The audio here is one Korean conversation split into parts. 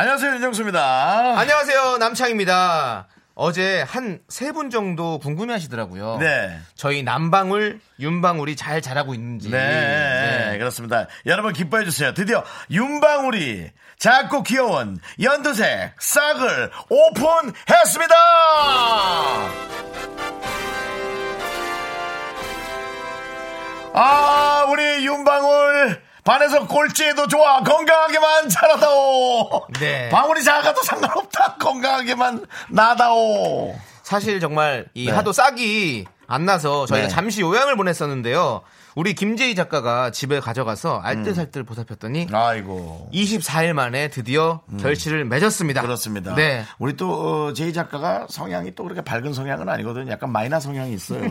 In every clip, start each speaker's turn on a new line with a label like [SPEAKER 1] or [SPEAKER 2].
[SPEAKER 1] 안녕하세요 윤정수입니다.
[SPEAKER 2] 안녕하세요 남창입니다. 어제 한 세 분 정도 궁금해하시더라고요.
[SPEAKER 1] 네.
[SPEAKER 2] 저희 남방울, 윤방울이 잘 자라고 있는지.
[SPEAKER 1] 네,
[SPEAKER 2] 네.
[SPEAKER 1] 그렇습니다. 여러분 기뻐해 주세요. 드디어 윤방울이 작고 귀여운 연두색 싹을 오픈했습니다. 아, 우리 윤방울 반에서 꼴찌에도 좋아 건강하게만 자라다오.
[SPEAKER 2] 네.
[SPEAKER 1] 방울이 작아도 상관없다 건강하게만 나다오.
[SPEAKER 2] 사실 정말 이
[SPEAKER 1] 네.
[SPEAKER 2] 하도 싹이 안 나서 저희가
[SPEAKER 1] 네.
[SPEAKER 2] 잠시 요양을 보냈었는데요. 우리 김재희 작가가 집에 가져가서
[SPEAKER 1] 음.
[SPEAKER 2] 알뜰살뜰 보살폈더니
[SPEAKER 1] 아이고.
[SPEAKER 2] 24일 만에 드디어 결실을
[SPEAKER 1] 음.
[SPEAKER 2] 맺었습니다.
[SPEAKER 1] 그렇습니다.
[SPEAKER 2] 네.
[SPEAKER 1] 우리 또 어, 제이 작가가 성향이 또 그렇게 밝은 성향은 아니거든요. 약간 마이너 성향이 있어요.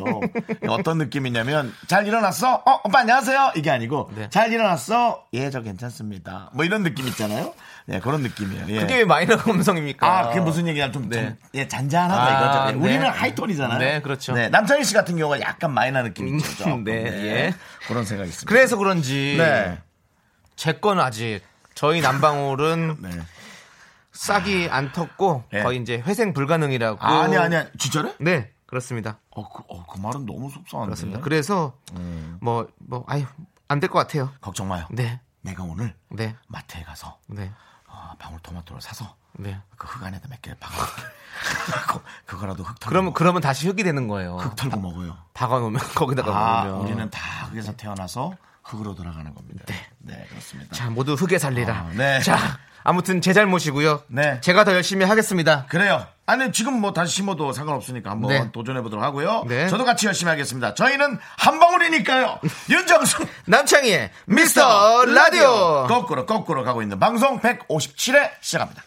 [SPEAKER 1] 어떤 느낌이냐면 잘 일어났어? 어, 오빠 안녕하세요. 이게 아니고
[SPEAKER 2] 네.
[SPEAKER 1] 잘 일어났어? 예, 저 괜찮습니다. 뭐 이런 느낌 있잖아요. 네, 그런 느낌이에요. 예.
[SPEAKER 2] 그게 왜 마이너 감성입니까?
[SPEAKER 1] 아, 그게 무슨 얘기냐 좀,
[SPEAKER 2] 네.
[SPEAKER 1] 좀, 예, 잔잔하다
[SPEAKER 2] 아,
[SPEAKER 1] 이거죠. 예, 우리는
[SPEAKER 2] 네.
[SPEAKER 1] 하이톤이잖아요.
[SPEAKER 2] 네, 그렇죠.
[SPEAKER 1] 남창희 씨 같은 경우가 약간 마이너 느낌이 있죠. 조금.
[SPEAKER 2] 네, 예.
[SPEAKER 1] 그런 생각이 있습니다.
[SPEAKER 2] 그래서 그런지
[SPEAKER 1] 네.
[SPEAKER 2] 제 건 아직 저희 남방울은
[SPEAKER 1] 네.
[SPEAKER 2] 싹이 안 텄고
[SPEAKER 1] 예.
[SPEAKER 2] 거의 이제 회생 불가능이라고.
[SPEAKER 1] 아니, 아니, 아니. 진짜래?
[SPEAKER 2] 네, 그렇습니다.
[SPEAKER 1] 어, 그, 어, 그 말은 너무 속상한데. 네.
[SPEAKER 2] 그렇습니다. 그래서 뭐 뭐 아유 안 될 것 같아요.
[SPEAKER 1] 걱정 마요.
[SPEAKER 2] 네,
[SPEAKER 1] 내가 오늘
[SPEAKER 2] 네,
[SPEAKER 1] 마트에 가서
[SPEAKER 2] 네,
[SPEAKER 1] 어, 방울토마토를 사서
[SPEAKER 2] 네.
[SPEAKER 1] 그 흙 안에다 몇 개를 박아 그거- 그거라도 흙 털고
[SPEAKER 2] 그러면
[SPEAKER 1] 먹-
[SPEAKER 2] 그러면 다시 흙이 되는 거예요.
[SPEAKER 1] 흙 털고 먹어요.
[SPEAKER 2] 박아놓으면 거기다가
[SPEAKER 1] 아,
[SPEAKER 2] 먹으면.
[SPEAKER 1] 우리는 다 흙에서 태어나서 흙으로 돌아가는 겁니다. 네, 그렇습니다.
[SPEAKER 2] 자 모두 흙에 살리라.
[SPEAKER 1] 어, 네.
[SPEAKER 2] 자 아무튼 제 잘못이고요.
[SPEAKER 1] 네.
[SPEAKER 2] 제가 더 열심히 하겠습니다.
[SPEAKER 1] 그래요. 아니 지금 뭐 다시 심어도 상관없으니까 한번
[SPEAKER 2] 네.
[SPEAKER 1] 도전해 보도록 하고요.
[SPEAKER 2] 네.
[SPEAKER 1] 저도 같이 열심히 하겠습니다. 저희는 한 방울이니까요. 윤정수
[SPEAKER 2] 남창희의 미스터 라디오.
[SPEAKER 1] 거꾸로 거꾸로 가고 있는 방송 157회 시작합니다.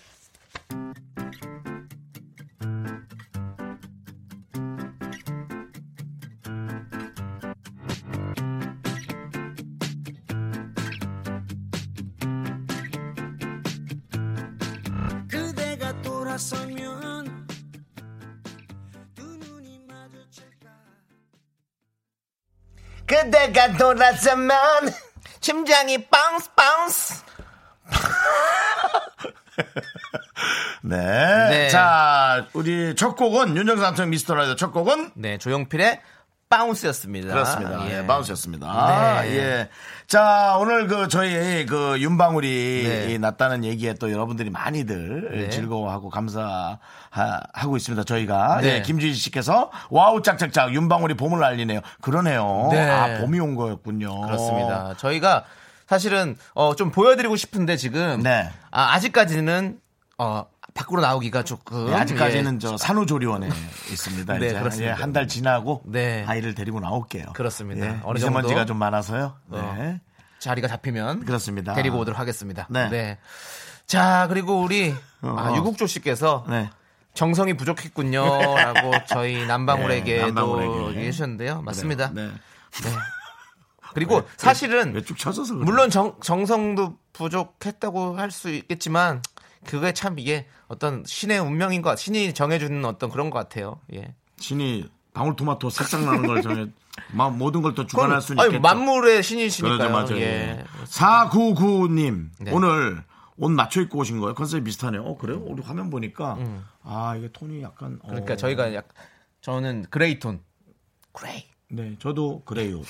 [SPEAKER 2] 그대가 돌아서면 심장이 빵스 빵스.
[SPEAKER 1] 네.
[SPEAKER 2] 네.
[SPEAKER 1] 자, 우리 첫 곡은 윤정수 남창 미스터 라디오 첫 곡은
[SPEAKER 2] 네 조용필의 바운스였습니다.
[SPEAKER 1] 그렇습니다. 예,
[SPEAKER 2] 네.
[SPEAKER 1] 바운스였습니다. 예. 자, 오늘 그 저희 그 윤방울이
[SPEAKER 2] 네.
[SPEAKER 1] 이 났다는 얘기에 또 여러분들이 많이들 즐거워하고 감사하고 있습니다. 저희가.
[SPEAKER 2] 네.
[SPEAKER 1] 예, 김지희 씨께서 와우 짝짝짝 윤방울이 봄을 알리네요. 그러네요.
[SPEAKER 2] 네.
[SPEAKER 1] 아, 봄이 온 거였군요.
[SPEAKER 2] 그렇습니다. 어. 저희가 사실은 어, 좀 보여드리고 싶은데 지금
[SPEAKER 1] 네.
[SPEAKER 2] 아, 직까지는 어, 밖으로 나오기가 조금
[SPEAKER 1] 네, 아직까지는
[SPEAKER 2] 예.
[SPEAKER 1] 저 산후조리원에 있습니다.
[SPEAKER 2] 네,
[SPEAKER 1] 이제
[SPEAKER 2] 그렇습니다.
[SPEAKER 1] 한 달 지나고
[SPEAKER 2] 네.
[SPEAKER 1] 아이를 데리고 나올게요.
[SPEAKER 2] 그렇습니다.
[SPEAKER 1] 예,
[SPEAKER 2] 어느 정도?
[SPEAKER 1] 미세먼지가 좀 많아서요. 네.
[SPEAKER 2] 어. 자리가 잡히면
[SPEAKER 1] 그렇습니다.
[SPEAKER 2] 데리고 오도록 하겠습니다.
[SPEAKER 1] 네.
[SPEAKER 2] 자 그리고 우리
[SPEAKER 1] 어.
[SPEAKER 2] 아, 유국조 씨께서
[SPEAKER 1] 네.
[SPEAKER 2] 정성이 부족했군요라고 저희
[SPEAKER 1] 네,
[SPEAKER 2] 남방울에게도
[SPEAKER 1] 남방울에게.
[SPEAKER 2] 얘기해 주셨는데요. 맞습니다.
[SPEAKER 1] 네.
[SPEAKER 2] 그리고 사실은
[SPEAKER 1] 왜 쭉 쳐져서 그래요?
[SPEAKER 2] 물론 정, 정성도 부족했다고 할 수 있겠지만 그게 참 이게 어떤 신의 운명인 것 신이 정해주는 어떤 그런 것 같아요. 예.
[SPEAKER 1] 신이 방울토마토 색상 나는 걸 전에 마- 모든 걸 또 주관할 수
[SPEAKER 2] 아니,
[SPEAKER 1] 있겠죠.
[SPEAKER 2] 만물의
[SPEAKER 1] 그러죠,
[SPEAKER 2] 신이시니까요.
[SPEAKER 1] 맞아요.
[SPEAKER 2] 예.
[SPEAKER 1] 499님
[SPEAKER 2] 네.
[SPEAKER 1] 오늘 옷 맞춰 입고 오신 거예요? 컨셉이 비슷하네요. 어, 그래요? 우리 화면 보니까 아 이게 톤이 약간 어,
[SPEAKER 2] 음. 그러니까 저희가 약 저는 그레이톤, 그레이,
[SPEAKER 1] 네 저도 그래요. 네.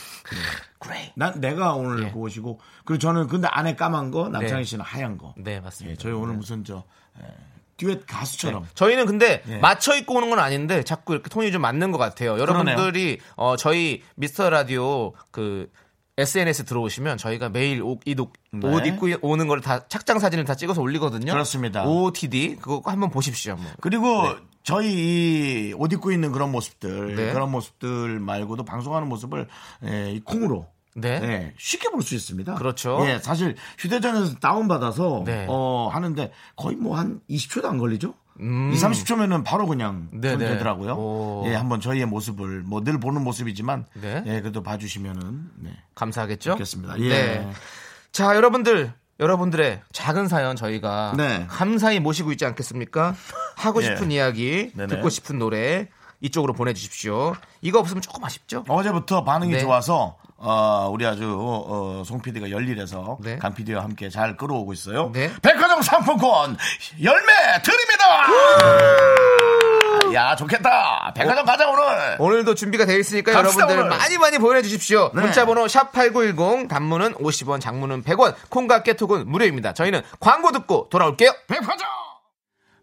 [SPEAKER 2] 그레이.
[SPEAKER 1] 난 내가 오늘
[SPEAKER 2] 네.
[SPEAKER 1] 그 옷이고 그리고 저는 근데 안에 까만 거 남창희 씨는 하얀 거.
[SPEAKER 2] 네
[SPEAKER 1] 예,
[SPEAKER 2] 맞습니다.
[SPEAKER 1] 저희 오늘 무슨 저 에, 듀엣 가수처럼
[SPEAKER 2] 저희는 근데
[SPEAKER 1] 어. 예.
[SPEAKER 2] 맞춰 입고 오는 건 아닌데 자꾸 이렇게 톤이 좀 맞는 것 같아요. 여러분들이 어, 저희 미스터 라디오 그 SNS 들어오시면 저희가 매일 옷, 이 옷,
[SPEAKER 1] 네.
[SPEAKER 2] 옷 입고 오는 걸 다 착장 사진을 다 찍어서 올리거든요.
[SPEAKER 1] 그렇습니다.
[SPEAKER 2] OOTD 그거 한번 보십시오. 한번.
[SPEAKER 1] 그리고 저희 옷 입고 있는 그런 모습들
[SPEAKER 2] 네.
[SPEAKER 1] 그런 모습들 말고도 방송하는 모습을 에, 예, 이 콩으로
[SPEAKER 2] 네.
[SPEAKER 1] 예, 쉽게 볼 수 있습니다.
[SPEAKER 2] 그렇죠.
[SPEAKER 1] 예, 사실 휴대전에서 다운받아서
[SPEAKER 2] 네.
[SPEAKER 1] 어, 하는데 거의 뭐 한 20초도 안 걸리죠? 2, 30초면은 바로 그냥
[SPEAKER 2] 음. 네네.
[SPEAKER 1] 되더라고요.
[SPEAKER 2] 오.
[SPEAKER 1] 예, 한번 저희의 모습을 뭐 늘 보는 모습이지만
[SPEAKER 2] 네.
[SPEAKER 1] 예, 그래도 봐 주시면은 네.
[SPEAKER 2] 감사하겠죠?
[SPEAKER 1] 좋겠습니다. 예.
[SPEAKER 2] 네. 자, 여러분들. 여러분들의 작은 사연 저희가
[SPEAKER 1] 네.
[SPEAKER 2] 감사히 모시고 있지 않겠습니까? 하고 싶은
[SPEAKER 1] 예.
[SPEAKER 2] 이야기,
[SPEAKER 1] 네네.
[SPEAKER 2] 듣고 싶은 노래 이쪽으로 보내주십시오. 이거 없으면 조금 아쉽죠?
[SPEAKER 1] 어제부터 반응이
[SPEAKER 2] 네.
[SPEAKER 1] 좋아서 어, 우리 아주 어, 송 PD가 열일해서
[SPEAKER 2] 네.
[SPEAKER 1] 강 PD와 함께 잘 끌어오고 있어요.
[SPEAKER 2] 네.
[SPEAKER 1] 백화점 상품권 열매 드립니다. 야 좋겠다. 백화점 가자 오늘.
[SPEAKER 2] 오늘도 준비가 되어 있으니까
[SPEAKER 1] 갑시다,
[SPEAKER 2] 여러분들
[SPEAKER 1] 오늘.
[SPEAKER 2] 많이 많이 보내주십시오.
[SPEAKER 1] 네.
[SPEAKER 2] 문자번호 샵8910 단문은 50원, 장문은 100원, 콩과 깨톡은 무료입니다. 저희는 광고 듣고 돌아올게요.
[SPEAKER 1] 백화점.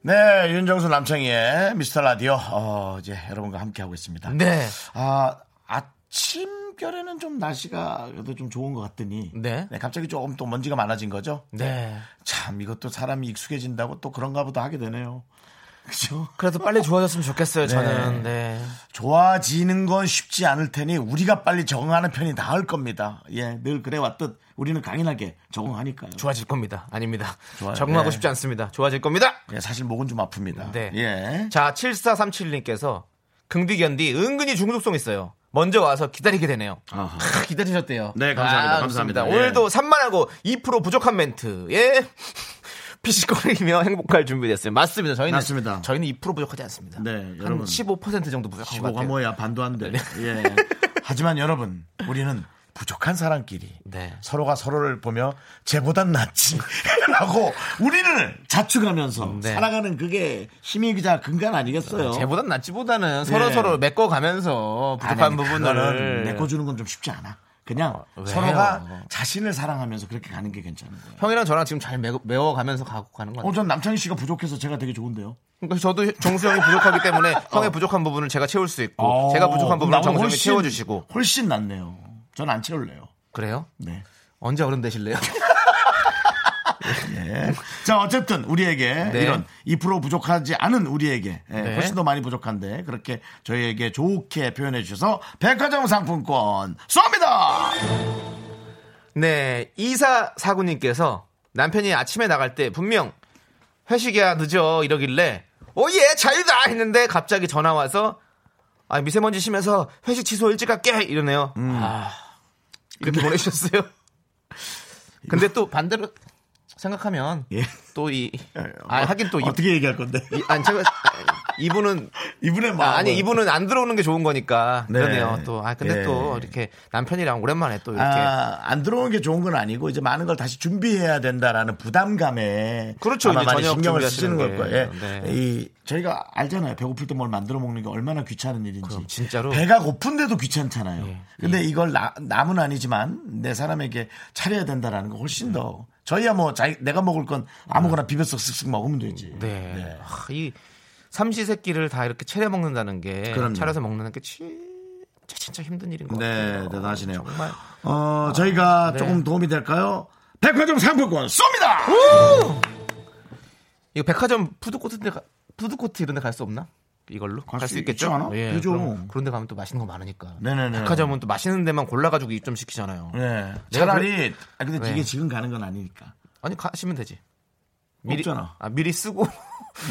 [SPEAKER 1] 네 윤정수 남창희의 미스터 라디오 어, 이제 여러분과 함께 하고 있습니다.
[SPEAKER 2] 네.
[SPEAKER 1] 아 아침 결에는 좀 날씨가 그래도 좀 좋은 것 같더니
[SPEAKER 2] 네.
[SPEAKER 1] 갑자기 조금 또 먼지가 많아진 거죠.
[SPEAKER 2] 네.
[SPEAKER 1] 참 이것도 사람이 익숙해진다고 또 그런가 보다 하게 되네요. 그죠?
[SPEAKER 2] 그래도 빨리 좋아졌으면 좋겠어요, 저는. 네.
[SPEAKER 1] 좋아지는 건 쉽지 않을 테니 우리가 빨리 적응하는 편이 나을 겁니다. 예, 늘 그래 왔듯 우리는 강인하게 적응하니까요.
[SPEAKER 2] 좋아질 겁니다. 아닙니다.
[SPEAKER 1] 좋아요.
[SPEAKER 2] 적응하고
[SPEAKER 1] 네.
[SPEAKER 2] 싶지 않습니다. 좋아질 겁니다.
[SPEAKER 1] 예, 사실 목은 좀 아픕니다.
[SPEAKER 2] 네.
[SPEAKER 1] 예.
[SPEAKER 2] 자, 7437님께서 긍디견디 은근히 중독성 있어요. 먼저 와서 기다리게 되네요.
[SPEAKER 1] 아하.
[SPEAKER 2] 크, 기다리셨대요. 아,
[SPEAKER 1] 네, 감사합니다.
[SPEAKER 2] 좋습니다.
[SPEAKER 1] 감사합니다. 예.
[SPEAKER 2] 오늘도 산만하고 2% 부족한 멘트에 예. 피식거리며 행복할 준비됐어요. 맞습니다. 저희는
[SPEAKER 1] 맞습니다.
[SPEAKER 2] 저희는 2% 부족하지 않습니다.
[SPEAKER 1] 네, 여러분.
[SPEAKER 2] 한 15% 정도 부족한 것
[SPEAKER 1] 지구가
[SPEAKER 2] 같아요. 네.
[SPEAKER 1] 뭐야 반도 안 돼. 예. 하지만 여러분, 우리는 부족한 사람끼리
[SPEAKER 2] 네.
[SPEAKER 1] 서로가 서로를 보며 쟤보단 낫지라고 우리를 자축하면서
[SPEAKER 2] 네.
[SPEAKER 1] 살아가는 그게 힘이자 근간 아니겠어요? 네.
[SPEAKER 2] 쟤보단 낫지보다는 서로 서로 메꿔가면서 부족한
[SPEAKER 1] 아니, 아니,
[SPEAKER 2] 부분을
[SPEAKER 1] 그거는 메꿔주는 건 좀 쉽지 않아. 그냥
[SPEAKER 2] 네. 어, 왜요? 뭐.
[SPEAKER 1] 서로가 자신을 사랑하면서 그렇게 가는 게 괜찮은 거예요.
[SPEAKER 2] 형이랑 저랑 지금 잘 메- 메워가면서 가고 가는 것 같아요.
[SPEAKER 1] 어, 전 남창희 씨가 부족해서 제가 되게 좋은데요.
[SPEAKER 2] 그러니까 저도 정수 형이 부족하기 때문에 형의 부족한 부분을 제가 채울 수 있고 어, 제가 부족한 부분을
[SPEAKER 1] 나보다
[SPEAKER 2] 정수 형이
[SPEAKER 1] 어. 훨씬-
[SPEAKER 2] 채워주시고
[SPEAKER 1] 훨씬 낫네요. 전 안 채울래요.
[SPEAKER 2] 그래요?
[SPEAKER 1] 네.
[SPEAKER 2] 언제 어른 되실래요?
[SPEAKER 1] 예. 자, 어쨌든 우리에게
[SPEAKER 2] 네.
[SPEAKER 1] 이런 2% 부족하지 않은 우리에게 예,
[SPEAKER 2] 네.
[SPEAKER 1] 훨씬 더 많이 부족한데 그렇게 저희에게 좋게 표현해 주셔서 백화점 상품권 쏩니다.
[SPEAKER 2] 네 이사 사구님께서 남편이 아침에 나갈 때 분명 회식이야 늦어 이러길래 오예 자유다 했는데 갑자기 전화 와서 아 미세먼지 심해서 회식 취소 일찍 갈게 이러네요.
[SPEAKER 1] 음.
[SPEAKER 2] 아, 이렇게 보내주셨어요. 근데 또 반대로 생각하면
[SPEAKER 1] 예.
[SPEAKER 2] 또 이 아, 하긴 또 이-
[SPEAKER 1] 어떻게 얘기할 건데?
[SPEAKER 2] 이- 아니 제가 이분은
[SPEAKER 1] 이분의 마음
[SPEAKER 2] 아, 니 이분은 안 들어오는 게 좋은 거니까
[SPEAKER 1] 네.
[SPEAKER 2] 그러네요 또 아 근데
[SPEAKER 1] 예.
[SPEAKER 2] 또 이렇게 남편이랑 오랜만에 또 이렇게
[SPEAKER 1] 아, 안 들어오는 게 좋은 건 아니고 이제 많은 걸 다시 준비해야 된다라는 부담감에
[SPEAKER 2] 그렇죠.
[SPEAKER 1] 아마
[SPEAKER 2] 이제
[SPEAKER 1] 많이
[SPEAKER 2] 저녁
[SPEAKER 1] 신경을 쓰시는
[SPEAKER 2] 준비하시는
[SPEAKER 1] 걸 거예요.
[SPEAKER 2] 거예요.
[SPEAKER 1] 예.
[SPEAKER 2] 네.
[SPEAKER 1] 이 저희가 알잖아요. 배고플 때 뭘 만들어 먹는 게 얼마나 귀찮은 일인지.
[SPEAKER 2] 그럼 진짜로. 예.
[SPEAKER 1] 배가 고픈데도 귀찮잖아요. 근데 이걸 나, 남은 아니지만 내 사람에게 차려야 된다라는 거 훨씬 더 저희야 뭐 자기, 내가 먹을 건 아무거나 비벼서 쓱쓱 먹으면 되지.
[SPEAKER 2] 네. 아, 이 삼시세끼를 다 이렇게 차려 먹는다는 게
[SPEAKER 1] 그럼요.
[SPEAKER 2] 차려서 먹는 게 진짜 진짜 힘든 일인 것
[SPEAKER 1] 네,
[SPEAKER 2] 같아요.
[SPEAKER 1] 대단하시네요.
[SPEAKER 2] 정말
[SPEAKER 1] 어,
[SPEAKER 2] 아,
[SPEAKER 1] 저희가
[SPEAKER 2] 네.
[SPEAKER 1] 조금 도움이 될까요? 백화점 상품권 쏩니다!
[SPEAKER 2] 이거 백화점 푸드코트인데 가- 푸드코트 이런 데 갈 수 없나? 이걸로
[SPEAKER 1] 갈
[SPEAKER 2] 갈
[SPEAKER 1] 수
[SPEAKER 2] 수 있겠죠?
[SPEAKER 1] 있지 않아?
[SPEAKER 2] 예,
[SPEAKER 1] 되죠.
[SPEAKER 2] 그럼 그런 데 가면 또 맛있는 거 많으니까.
[SPEAKER 1] 네네네.
[SPEAKER 2] 백화점은 또 맛있는 데만 골라가지고 입점 시키잖아요.
[SPEAKER 1] 네.
[SPEAKER 2] 내가
[SPEAKER 1] 차라리, 아, 근데
[SPEAKER 2] 네.
[SPEAKER 1] 이게 지금 가는 건 아니니까.
[SPEAKER 2] 아니 가시면 되지.
[SPEAKER 1] 없잖아.
[SPEAKER 2] 아, 미리 쓰고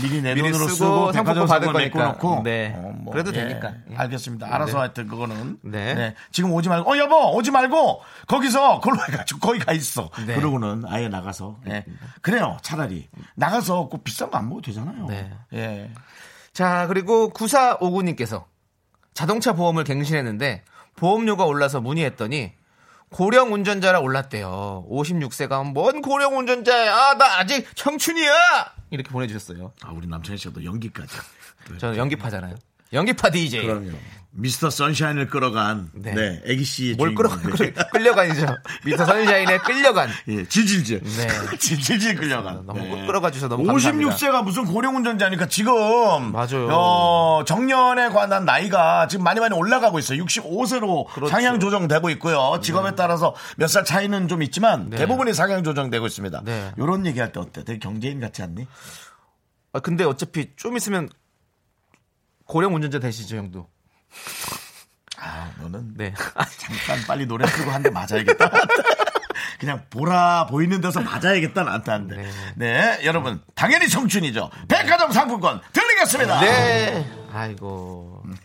[SPEAKER 1] 미리 내
[SPEAKER 2] 미리
[SPEAKER 1] 돈으로
[SPEAKER 2] 쓰고
[SPEAKER 1] 쓰고, 백화점 받은
[SPEAKER 2] 상품권 받은
[SPEAKER 1] 거고
[SPEAKER 2] 거니까.
[SPEAKER 1] 놓고 어, 뭐.
[SPEAKER 2] 네. 그래도 되니까. 예.
[SPEAKER 1] 알겠습니다. 알아서
[SPEAKER 2] 네.
[SPEAKER 1] 하여튼 그거는 네.
[SPEAKER 2] 네.
[SPEAKER 1] 지금 오지 말고 어 여보 오지 말고 거기서 걸로 해가지고 거기 가 있어.
[SPEAKER 2] 네.
[SPEAKER 1] 그러고는 아예 나가서 예. 그래요 차라리 나가서 꼭 비싼 거 안 먹어도 되잖아요.
[SPEAKER 2] 네.
[SPEAKER 1] 예.
[SPEAKER 2] 자, 그리고 9459님께서 자동차 보험을 갱신했는데 보험료가 올라서 문의했더니 고령 운전자라 올랐대요. 56세가 뭔 고령 운전자야? 아, 나 아직 청춘이야! 이렇게 보내주셨어요.
[SPEAKER 1] 아 우리 남창희 씨가 또 연기까지.
[SPEAKER 2] 저는 연기파잖아요. 연기파 DJ.
[SPEAKER 1] 네. 그럼요. 미스터 선샤인을 끌어간
[SPEAKER 2] 네.
[SPEAKER 1] 네 애기 씨의
[SPEAKER 2] 뭘 끌어,
[SPEAKER 1] 주인공. 네.
[SPEAKER 2] 끌, 끌려간이죠. 미터 선샤인에 끌려간.
[SPEAKER 1] 예, 질질질.
[SPEAKER 2] 네.
[SPEAKER 1] 질질질 끌려간.
[SPEAKER 2] 너무 끌어가 주셔서 너무
[SPEAKER 1] 56세가 무슨 고령 운전자니까 지금
[SPEAKER 2] 맞아요.
[SPEAKER 1] 어, 정년에 관한 나이가 지금 많이 많이 올라가고 있어요. 65세로
[SPEAKER 2] 그렇죠. 네.
[SPEAKER 1] 상향 조정되고 있고요. 직업에 따라서 몇 살 차이는 좀 있지만 대부분이 상향 조정되고 있습니다.
[SPEAKER 2] 네.
[SPEAKER 1] 이런 얘기할 때 어때? 되게 경제인 같지 않니?
[SPEAKER 2] 아, 근데 어차피 좀 있으면 고령 운전자 되시죠, 형도.
[SPEAKER 1] 아, 너는
[SPEAKER 2] 네.
[SPEAKER 1] 잠깐 빨리 노래 틀고 한 대 맞아야겠다. 그냥 보라 보이는 데서 맞아야겠다 나한테. 네. 네, 여러분 당연히 청춘이죠. 백화점 상품권 들리겠습니다.
[SPEAKER 2] 네. 아이고.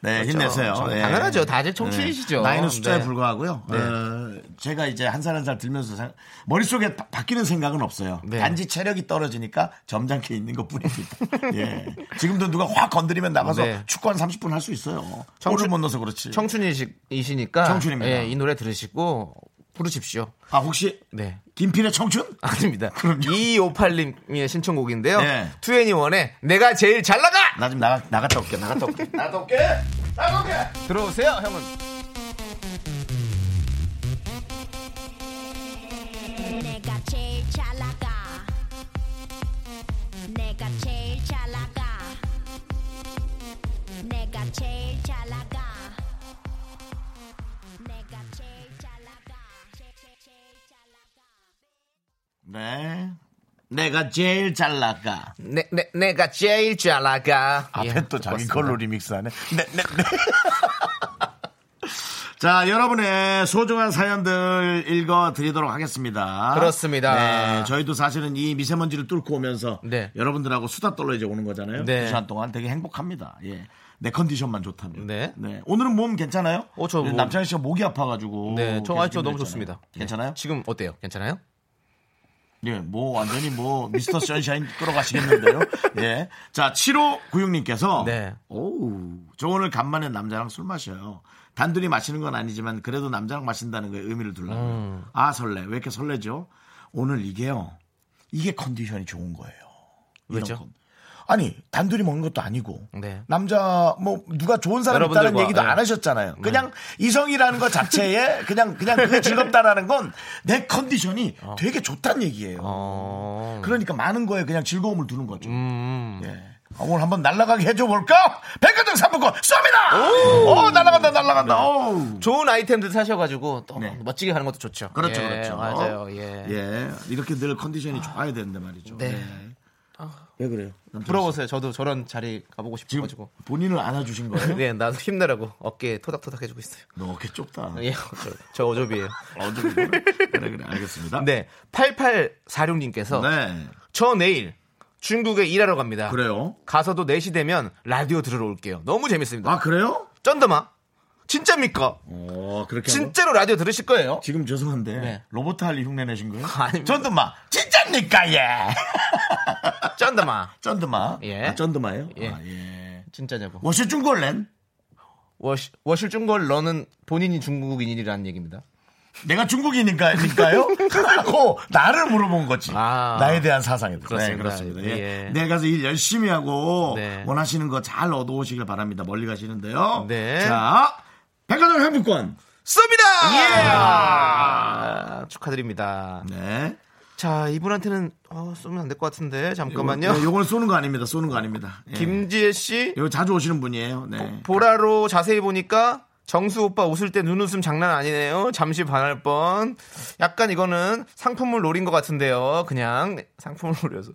[SPEAKER 1] 네,
[SPEAKER 2] 그렇죠.
[SPEAKER 1] 힘내세요.
[SPEAKER 2] 저-
[SPEAKER 1] 음, 네.
[SPEAKER 2] 당연하죠. 다들 청춘이시죠.
[SPEAKER 1] 네. 나이는 숫자에
[SPEAKER 2] 네.
[SPEAKER 1] 불과하고요. 어, 제가 이제 한 살 한 살 들면서 생- 머릿속에 바, 바뀌는 생각은 없어요.
[SPEAKER 2] 네.
[SPEAKER 1] 단지 체력이 떨어지니까 점잖게 있는 것 뿐입니다. 예. 지금도 누가 확 건드리면 나가서
[SPEAKER 2] 네.
[SPEAKER 1] 축구 한 30분 할 수 있어요.
[SPEAKER 2] 청춘-
[SPEAKER 1] 골을 못 넣어서 그렇지.
[SPEAKER 2] 청춘이시니까
[SPEAKER 1] 예. 청춘입니다.
[SPEAKER 2] 예, 이 노래 들으시고 부르십시오.
[SPEAKER 1] 아, 혹시
[SPEAKER 2] 네.
[SPEAKER 1] 김필의 청춘?
[SPEAKER 2] 아닙니다.
[SPEAKER 1] 그럼요.
[SPEAKER 2] 2258님의 신청곡인데요.
[SPEAKER 1] 네.
[SPEAKER 2] 투애니원의 내가 제일 잘 나가!
[SPEAKER 1] 나 좀 나가, 나갔다 올게, 나갔다 올게. 나갔다 올게! 나갔다 올게!
[SPEAKER 2] 들어오세요, 형은.
[SPEAKER 3] 내가 제일 잘 나가 내가 제일 잘 나가 내가 제일 잘 나가 내가 제일 잘 나가 제- 제- 제일 잘 나가
[SPEAKER 1] 네. 내가 제일 잘 나가.
[SPEAKER 2] 내, 내, 네, 내가 제일 잘 나가.
[SPEAKER 1] 앞에
[SPEAKER 2] 예,
[SPEAKER 1] 또 자기
[SPEAKER 2] 좋았습니다.
[SPEAKER 1] 걸로 리믹스하네. 네, 네, 네. 자, 여러분의 소중한 사연들 읽어드리도록 하겠습니다.
[SPEAKER 2] 그렇습니다.
[SPEAKER 1] 네, 저희도 사실은 이 미세먼지를 뚫고 오면서
[SPEAKER 2] 네.
[SPEAKER 1] 여러분들하고 수다 떨러 이제 오는 거잖아요.
[SPEAKER 2] 네.
[SPEAKER 1] 두그 시간 동안 되게 행복합니다. 예. 내 컨디션만 좋다면.
[SPEAKER 2] 네.
[SPEAKER 1] 오늘은 몸 괜찮아요? 예,
[SPEAKER 2] 어, 저 몸-
[SPEAKER 1] 남창희 씨가 목이 아파가지고.
[SPEAKER 2] 네, 저,
[SPEAKER 1] 계속
[SPEAKER 2] 아, 저
[SPEAKER 1] 힘들었잖아요.
[SPEAKER 2] 너무 좋습니다. 네.
[SPEAKER 1] 괜찮아요?
[SPEAKER 2] 지금 어때요? 괜찮아요?
[SPEAKER 1] 예, 뭐 완전히 뭐 미스터 선샤인 끌어가시겠는데요. 예. 자, 7596님께서
[SPEAKER 2] 네.
[SPEAKER 1] 오우, 저 오늘 간만에 남자랑 술 마셔요. 단둘이 마시는 건 아니지만 그래도 남자랑 마신다는 거에 의미를 둘라고요.
[SPEAKER 2] 음.
[SPEAKER 1] 아, 설레. 왜 이렇게 설레죠? 오늘 이게요. 이게 컨디션이 좋은 거예요. 이런
[SPEAKER 2] 왜죠?
[SPEAKER 1] 건. 아니, 단둘이 먹는 것도 아니고
[SPEAKER 2] 네.
[SPEAKER 1] 남자 뭐 누가 좋은 사람 있다는
[SPEAKER 2] 여러분들과,
[SPEAKER 1] 얘기도
[SPEAKER 2] 네.
[SPEAKER 1] 안 하셨잖아요. 그냥 이성이라는 것 자체에 그냥 그냥 그게 즐겁다라는 건 내 컨디션이 되게 좋다는 얘기예요.
[SPEAKER 2] 어.
[SPEAKER 1] 그러니까 많은 거에 그냥 즐거움을 두는 거죠.
[SPEAKER 2] 음.
[SPEAKER 1] 예. 아, 오늘 한번 날아가게 해줘 볼까? 백화점 상품권 쏩니다. 오, 날아간다,
[SPEAKER 2] 네.
[SPEAKER 1] 날아간다. 어우.
[SPEAKER 2] 음. 좋은 아이템들 사셔가지고 또
[SPEAKER 1] 네.
[SPEAKER 2] 멋지게 하는 것도 좋죠.
[SPEAKER 1] 그렇죠,
[SPEAKER 2] 예,
[SPEAKER 1] 그렇죠.
[SPEAKER 2] 맞아요. 예.
[SPEAKER 1] 예, 이렇게 늘 컨디션이 좋아야 되는데 말이죠.
[SPEAKER 2] 네. 아.
[SPEAKER 1] 예. 왜 그래요? 남편씨.
[SPEAKER 2] 부러워서요. 저도 저런 자리 가보고
[SPEAKER 1] 지금
[SPEAKER 2] 싶어가지고.
[SPEAKER 1] 본인을 안아주신 거예요?
[SPEAKER 2] 네, 나도 힘내라고 어깨 토닥토닥 해주고 있어요.
[SPEAKER 1] 너 어깨 좁다.
[SPEAKER 2] 예, 저, 저 어조비예요.
[SPEAKER 1] 어, 좀 그래. 그래, 그래, 알겠습니다.
[SPEAKER 2] 네, 8846님께서
[SPEAKER 1] 네.
[SPEAKER 2] 저 내일 중국에 일하러 갑니다.
[SPEAKER 1] 그래요?
[SPEAKER 2] 가서도 4시 되면 라디오 들으러 올게요. 너무 재밌습니다.
[SPEAKER 1] 아, 그래요?
[SPEAKER 2] 쩐더마 진짜입니까?
[SPEAKER 1] 어, 그렇게. 하고?
[SPEAKER 2] 진짜로 라디오 들으실 거예요?
[SPEAKER 1] 지금 죄송한데
[SPEAKER 2] 네.
[SPEAKER 1] 로버트 할리 흉내 내신 거예요?
[SPEAKER 2] 아닙니다.
[SPEAKER 1] 쩐드마 진짜입니까 예.
[SPEAKER 2] 쩐더마
[SPEAKER 1] 쩐드마
[SPEAKER 2] 예.
[SPEAKER 1] 아, 쩐드마요?
[SPEAKER 2] 예.
[SPEAKER 1] 아, 예.
[SPEAKER 2] 진짜냐고.
[SPEAKER 1] 워시 중골렌
[SPEAKER 2] 워시, 워실 중걸 너는 본인이 중국인이라는 얘기입니다.
[SPEAKER 1] 내가 중국인이니까요? 하고 나를 물어본 거지.
[SPEAKER 2] 아.
[SPEAKER 1] 나에 대한 사상에 대해서.
[SPEAKER 2] 그렇습니다.
[SPEAKER 1] 네, 그렇습니다.
[SPEAKER 2] 예.
[SPEAKER 1] 예. 내일 가서 일 열심히 하고
[SPEAKER 2] 네.
[SPEAKER 1] 원하시는 거 잘 얻어오시길 바랍니다. 멀리 가시는데요.
[SPEAKER 2] 네.
[SPEAKER 1] 자, 백화점 상품권.
[SPEAKER 2] 쏩니다!
[SPEAKER 1] 예!
[SPEAKER 2] 아, 축하드립니다.
[SPEAKER 1] 네.
[SPEAKER 2] 자, 이분한테는 어, 쏘면 안 될 것 같은데 잠깐만요.
[SPEAKER 1] 네, 요건 쏘는 거 아닙니다. 쏘는 거 아닙니다. 예.
[SPEAKER 2] 김지혜 씨
[SPEAKER 1] 요 자주 오시는 분이에요. 네.
[SPEAKER 2] 보라로 자세히 보니까 정수 오빠 웃을 때 눈웃음 장난 아니네요. 잠시 반할 뻔. 약간 이거는 상품을 노린 것 같은데요. 그냥 상품을 노려서.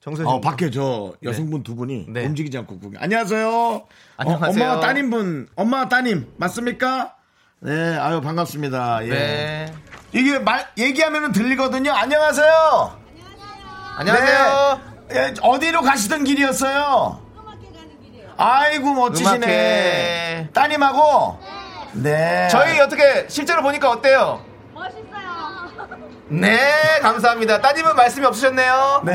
[SPEAKER 2] 정수
[SPEAKER 1] 어, 밖에 저 여성분 두 분이
[SPEAKER 2] 네.
[SPEAKER 1] 움직이지 않고 구경. 안녕하세요. 어,
[SPEAKER 2] 안녕하세요.
[SPEAKER 1] 엄마와 따님 분, 엄마와 따님 맞습니까? 네, 아유 반갑습니다. 예.
[SPEAKER 2] 네.
[SPEAKER 1] 이게 말 얘기하면은 들리거든요. 안녕하세요.
[SPEAKER 2] 안녕하세요.
[SPEAKER 1] 네. 예, 어디로 가시던 길이었어요? 아이고 멋지시네.
[SPEAKER 2] 음악회.
[SPEAKER 1] 따님하고. 네.
[SPEAKER 2] 저희 어떻게 실제로 보니까 어때요? 멋있어요. 네, 감사합니다. 따님은 말씀이 없으셨네요.
[SPEAKER 1] 네.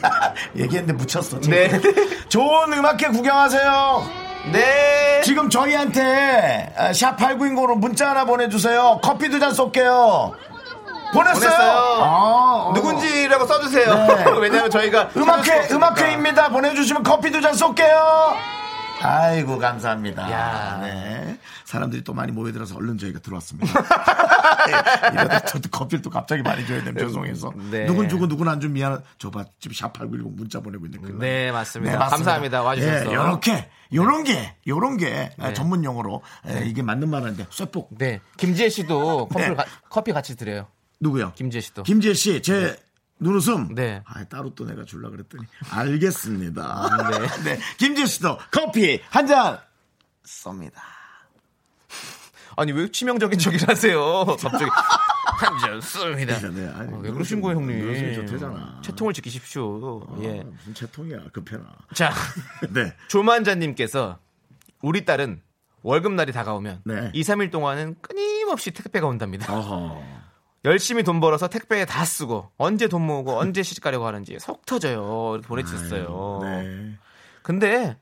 [SPEAKER 1] 얘기했는데 묻혔어. 지금.
[SPEAKER 2] 네.
[SPEAKER 1] 좋은 음악회 구경하세요.
[SPEAKER 2] 네.
[SPEAKER 1] 지금 저희한테 아, 샵 8910으로 문자 하나 보내주세요. 커피 두 잔 쏠게요. 보냈어요.
[SPEAKER 2] 보냈어요.
[SPEAKER 1] 아, 어.
[SPEAKER 2] 누군지라고 써주세요.
[SPEAKER 1] 네.
[SPEAKER 2] 왜냐면 저희가 찾을
[SPEAKER 1] 음악회,
[SPEAKER 2] 수 없으니까.
[SPEAKER 1] 음악회입니다. 보내주시면 커피 두 잔 쏠게요. 아이고, 감사합니다.
[SPEAKER 2] 야.
[SPEAKER 1] 네. 사람들이 또 많이 모여들어서 얼른 저희가 들어왔습니다. 예, 이러다 저도 커피를 또 갑자기 많이 줘야 되면 죄송해서.
[SPEAKER 2] 네.
[SPEAKER 1] 누군 주고 누군 안 주면 미안한. 저봐, 지금 샵8910 문자 보내고 있는 그 거.
[SPEAKER 2] 네, 맞습니다. 감사합니다. 와주셔서.
[SPEAKER 1] 예, 네,
[SPEAKER 2] 네.
[SPEAKER 1] 요렇게, 요런 게, 요런 게 전문 용어로 예, 이게 맞는 말인데 쇠폭.
[SPEAKER 2] 네. 김지혜 씨도 커피,
[SPEAKER 1] 네.
[SPEAKER 2] 가, 커피 같이 드려요.
[SPEAKER 1] 누구요?
[SPEAKER 2] 김지혜 씨도.
[SPEAKER 1] 김지혜 씨, 제 눈웃음.
[SPEAKER 2] 네.
[SPEAKER 1] 아, 따로 또 내가 줄라 그랬더니 네. 알겠습니다. 네. 김지혜 씨도 커피 한 잔 쏩니다.
[SPEAKER 2] 아니 왜 치명적인 척을 하세요? 갑자기 한잔 씁니다.
[SPEAKER 1] 네, 아니,
[SPEAKER 2] 어, 왜 그러신 거예요, 형님?
[SPEAKER 1] 요즘이 좋대잖아.
[SPEAKER 2] 채통을 지키십시오. 예.
[SPEAKER 1] 아, 무슨 채통이야 급해라.
[SPEAKER 2] 자,
[SPEAKER 1] 네.
[SPEAKER 2] 조만자님께서 우리 딸은 월급날이 다가오면
[SPEAKER 1] 네.
[SPEAKER 2] 2, 3일 동안은 끊임없이 택배가 온답니다.
[SPEAKER 1] 어허.
[SPEAKER 2] 열심히 돈 벌어서 택배에 다 쓰고 언제 돈 모으고 언제 시집 가려고 하는지 속 터져요. 이렇게 보내주셨어요.
[SPEAKER 1] 네.
[SPEAKER 2] 근데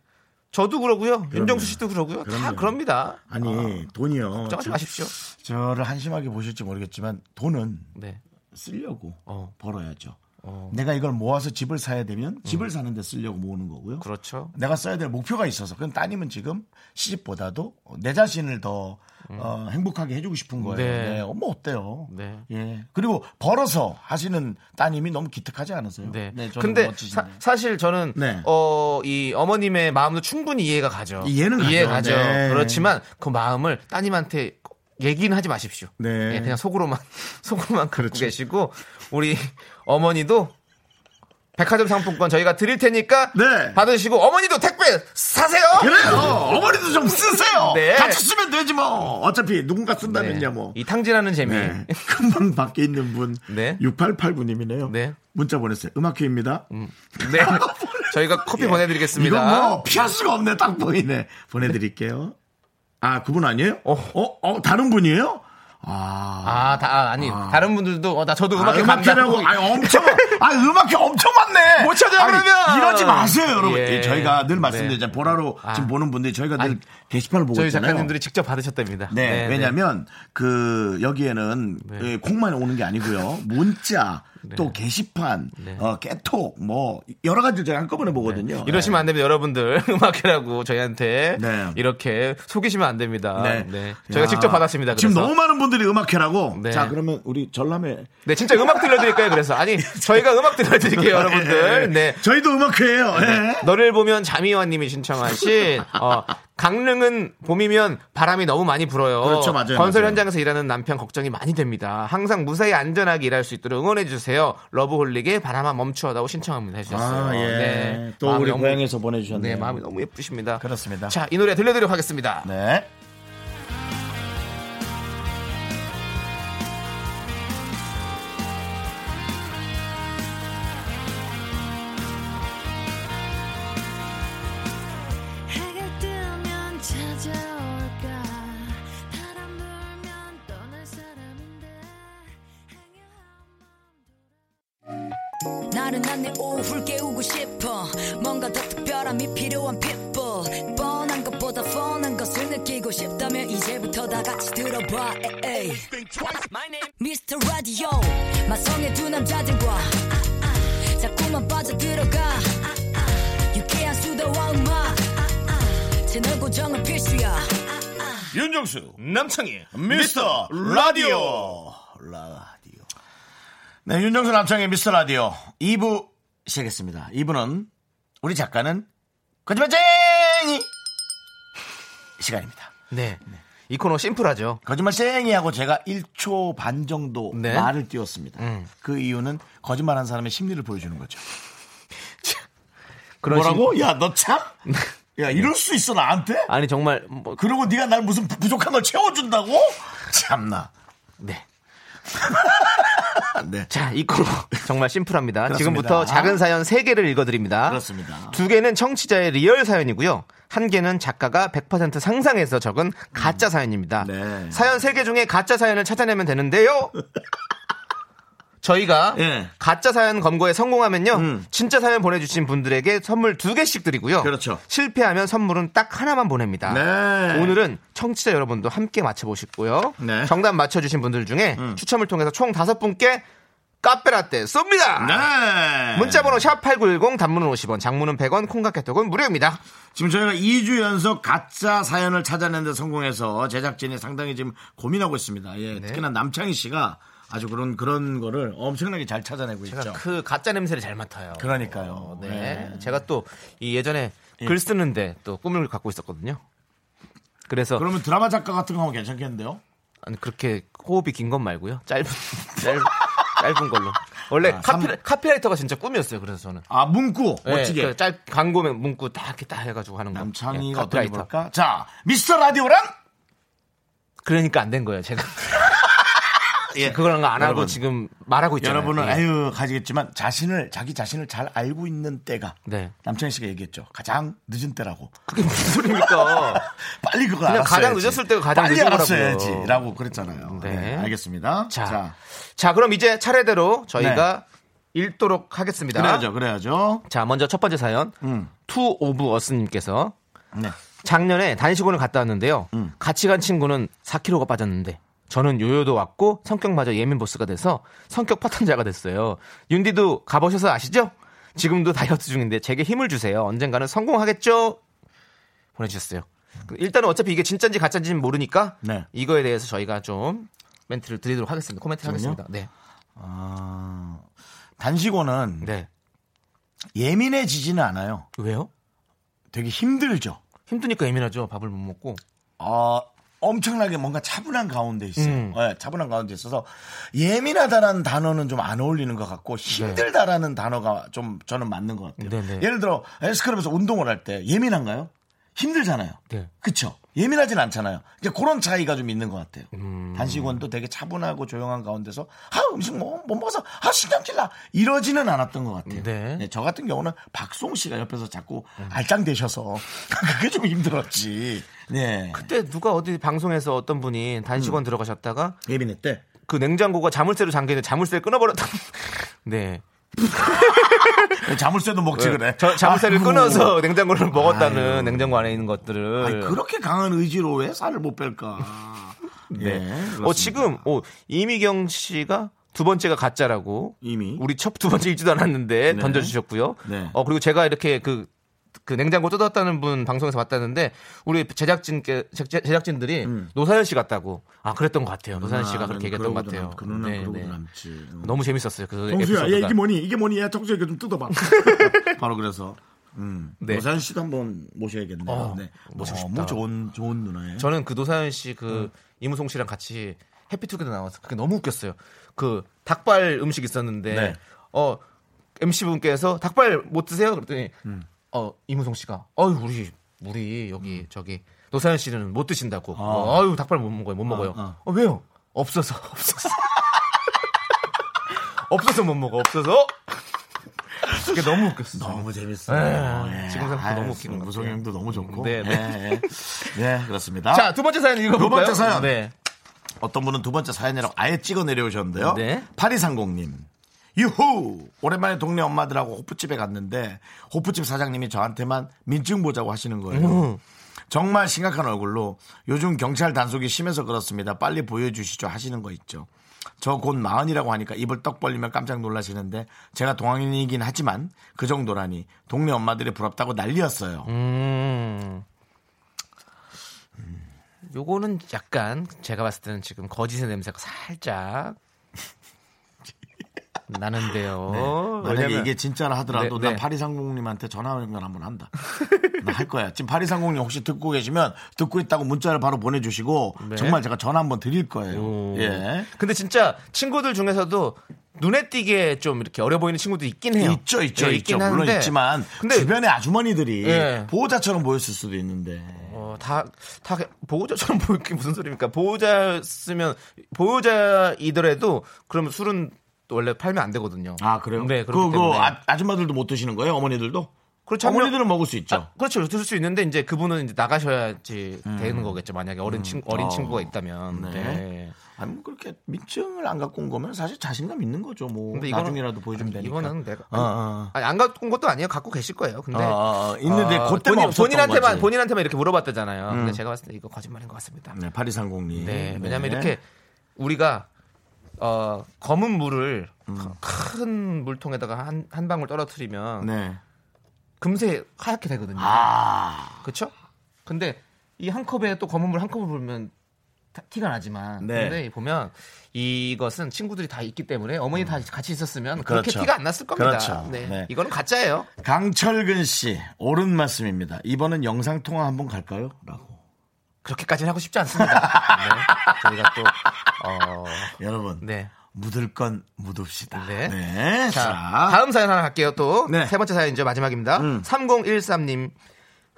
[SPEAKER 2] 저도 아, 그러고요. 윤정수 씨도 그러고요. 다
[SPEAKER 1] 그럼요.
[SPEAKER 2] 그럽니다.
[SPEAKER 1] 아니
[SPEAKER 2] 아,
[SPEAKER 1] 돈이요.
[SPEAKER 2] 걱정하지
[SPEAKER 1] 저-
[SPEAKER 2] 마십시오.
[SPEAKER 1] 저를 한심하게 보실지 모르겠지만 돈은
[SPEAKER 2] 네.
[SPEAKER 1] 쓰려고
[SPEAKER 2] 어.
[SPEAKER 1] 벌어야죠.
[SPEAKER 2] 어.
[SPEAKER 1] 내가 이걸 모아서 집을 사야 되면 집을 사는데 쓰려고 모으는 거고요.
[SPEAKER 2] 그렇죠.
[SPEAKER 1] 내가 써야 될 목표가 있어서 그럼 따님은 지금 시집보다도 내 자신을 더 어, 행복하게 해주고 싶은 거예요.
[SPEAKER 2] 음. 네.
[SPEAKER 1] 네. 어머 어때요?
[SPEAKER 2] 네.
[SPEAKER 1] 예. 그리고 벌어서 하시는 따님이 너무 기특하지 않으세요?
[SPEAKER 2] 네.
[SPEAKER 1] 저는
[SPEAKER 2] 근데
[SPEAKER 1] 멋지신데.
[SPEAKER 2] 사, 실 저는
[SPEAKER 1] 네.
[SPEAKER 2] 어 이 어머님의 마음도 충분히 이해가 가죠.
[SPEAKER 1] 이해는 가죠.
[SPEAKER 2] 이해 가죠.
[SPEAKER 1] 네.
[SPEAKER 2] 그렇지만 그 마음을 따님한테 꼭 얘기는 하지 마십시오.
[SPEAKER 1] 네. 그렇죠.
[SPEAKER 2] 예, 그냥 속으로만 속으로만 그렇고 계시고 우리 어머니도 백화점 상품권 저희가 드릴 테니까
[SPEAKER 1] 네.
[SPEAKER 2] 받으시고 어머니도 택배 사세요.
[SPEAKER 1] 그래요. 어머니도 좀 쓰세요.
[SPEAKER 2] 네.
[SPEAKER 1] 같이 쓰면 되지 뭐. 어차피 누군가 쓴다면야
[SPEAKER 2] 네.
[SPEAKER 1] 뭐.
[SPEAKER 2] 이 탕진하는 재미.
[SPEAKER 1] 네. 금방 밖에 있는 분
[SPEAKER 2] 네.
[SPEAKER 1] 688분님이네요.
[SPEAKER 2] 네.
[SPEAKER 1] 문자 보냈어요. 음악회입니다.
[SPEAKER 2] 네. 저희가 커피 보내드리겠습니다.
[SPEAKER 1] 예. 네. 이거 뭐 피할 수가 없네. 딱 보이네. 보내드릴게요. 아 그분 아니에요?
[SPEAKER 2] 어.
[SPEAKER 1] 어, 어, 다른 분이에요? 아,
[SPEAKER 2] 아, 다, 아니, 다른 분들도, 어, 나 저도
[SPEAKER 1] 아
[SPEAKER 2] 음악회 간다고.
[SPEAKER 1] 음악회라고. 아 엄청. 아 음악회 엄청 많네.
[SPEAKER 2] 못 찾아요,
[SPEAKER 1] 아니,
[SPEAKER 2] 그러면.
[SPEAKER 1] 이러지 마세요, 여러분.
[SPEAKER 2] 예.
[SPEAKER 1] 저희가 늘 말씀드리잖아요. 보라로
[SPEAKER 2] 아.
[SPEAKER 1] 지금 보는 분들이 저희가 늘
[SPEAKER 2] 아니,
[SPEAKER 1] 게시판을 보고
[SPEAKER 2] 저희
[SPEAKER 1] 뭐 있잖아요.
[SPEAKER 2] 작가님들이 직접 받으셨답니다.
[SPEAKER 1] 네, 왜냐면 그 여기에는
[SPEAKER 2] 네.
[SPEAKER 1] 예, 콩만 오는 게 아니고요. 문자 또 게시판,
[SPEAKER 2] 네.
[SPEAKER 1] 어, 깨톡 뭐 여러 가지 제가 한꺼번에 보거든요.
[SPEAKER 2] 이러시면 안 됩니다, 여러분들. 음악회라고 저희한테
[SPEAKER 1] 네.
[SPEAKER 2] 이렇게 속이시면 안 됩니다.
[SPEAKER 1] 네.
[SPEAKER 2] 네. 저희가
[SPEAKER 1] 야,
[SPEAKER 2] 직접 받았습니다.
[SPEAKER 1] 지금
[SPEAKER 2] 그래서.
[SPEAKER 1] 너무 많은 분들이 음악회라고.
[SPEAKER 2] 네.
[SPEAKER 1] 자, 그러면 우리 전람회
[SPEAKER 2] 네, 진짜 음악 들려드릴까요? 그래서 아니
[SPEAKER 1] 네.
[SPEAKER 2] 저희가 음악 들려드릴게요,
[SPEAKER 1] 예, 예.
[SPEAKER 2] 네, 여러분들. 네.
[SPEAKER 1] 저희도 음악회예요. 예.
[SPEAKER 2] 너를 보면 자미와님이 신청하신 어, 강릉은 봄이면 바람이 너무 많이 불어요.
[SPEAKER 1] 그렇죠, 맞아요,
[SPEAKER 2] 건설
[SPEAKER 1] 맞아요.
[SPEAKER 2] 현장에서 일하는 남편 걱정이 많이 됩니다. 항상 무사히 안전하게 일할 수 있도록 응원해 주세요. 러브홀릭의 바람아 멈추어다고 신청합니다 해주셨어요. 네.
[SPEAKER 1] 아, 예. 또
[SPEAKER 2] 마음이
[SPEAKER 1] 우리
[SPEAKER 2] 너무-
[SPEAKER 1] 고향에서 보내주셨네요.
[SPEAKER 2] 네, 마음이 너무 예쁘십니다.
[SPEAKER 1] 그렇습니다.
[SPEAKER 2] 자, 이 노래 들려드리도록 하겠습니다.
[SPEAKER 1] 네.
[SPEAKER 3] 해가 뜨면 찾아올까 바람 불면 떠날 사람인데 행여한
[SPEAKER 4] 나른한 내 오후를 깨우고 싶어 뭔가 더 특별함이 필요한 people 뻔한 것보다 뻔한 것을 느끼고 싶다면 이제부터 다 같이 들어봐 에이. Mr. Radio 마성의 두 남자들과 자꾸만 빠져들어가 유쾌한 수도와 음악 채널 고정은 필수야
[SPEAKER 1] 윤정수 남창희 미스터 라디오 라디오 네 윤정수 남창희 미스터 라디오 2부 시작했습니다 2부는 우리 작가는 거짓말쟁이 시간입니다
[SPEAKER 2] 네. 이 코너 심플하죠.
[SPEAKER 1] 거짓말쟁이 하고 제가 1초 반 정도
[SPEAKER 2] 네. 음.
[SPEAKER 1] 말을 띄웠습니다 그 이유는 거짓말한 사람의 심리를 보여주는 거죠
[SPEAKER 2] 그런
[SPEAKER 1] 뭐라고? 야 너 참? 야 이럴 수 있어 나한테?
[SPEAKER 2] 심- 아니 정말 뭐,
[SPEAKER 1] 그리고 네가 날 무슨 부- 부족한 걸 채워준다고? 참나
[SPEAKER 2] 네.
[SPEAKER 1] 네
[SPEAKER 2] 자, 이 코너 정말 심플합니다.
[SPEAKER 1] 그렇습니다.
[SPEAKER 2] 지금부터 작은 사연 3개를 읽어드립니다.
[SPEAKER 1] 그렇습니다.
[SPEAKER 2] 두 개는 청취자의 리얼 사연이고요. 한 개는 작가가 100% 상상해서 적은 가짜 사연입니다.
[SPEAKER 1] 음. 네.
[SPEAKER 2] 사연 3개 중에 가짜 사연을 찾아내면 되는데요. 저희가
[SPEAKER 1] 예.
[SPEAKER 2] 가짜 사연 검거에 성공하면요.
[SPEAKER 1] 음.
[SPEAKER 2] 진짜 사연 보내주신 분들에게 선물 두 개씩 드리고요.
[SPEAKER 1] 그렇죠.
[SPEAKER 2] 실패하면 선물은 딱 하나만 보냅니다.
[SPEAKER 1] 네.
[SPEAKER 2] 오늘은 청취자 여러분도 함께 맞춰보시고요.
[SPEAKER 1] 네. 음.
[SPEAKER 2] 정답 맞춰주신 분들 중에 추첨을 통해서 총 다섯 분께 카페라떼 쏩니다.
[SPEAKER 1] 네.
[SPEAKER 2] 문자번호 샵8910 단문은 50원, 장문은 100원, 콩깍개톡은 무료입니다.
[SPEAKER 1] 지금 저희가 2주 연속 가짜 사연을 찾아낸 데 성공해서 제작진이 상당히 지금 고민하고 있습니다. 예,
[SPEAKER 2] 네.
[SPEAKER 1] 특히나 남창희 씨가 아주 그런 그런 거를 엄청나게 잘 찾아내고 있죠.
[SPEAKER 2] 그 가짜 냄새를 잘 맡아요.
[SPEAKER 1] 그렇죠. 그러니까요.
[SPEAKER 2] 어, 네. 제가 또 이 예전에 글 쓰는데 또 꿈을 갖고 있었거든요. 그래서
[SPEAKER 1] 그러면 드라마 작가 같은 거 하면 괜찮겠는데요?
[SPEAKER 2] 아니, 그렇게 호흡이 긴 건 말고요. 짧은 짧은 짧은 걸로. 원래
[SPEAKER 1] 아,
[SPEAKER 2] 카피,
[SPEAKER 1] 삼-
[SPEAKER 2] 카피라이터가 진짜 꿈이었어요. 그래서 저는
[SPEAKER 1] 아, 문구
[SPEAKER 2] 예,
[SPEAKER 1] 멋지게.
[SPEAKER 2] 그 짧, 광고 명- 문구 딱 이렇게 딱 해가지고 하는 거.
[SPEAKER 1] 남창희가
[SPEAKER 2] 예,
[SPEAKER 1] 어떤 게 볼까? 자, 미스터 라디오랑
[SPEAKER 2] 그러니까 안 된 거예요, 제가.
[SPEAKER 1] 예.
[SPEAKER 2] 그걸 안 하고
[SPEAKER 1] 여러분,
[SPEAKER 2] 지금 말하고 있잖아요.
[SPEAKER 1] 여러분은
[SPEAKER 2] 예.
[SPEAKER 1] 아유 가지겠지만 자신을 자기 자신을 잘 알고 있는 때가
[SPEAKER 2] 네.
[SPEAKER 1] 남창희 씨가 얘기했죠. 가장 늦은 때라고.
[SPEAKER 2] 그게 무슨 소리입니까?
[SPEAKER 1] 빨리 그걸
[SPEAKER 2] 그냥
[SPEAKER 1] 알았어야지.
[SPEAKER 2] 가장 늦었을 때가 가장
[SPEAKER 1] 빨리
[SPEAKER 2] 늦은 거라고요.
[SPEAKER 1] 알았어야지라고 그랬잖아요.
[SPEAKER 2] 네.
[SPEAKER 1] 네. 알겠습니다.
[SPEAKER 2] 자.
[SPEAKER 1] 자,
[SPEAKER 2] 자. 그럼 이제 차례대로 저희가 읽도록 하겠습니다.
[SPEAKER 1] 네. 그래야죠, 그래야죠.
[SPEAKER 2] 자, 먼저 첫 번째 사연.
[SPEAKER 1] 음,
[SPEAKER 2] 투 오브 어스님께서
[SPEAKER 1] 네.
[SPEAKER 2] 작년에 단식원을 갔다 왔는데요.
[SPEAKER 1] 음.
[SPEAKER 2] 같이 간 친구는 4kg가 빠졌는데 저는 요요도 왔고 성격마저 예민 보스가 돼서 성격 파탄자가 됐어요. 윤디도 가보셔서 아시죠? 지금도 다이어트 중인데 제게 힘을 주세요. 언젠가는 성공하겠죠? 보내주셨어요. 그 일단은 어차피 이게 진짜인지 가짜인지는 모르니까
[SPEAKER 1] 네.
[SPEAKER 2] 이거에 대해서 저희가 좀 멘트를 드리도록 하겠습니다. 코멘트 하겠습니다. 네.
[SPEAKER 1] 아, 단식원은
[SPEAKER 2] 네.
[SPEAKER 1] 예민해지지는 않아요.
[SPEAKER 2] 왜요?
[SPEAKER 1] 되게 힘들죠.
[SPEAKER 2] 힘드니까 예민하죠. 밥을 못 먹고.
[SPEAKER 1] 어, 엄청나게 뭔가 차분한 가운데 있어요.
[SPEAKER 2] 음.
[SPEAKER 1] 예, 차분한 가운데 있어서 예민하다라는 단어는 좀 안 어울리는 것 같고 힘들다라는 단어가 좀 저는 맞는 것 같아요.
[SPEAKER 2] 네. 네네.
[SPEAKER 1] 예를 들어 헬스클럽에서 운동을 할 때 예민한가요? 힘들잖아요.
[SPEAKER 2] 네.
[SPEAKER 1] 그쵸? 예민하진 않잖아요. 이제 그런 차이가 좀 있는 것 같아요.
[SPEAKER 2] 음.
[SPEAKER 1] 단식원도 되게 차분하고 조용한 가운데서 아 음식 뭐, 못 먹어서 아 식당 킬라 이러지는 않았던 것 같아요.
[SPEAKER 2] 네.
[SPEAKER 1] 저 같은 경우는 박송 씨가 옆에서 자꾸 알짱대셔서 그게 좀 힘들었지. 네.
[SPEAKER 2] 그때 누가 어디 방송에서 어떤 분이
[SPEAKER 1] 음.
[SPEAKER 2] 단식원 들어가셨다가
[SPEAKER 1] 예민했대.
[SPEAKER 2] 그 냉장고가 자물쇠로 잠겨 있는데 자물쇠를 끊어버렸다. 네.
[SPEAKER 1] 자물쇠도 먹지 그래.
[SPEAKER 2] 저 네. 자물쇠를
[SPEAKER 1] 아이고.
[SPEAKER 2] 끊어서 냉장고를 먹었다는
[SPEAKER 1] 아이고.
[SPEAKER 2] 냉장고 안에 있는 것들을.
[SPEAKER 1] 뭐, 아니, 그렇게 강한 의지로 왜 살을 못 뺄까? 예, 그렇습니다.
[SPEAKER 2] 어 지금 어 이미경 씨가 두 번째가 가짜라고
[SPEAKER 1] 이미.
[SPEAKER 2] 우리 첫 두 번째 읽지도 않았는데
[SPEAKER 1] 네.
[SPEAKER 2] 던져주셨고요.
[SPEAKER 1] 네.
[SPEAKER 2] 어 그리고 제가 이렇게 그. 그 냉장고 뜯었다는 분 방송에서 봤다는데 우리 제작진께 제- 제- 제작진들이
[SPEAKER 1] 음.
[SPEAKER 2] 노사연 씨 같다고 아 그랬던 것 같아요 노사연 씨가 그렇게 얘기했던 것 같아요.
[SPEAKER 1] 그는
[SPEAKER 2] 네,
[SPEAKER 1] 그러고
[SPEAKER 2] 네.
[SPEAKER 1] 남지. 응.
[SPEAKER 2] 너무 재밌었어요. 그
[SPEAKER 1] 정수야,
[SPEAKER 2] 에피소드가.
[SPEAKER 1] 얘 이게 뭐니? 이게 뭐니? 야, 정수야, 이거 좀 뜯어봐. 바로 그래서. 음.
[SPEAKER 2] 네.
[SPEAKER 1] 노산 씨도 한번 모셔야겠네요.
[SPEAKER 2] 어,
[SPEAKER 1] 네.
[SPEAKER 2] 모시고
[SPEAKER 1] 너무
[SPEAKER 2] 싶다.
[SPEAKER 1] 좋은 좋은 누나예요.
[SPEAKER 2] 저는 그 노사연 씨 그
[SPEAKER 1] 네.
[SPEAKER 2] 이무송 씨랑 같이 해피투게더 나와서 그게 너무 웃겼어요. 그 닭발 음식 있었는데
[SPEAKER 1] 네.
[SPEAKER 2] 어 MC 분께서 닭발 못 드세요? 그랬더니
[SPEAKER 1] 음.
[SPEAKER 2] 어 이무송 씨가 어유 우리 우리 여기
[SPEAKER 1] 음.
[SPEAKER 2] 저기 노사연 씨는 못 드신다고. 어, 아유 닭발 못 먹어요. 못 먹어요.
[SPEAKER 1] 어.
[SPEAKER 2] 어, 왜요? 없어서 없어서 없어서 못 먹어. 없어서 그게 너무 웃겼어.
[SPEAKER 1] 너무
[SPEAKER 2] 네.
[SPEAKER 1] 재밌어요.
[SPEAKER 2] 지금 생각해도 너무 웃긴 것 같아요.
[SPEAKER 1] 무성 형도 너무 좋고.
[SPEAKER 2] 네, 네.
[SPEAKER 1] 예, 예. 네, 그렇습니다.
[SPEAKER 2] 자, 두 번째 사연 읽어볼까요?
[SPEAKER 1] 두 번째 사연.
[SPEAKER 2] 네.
[SPEAKER 1] 어떤 분은 두 번째 사연이라고 아예 찍어 내려오셨는데요.
[SPEAKER 2] 네.
[SPEAKER 1] 파리상공님. 유후! 오랜만에 동네 엄마들하고 호프집에 갔는데 호프집 사장님이 저한테만 민증 보자고 하시는 거예요. 정말 심각한 얼굴로 요즘 경찰 단속이 심해서 그렇습니다. 빨리 보여주시죠 하시는 거 있죠. 저 곧 마흔이라고 하니까 입을 떡 벌리면 깜짝 놀라시는데 제가 동안이긴 하지만 그 정도라니 동네 엄마들이 부럽다고 난리였어요.
[SPEAKER 2] 음. 요거는 약간 제가 봤을 때는 지금 거짓의 냄새가 살짝 나는데요.
[SPEAKER 1] 네. 만약에
[SPEAKER 2] 어, 왜냐면-
[SPEAKER 1] 이게 진짜라 하더라도
[SPEAKER 2] 네,
[SPEAKER 1] 나
[SPEAKER 2] 네.
[SPEAKER 1] 파리상공님한테 전화하는 건 한번 한다. 나 할 거야. 지금 파리상공님 혹시 듣고 계시면 듣고 있다고 문자를 바로 보내주시고
[SPEAKER 2] 네.
[SPEAKER 1] 정말 제가 전화 한번 드릴 거예요.
[SPEAKER 2] 오.
[SPEAKER 1] 예.
[SPEAKER 2] 음. 근데 진짜 친구들 중에서도 눈에 띄게 좀 이렇게 어려 보이는 친구도 있긴 해요.
[SPEAKER 1] 있죠, 있죠,
[SPEAKER 2] 예,
[SPEAKER 1] 있죠.
[SPEAKER 2] 있긴
[SPEAKER 1] 물론
[SPEAKER 2] 한데.
[SPEAKER 1] 있지만
[SPEAKER 2] 근데
[SPEAKER 1] 주변의 아주머니들이
[SPEAKER 2] 예.
[SPEAKER 1] 보호자처럼 보였을 수도 있는데
[SPEAKER 2] 어, 다, 다 보호자처럼 보이게 무슨 소리입니까? 보호자였으면 보호자이더라도 그러면 술은 원래 팔면 안 되거든요.
[SPEAKER 1] 아 그래요?
[SPEAKER 2] 네,
[SPEAKER 1] 그거
[SPEAKER 2] 그렇기 때문에.
[SPEAKER 1] 아, 줌마들도못 드시는 거예요? 어머니들도?
[SPEAKER 2] 그렇죠.
[SPEAKER 1] 어머니들은 먹을 수 있죠. 음.
[SPEAKER 2] 아, 그렇죠. 들을 수 있는데 이제 그분은 이제 나가셔야지 되는 거겠죠. 만약에 어린 친 어린 친구가 있다면. 네.
[SPEAKER 1] 네. 아니 뭐 그렇게 민증을 안 갖고 온 거면 사실 자신감 있는 거죠. 뭐
[SPEAKER 2] 이거는-
[SPEAKER 1] 나중이라도 보여주면
[SPEAKER 2] 아니,
[SPEAKER 1] 되니까.
[SPEAKER 2] 이거는 내가
[SPEAKER 1] 어, 어, 어.
[SPEAKER 2] 아니, 안 갖고 온 것도 아니에요. 갖고 계실 거예요. 근데 아,
[SPEAKER 1] 어, 어, 어. 있는데 그때만
[SPEAKER 2] 네. 본인,
[SPEAKER 1] 없었던
[SPEAKER 2] 본인한테만
[SPEAKER 1] 거지.
[SPEAKER 2] 본인한테만 이렇게 물어봤다잖아요. 근데 제가 봤을 때 이거 거짓말인 것 같습니다.
[SPEAKER 1] 네, 파리상공님.
[SPEAKER 2] 네. 왜냐면
[SPEAKER 1] 네.
[SPEAKER 2] 이렇게 우리가 어, 검은 물을
[SPEAKER 1] 음.
[SPEAKER 2] 큰 물통에다가 한, 한 방울 떨어뜨리면
[SPEAKER 1] 네.
[SPEAKER 2] 금세 하얗게 되거든요.
[SPEAKER 1] 아.
[SPEAKER 2] 그렇죠? 근데 이 한 컵에 또 검은 물 한 컵을 보면 다- 티가 나지만
[SPEAKER 1] 네.
[SPEAKER 2] 근데 보면 이것은 친구들이 다 있기 때문에 어머니 다 같이 있었으면 그렇게
[SPEAKER 1] 음. 그렇죠.
[SPEAKER 2] 티가 안 났을 겁니다.
[SPEAKER 1] 그렇죠.
[SPEAKER 2] 네.
[SPEAKER 1] 네.
[SPEAKER 2] 이거는 가짜예요.
[SPEAKER 1] 강철근 씨, 옳은 말씀입니다. 이번은 영상 통화 한번 갈까요? 라고.
[SPEAKER 2] 그렇게까지는 하고 싶지 않습니다. 네. 저희가 또 어,
[SPEAKER 1] 여러분,
[SPEAKER 2] 네.
[SPEAKER 1] 묻을 건 묻읍시다.
[SPEAKER 2] 네.
[SPEAKER 1] 네.
[SPEAKER 2] 자,
[SPEAKER 1] 자,
[SPEAKER 2] 다음 사연 하나 갈게요. 또
[SPEAKER 1] 네.
[SPEAKER 2] 세 번째 사연이죠. 마지막입니다.
[SPEAKER 1] 음.
[SPEAKER 2] 3013님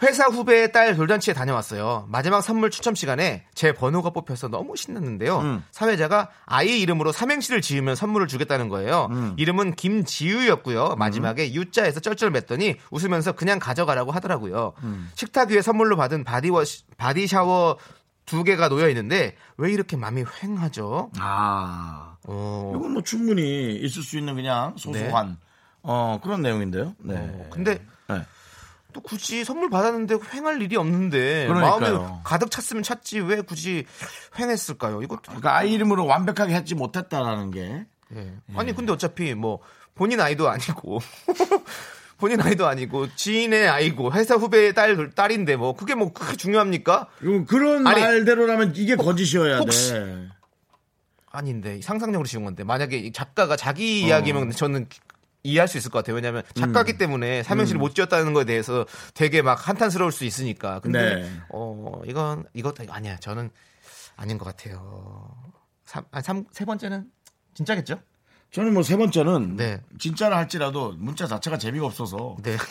[SPEAKER 2] 회사 후배의 딸 돌잔치에 다녀왔어요. 마지막 선물 추첨 시간에 제 번호가 뽑혀서 너무 신났는데요.
[SPEAKER 1] 음.
[SPEAKER 2] 사회자가 아이 이름으로 삼행시를 지으면 선물을 주겠다는 거예요.
[SPEAKER 1] 음.
[SPEAKER 2] 이름은 김지우였고요. 마지막에 U자에서 쩔쩔 맸더니 웃으면서 그냥 가져가라고 하더라고요.
[SPEAKER 1] 음.
[SPEAKER 2] 식탁 위에 선물로 받은 바디워시, 바디샤워 두 개가 놓여 있는데 왜 이렇게 마음이 휑하죠?
[SPEAKER 1] 아,
[SPEAKER 2] 어,
[SPEAKER 1] 이건 뭐 충분히 있을 수 있는 그냥 소소한 어 그런 내용인데요. 네.
[SPEAKER 2] 네. 근데
[SPEAKER 1] 네.
[SPEAKER 2] 또 굳이 선물 받았는데 횡할 일이 없는데
[SPEAKER 1] 그러니까요.
[SPEAKER 2] 마음에 가득 찼으면 찼지 왜 굳이 횡했을까요? 이것도
[SPEAKER 1] 그러니까 아이 이름으로 완벽하게 했지 못했다라는 게
[SPEAKER 2] 예. 아니 근데 어차피 뭐 본인 아이도 아니고 본인 아이도 아니고 지인의 아이고 회사 후배의 딸 딸인데 뭐 그게 뭐 그렇게 중요합니까?
[SPEAKER 1] 이거 그런
[SPEAKER 2] 아니,
[SPEAKER 1] 말대로라면 이게 거짓이어야
[SPEAKER 2] 혹시-
[SPEAKER 1] 돼.
[SPEAKER 2] 아닌데 상상력으로 지은 건데 만약에 이 작가가 자기 이야기면 저는 이해할 수 있을 것 같아요. 왜냐하면 작가기 때문에 삼행시를 못 지었다는 거에 대해서 되게 막 한탄스러울 수 있으니까. 근데
[SPEAKER 1] 네.
[SPEAKER 2] 어 이건 이것도 아니야. 저는 아닌 것 같아요. 삼, 아, 삼, 세 번째는 진짜겠죠?
[SPEAKER 1] 저는 뭐 세 번째는
[SPEAKER 2] 네.
[SPEAKER 1] 진짜라 할지라도 문자 자체가 재미가 없어서
[SPEAKER 2] 네.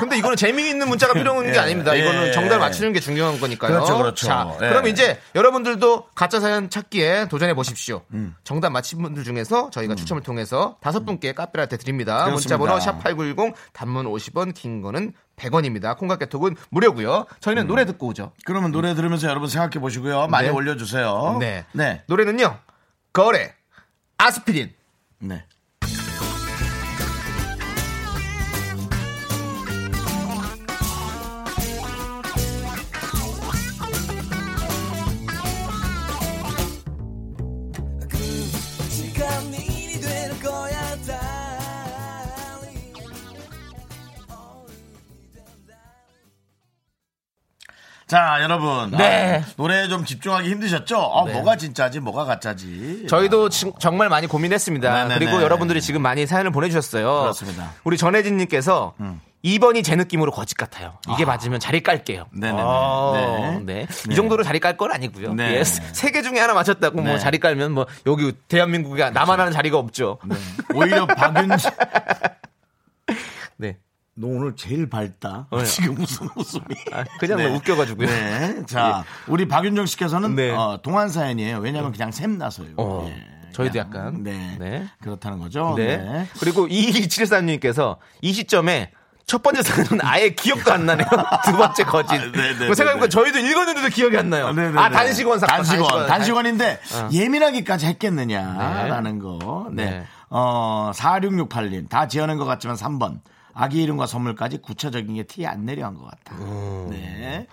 [SPEAKER 2] 근데 이거는 재미있는 문자가 필요한 게
[SPEAKER 1] 예,
[SPEAKER 2] 아닙니다. 이거는
[SPEAKER 1] 예,
[SPEAKER 2] 정답 을
[SPEAKER 1] 예.
[SPEAKER 2] 맞추는 게 중요한 거니까요.
[SPEAKER 1] 그렇죠, 그렇죠.
[SPEAKER 2] 자,
[SPEAKER 1] 예.
[SPEAKER 2] 그럼 이제 여러분들도 가짜 사연 찾기에 도전해 보십시오.
[SPEAKER 1] 음.
[SPEAKER 2] 정답 맞힌 분들 중에서 저희가 추첨을 통해서 다섯 분께 카페라테 드립니다.
[SPEAKER 1] 그렇습니다.
[SPEAKER 2] 문자번호 샵8910 단문 50원, 긴 거는 100원입니다. 콩깍개톡은 무료고요.
[SPEAKER 1] 음.
[SPEAKER 2] 저희는 노래 듣고 오죠.
[SPEAKER 1] 그러면 노래 들으면서 여러분 생각해 보시고요. 많이
[SPEAKER 2] 네.
[SPEAKER 1] 올려주세요.
[SPEAKER 2] 네.
[SPEAKER 1] 네.
[SPEAKER 2] 노래는요. 거래 아스피린.
[SPEAKER 1] 네. 자, 여러분.
[SPEAKER 2] 네.
[SPEAKER 1] 아, 노래에 좀 집중하기 힘드셨죠? 어,
[SPEAKER 2] 네.
[SPEAKER 1] 뭐가 진짜지, 뭐가 가짜지.
[SPEAKER 2] 저희도 지- 정말 많이 고민했습니다.
[SPEAKER 1] 네네네.
[SPEAKER 2] 그리고 여러분들이 지금 많이 사연을 보내주셨어요.
[SPEAKER 1] 그렇습니다. 음.
[SPEAKER 2] 우리 전혜진님께서 2번이 제 느낌으로 거짓 같아요. 이게 맞으면 자리 깔게요.
[SPEAKER 1] 네네네.
[SPEAKER 2] 아, 네. 이 정도로 자리 깔 건 아니고요.
[SPEAKER 1] 네.
[SPEAKER 2] 예. 세개 중에 하나 맞췄다고 뭐
[SPEAKER 1] 네. 그렇죠.
[SPEAKER 2] 자리 깔면 뭐 여기 대한민국에 나만 하는 자리가 없죠. 네.
[SPEAKER 1] 오히려 박윤지. 너 오늘 제일 밝다.
[SPEAKER 2] 네.
[SPEAKER 1] 지금 무슨 웃음이.
[SPEAKER 2] 아, 그냥 뭐 웃겨가지고요. 예.
[SPEAKER 1] 네. 자, 우리 박윤정 씨께서는
[SPEAKER 2] 네.
[SPEAKER 1] 어, 동안 사연이에요. 왜냐면 그냥 샘나서요. 예.
[SPEAKER 2] 어, 저희도 약간.
[SPEAKER 1] 네.
[SPEAKER 2] 네.
[SPEAKER 1] 그렇다는 거죠.
[SPEAKER 2] 네.
[SPEAKER 1] 네.
[SPEAKER 2] 그리고 2273님께서 이 시점에 첫 번째 사연은 아예 기억도 안 나네요. 두 번째 거짓.
[SPEAKER 1] 네, 네,
[SPEAKER 2] 뭐 생각해보니까
[SPEAKER 1] 네.
[SPEAKER 2] 저희도 읽었는데도 기억이 안 나요.
[SPEAKER 1] 아,
[SPEAKER 2] 아,
[SPEAKER 1] 네, 네, 네.
[SPEAKER 2] 단식원 사건.
[SPEAKER 1] 단식원. 단식원. 인데 예민하기까지 했겠느냐라는 거. 네.
[SPEAKER 2] 네.
[SPEAKER 1] 어, 4668님. 다 지어낸 것 같지만 3번. 아기 이름과 선물까지 구체적인 게 티 안 내려 한 것 같다.
[SPEAKER 2] 음.
[SPEAKER 1] 네.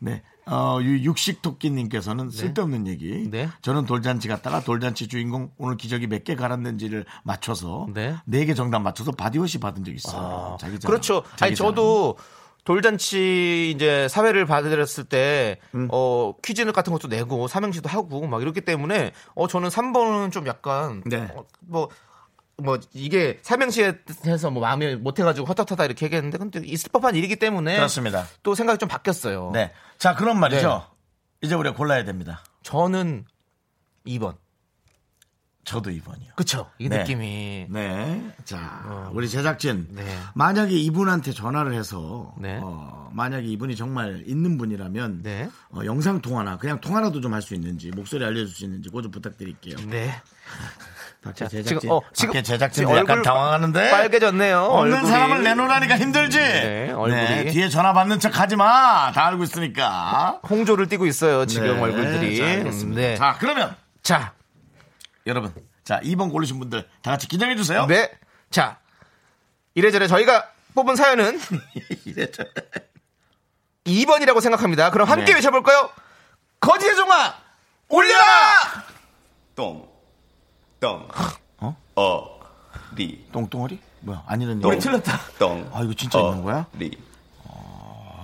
[SPEAKER 1] 네. 어, 유- 육식 토끼님께서는 쓸데없는 얘기.
[SPEAKER 2] 네.
[SPEAKER 1] 저는 돌잔치 갔다가 돌잔치 주인공 오늘 기저귀 몇 개 갈았는지를 맞춰서
[SPEAKER 2] 네.
[SPEAKER 1] 네 개 정답 맞춰서 바디워시 받은 적 있어요. 자기 전화.
[SPEAKER 2] 그렇죠. 아니
[SPEAKER 1] 자기 전화.
[SPEAKER 2] 저도 돌잔치 이제 사회를 받으랬을 때
[SPEAKER 1] 음.
[SPEAKER 2] 어, 퀴즈 같은 것도 내고 삼행시도 하고 막 이렇기 때문에 어 저는 3번은 좀 약간
[SPEAKER 1] 네.
[SPEAKER 2] 어, 뭐. 뭐 이게 삼행시에 해서 뭐 마음에 못해가지고 허tat하다 이렇게 얘기했는데 근데 있을 법한 일이기 때문에
[SPEAKER 1] 네. 그렇습니다.
[SPEAKER 2] 또 생각이 좀 바뀌었어요.
[SPEAKER 1] 네. 자, 그런 말이죠.
[SPEAKER 2] 네.
[SPEAKER 1] 이제 우리가 골라야 됩니다.
[SPEAKER 2] 저는 2번.
[SPEAKER 1] 저도 2번이요.
[SPEAKER 2] 그쵸? 이
[SPEAKER 1] 네.
[SPEAKER 2] 느낌이
[SPEAKER 1] 네. 자, 우리 제작진.
[SPEAKER 2] 네.
[SPEAKER 1] 만약에 이분한테 전화를 해서,
[SPEAKER 2] 네.
[SPEAKER 1] 어, 만약에 이분이 정말 있는 분이라면,
[SPEAKER 2] 네.
[SPEAKER 1] 어, 영상 통화나 그냥 통화라도 좀 할 수 있는지, 목소리 알려줄 수 있는지, 그거 좀 부탁드릴게요.
[SPEAKER 2] 네.
[SPEAKER 1] 밖에
[SPEAKER 2] 자,
[SPEAKER 1] 제작진.
[SPEAKER 2] 지금, 어, 지금-
[SPEAKER 1] 밖에 제작진
[SPEAKER 2] 지금
[SPEAKER 1] 약간
[SPEAKER 2] 얼굴
[SPEAKER 1] 당황하는데.
[SPEAKER 2] 빨개졌네요.
[SPEAKER 1] 없는
[SPEAKER 2] 얼굴이.
[SPEAKER 1] 사람을 내놓으라니까 힘들지.
[SPEAKER 2] 네, 얼굴이.
[SPEAKER 1] 뒤에 전화 받는 척 하지 마. 다 알고 있으니까.
[SPEAKER 2] 홍조를 띄고 있어요 지금
[SPEAKER 1] 네,
[SPEAKER 2] 얼굴들이.
[SPEAKER 1] 자, 알겠습니다.
[SPEAKER 2] 네.
[SPEAKER 1] 자, 그러면
[SPEAKER 2] 자,
[SPEAKER 1] 여러분. 자, 2번 고르신 분들 다 같이 긴장해 주세요.
[SPEAKER 2] 네. 자, 이래저래 저희가 뽑은 사연은
[SPEAKER 1] 이래죠.
[SPEAKER 2] 2번이라고 생각합니다. 그럼 함께
[SPEAKER 1] 네.
[SPEAKER 2] 외쳐볼까요? 거지의 종아 올려라!
[SPEAKER 5] 똥, 똥,
[SPEAKER 1] 어?
[SPEAKER 5] 어, 리,
[SPEAKER 1] 똥덩어리? 뭐야? 아니라니.
[SPEAKER 5] 똥, 똥. 어.
[SPEAKER 1] 아, 이거 진짜 있는 거야?
[SPEAKER 5] 리. 똥,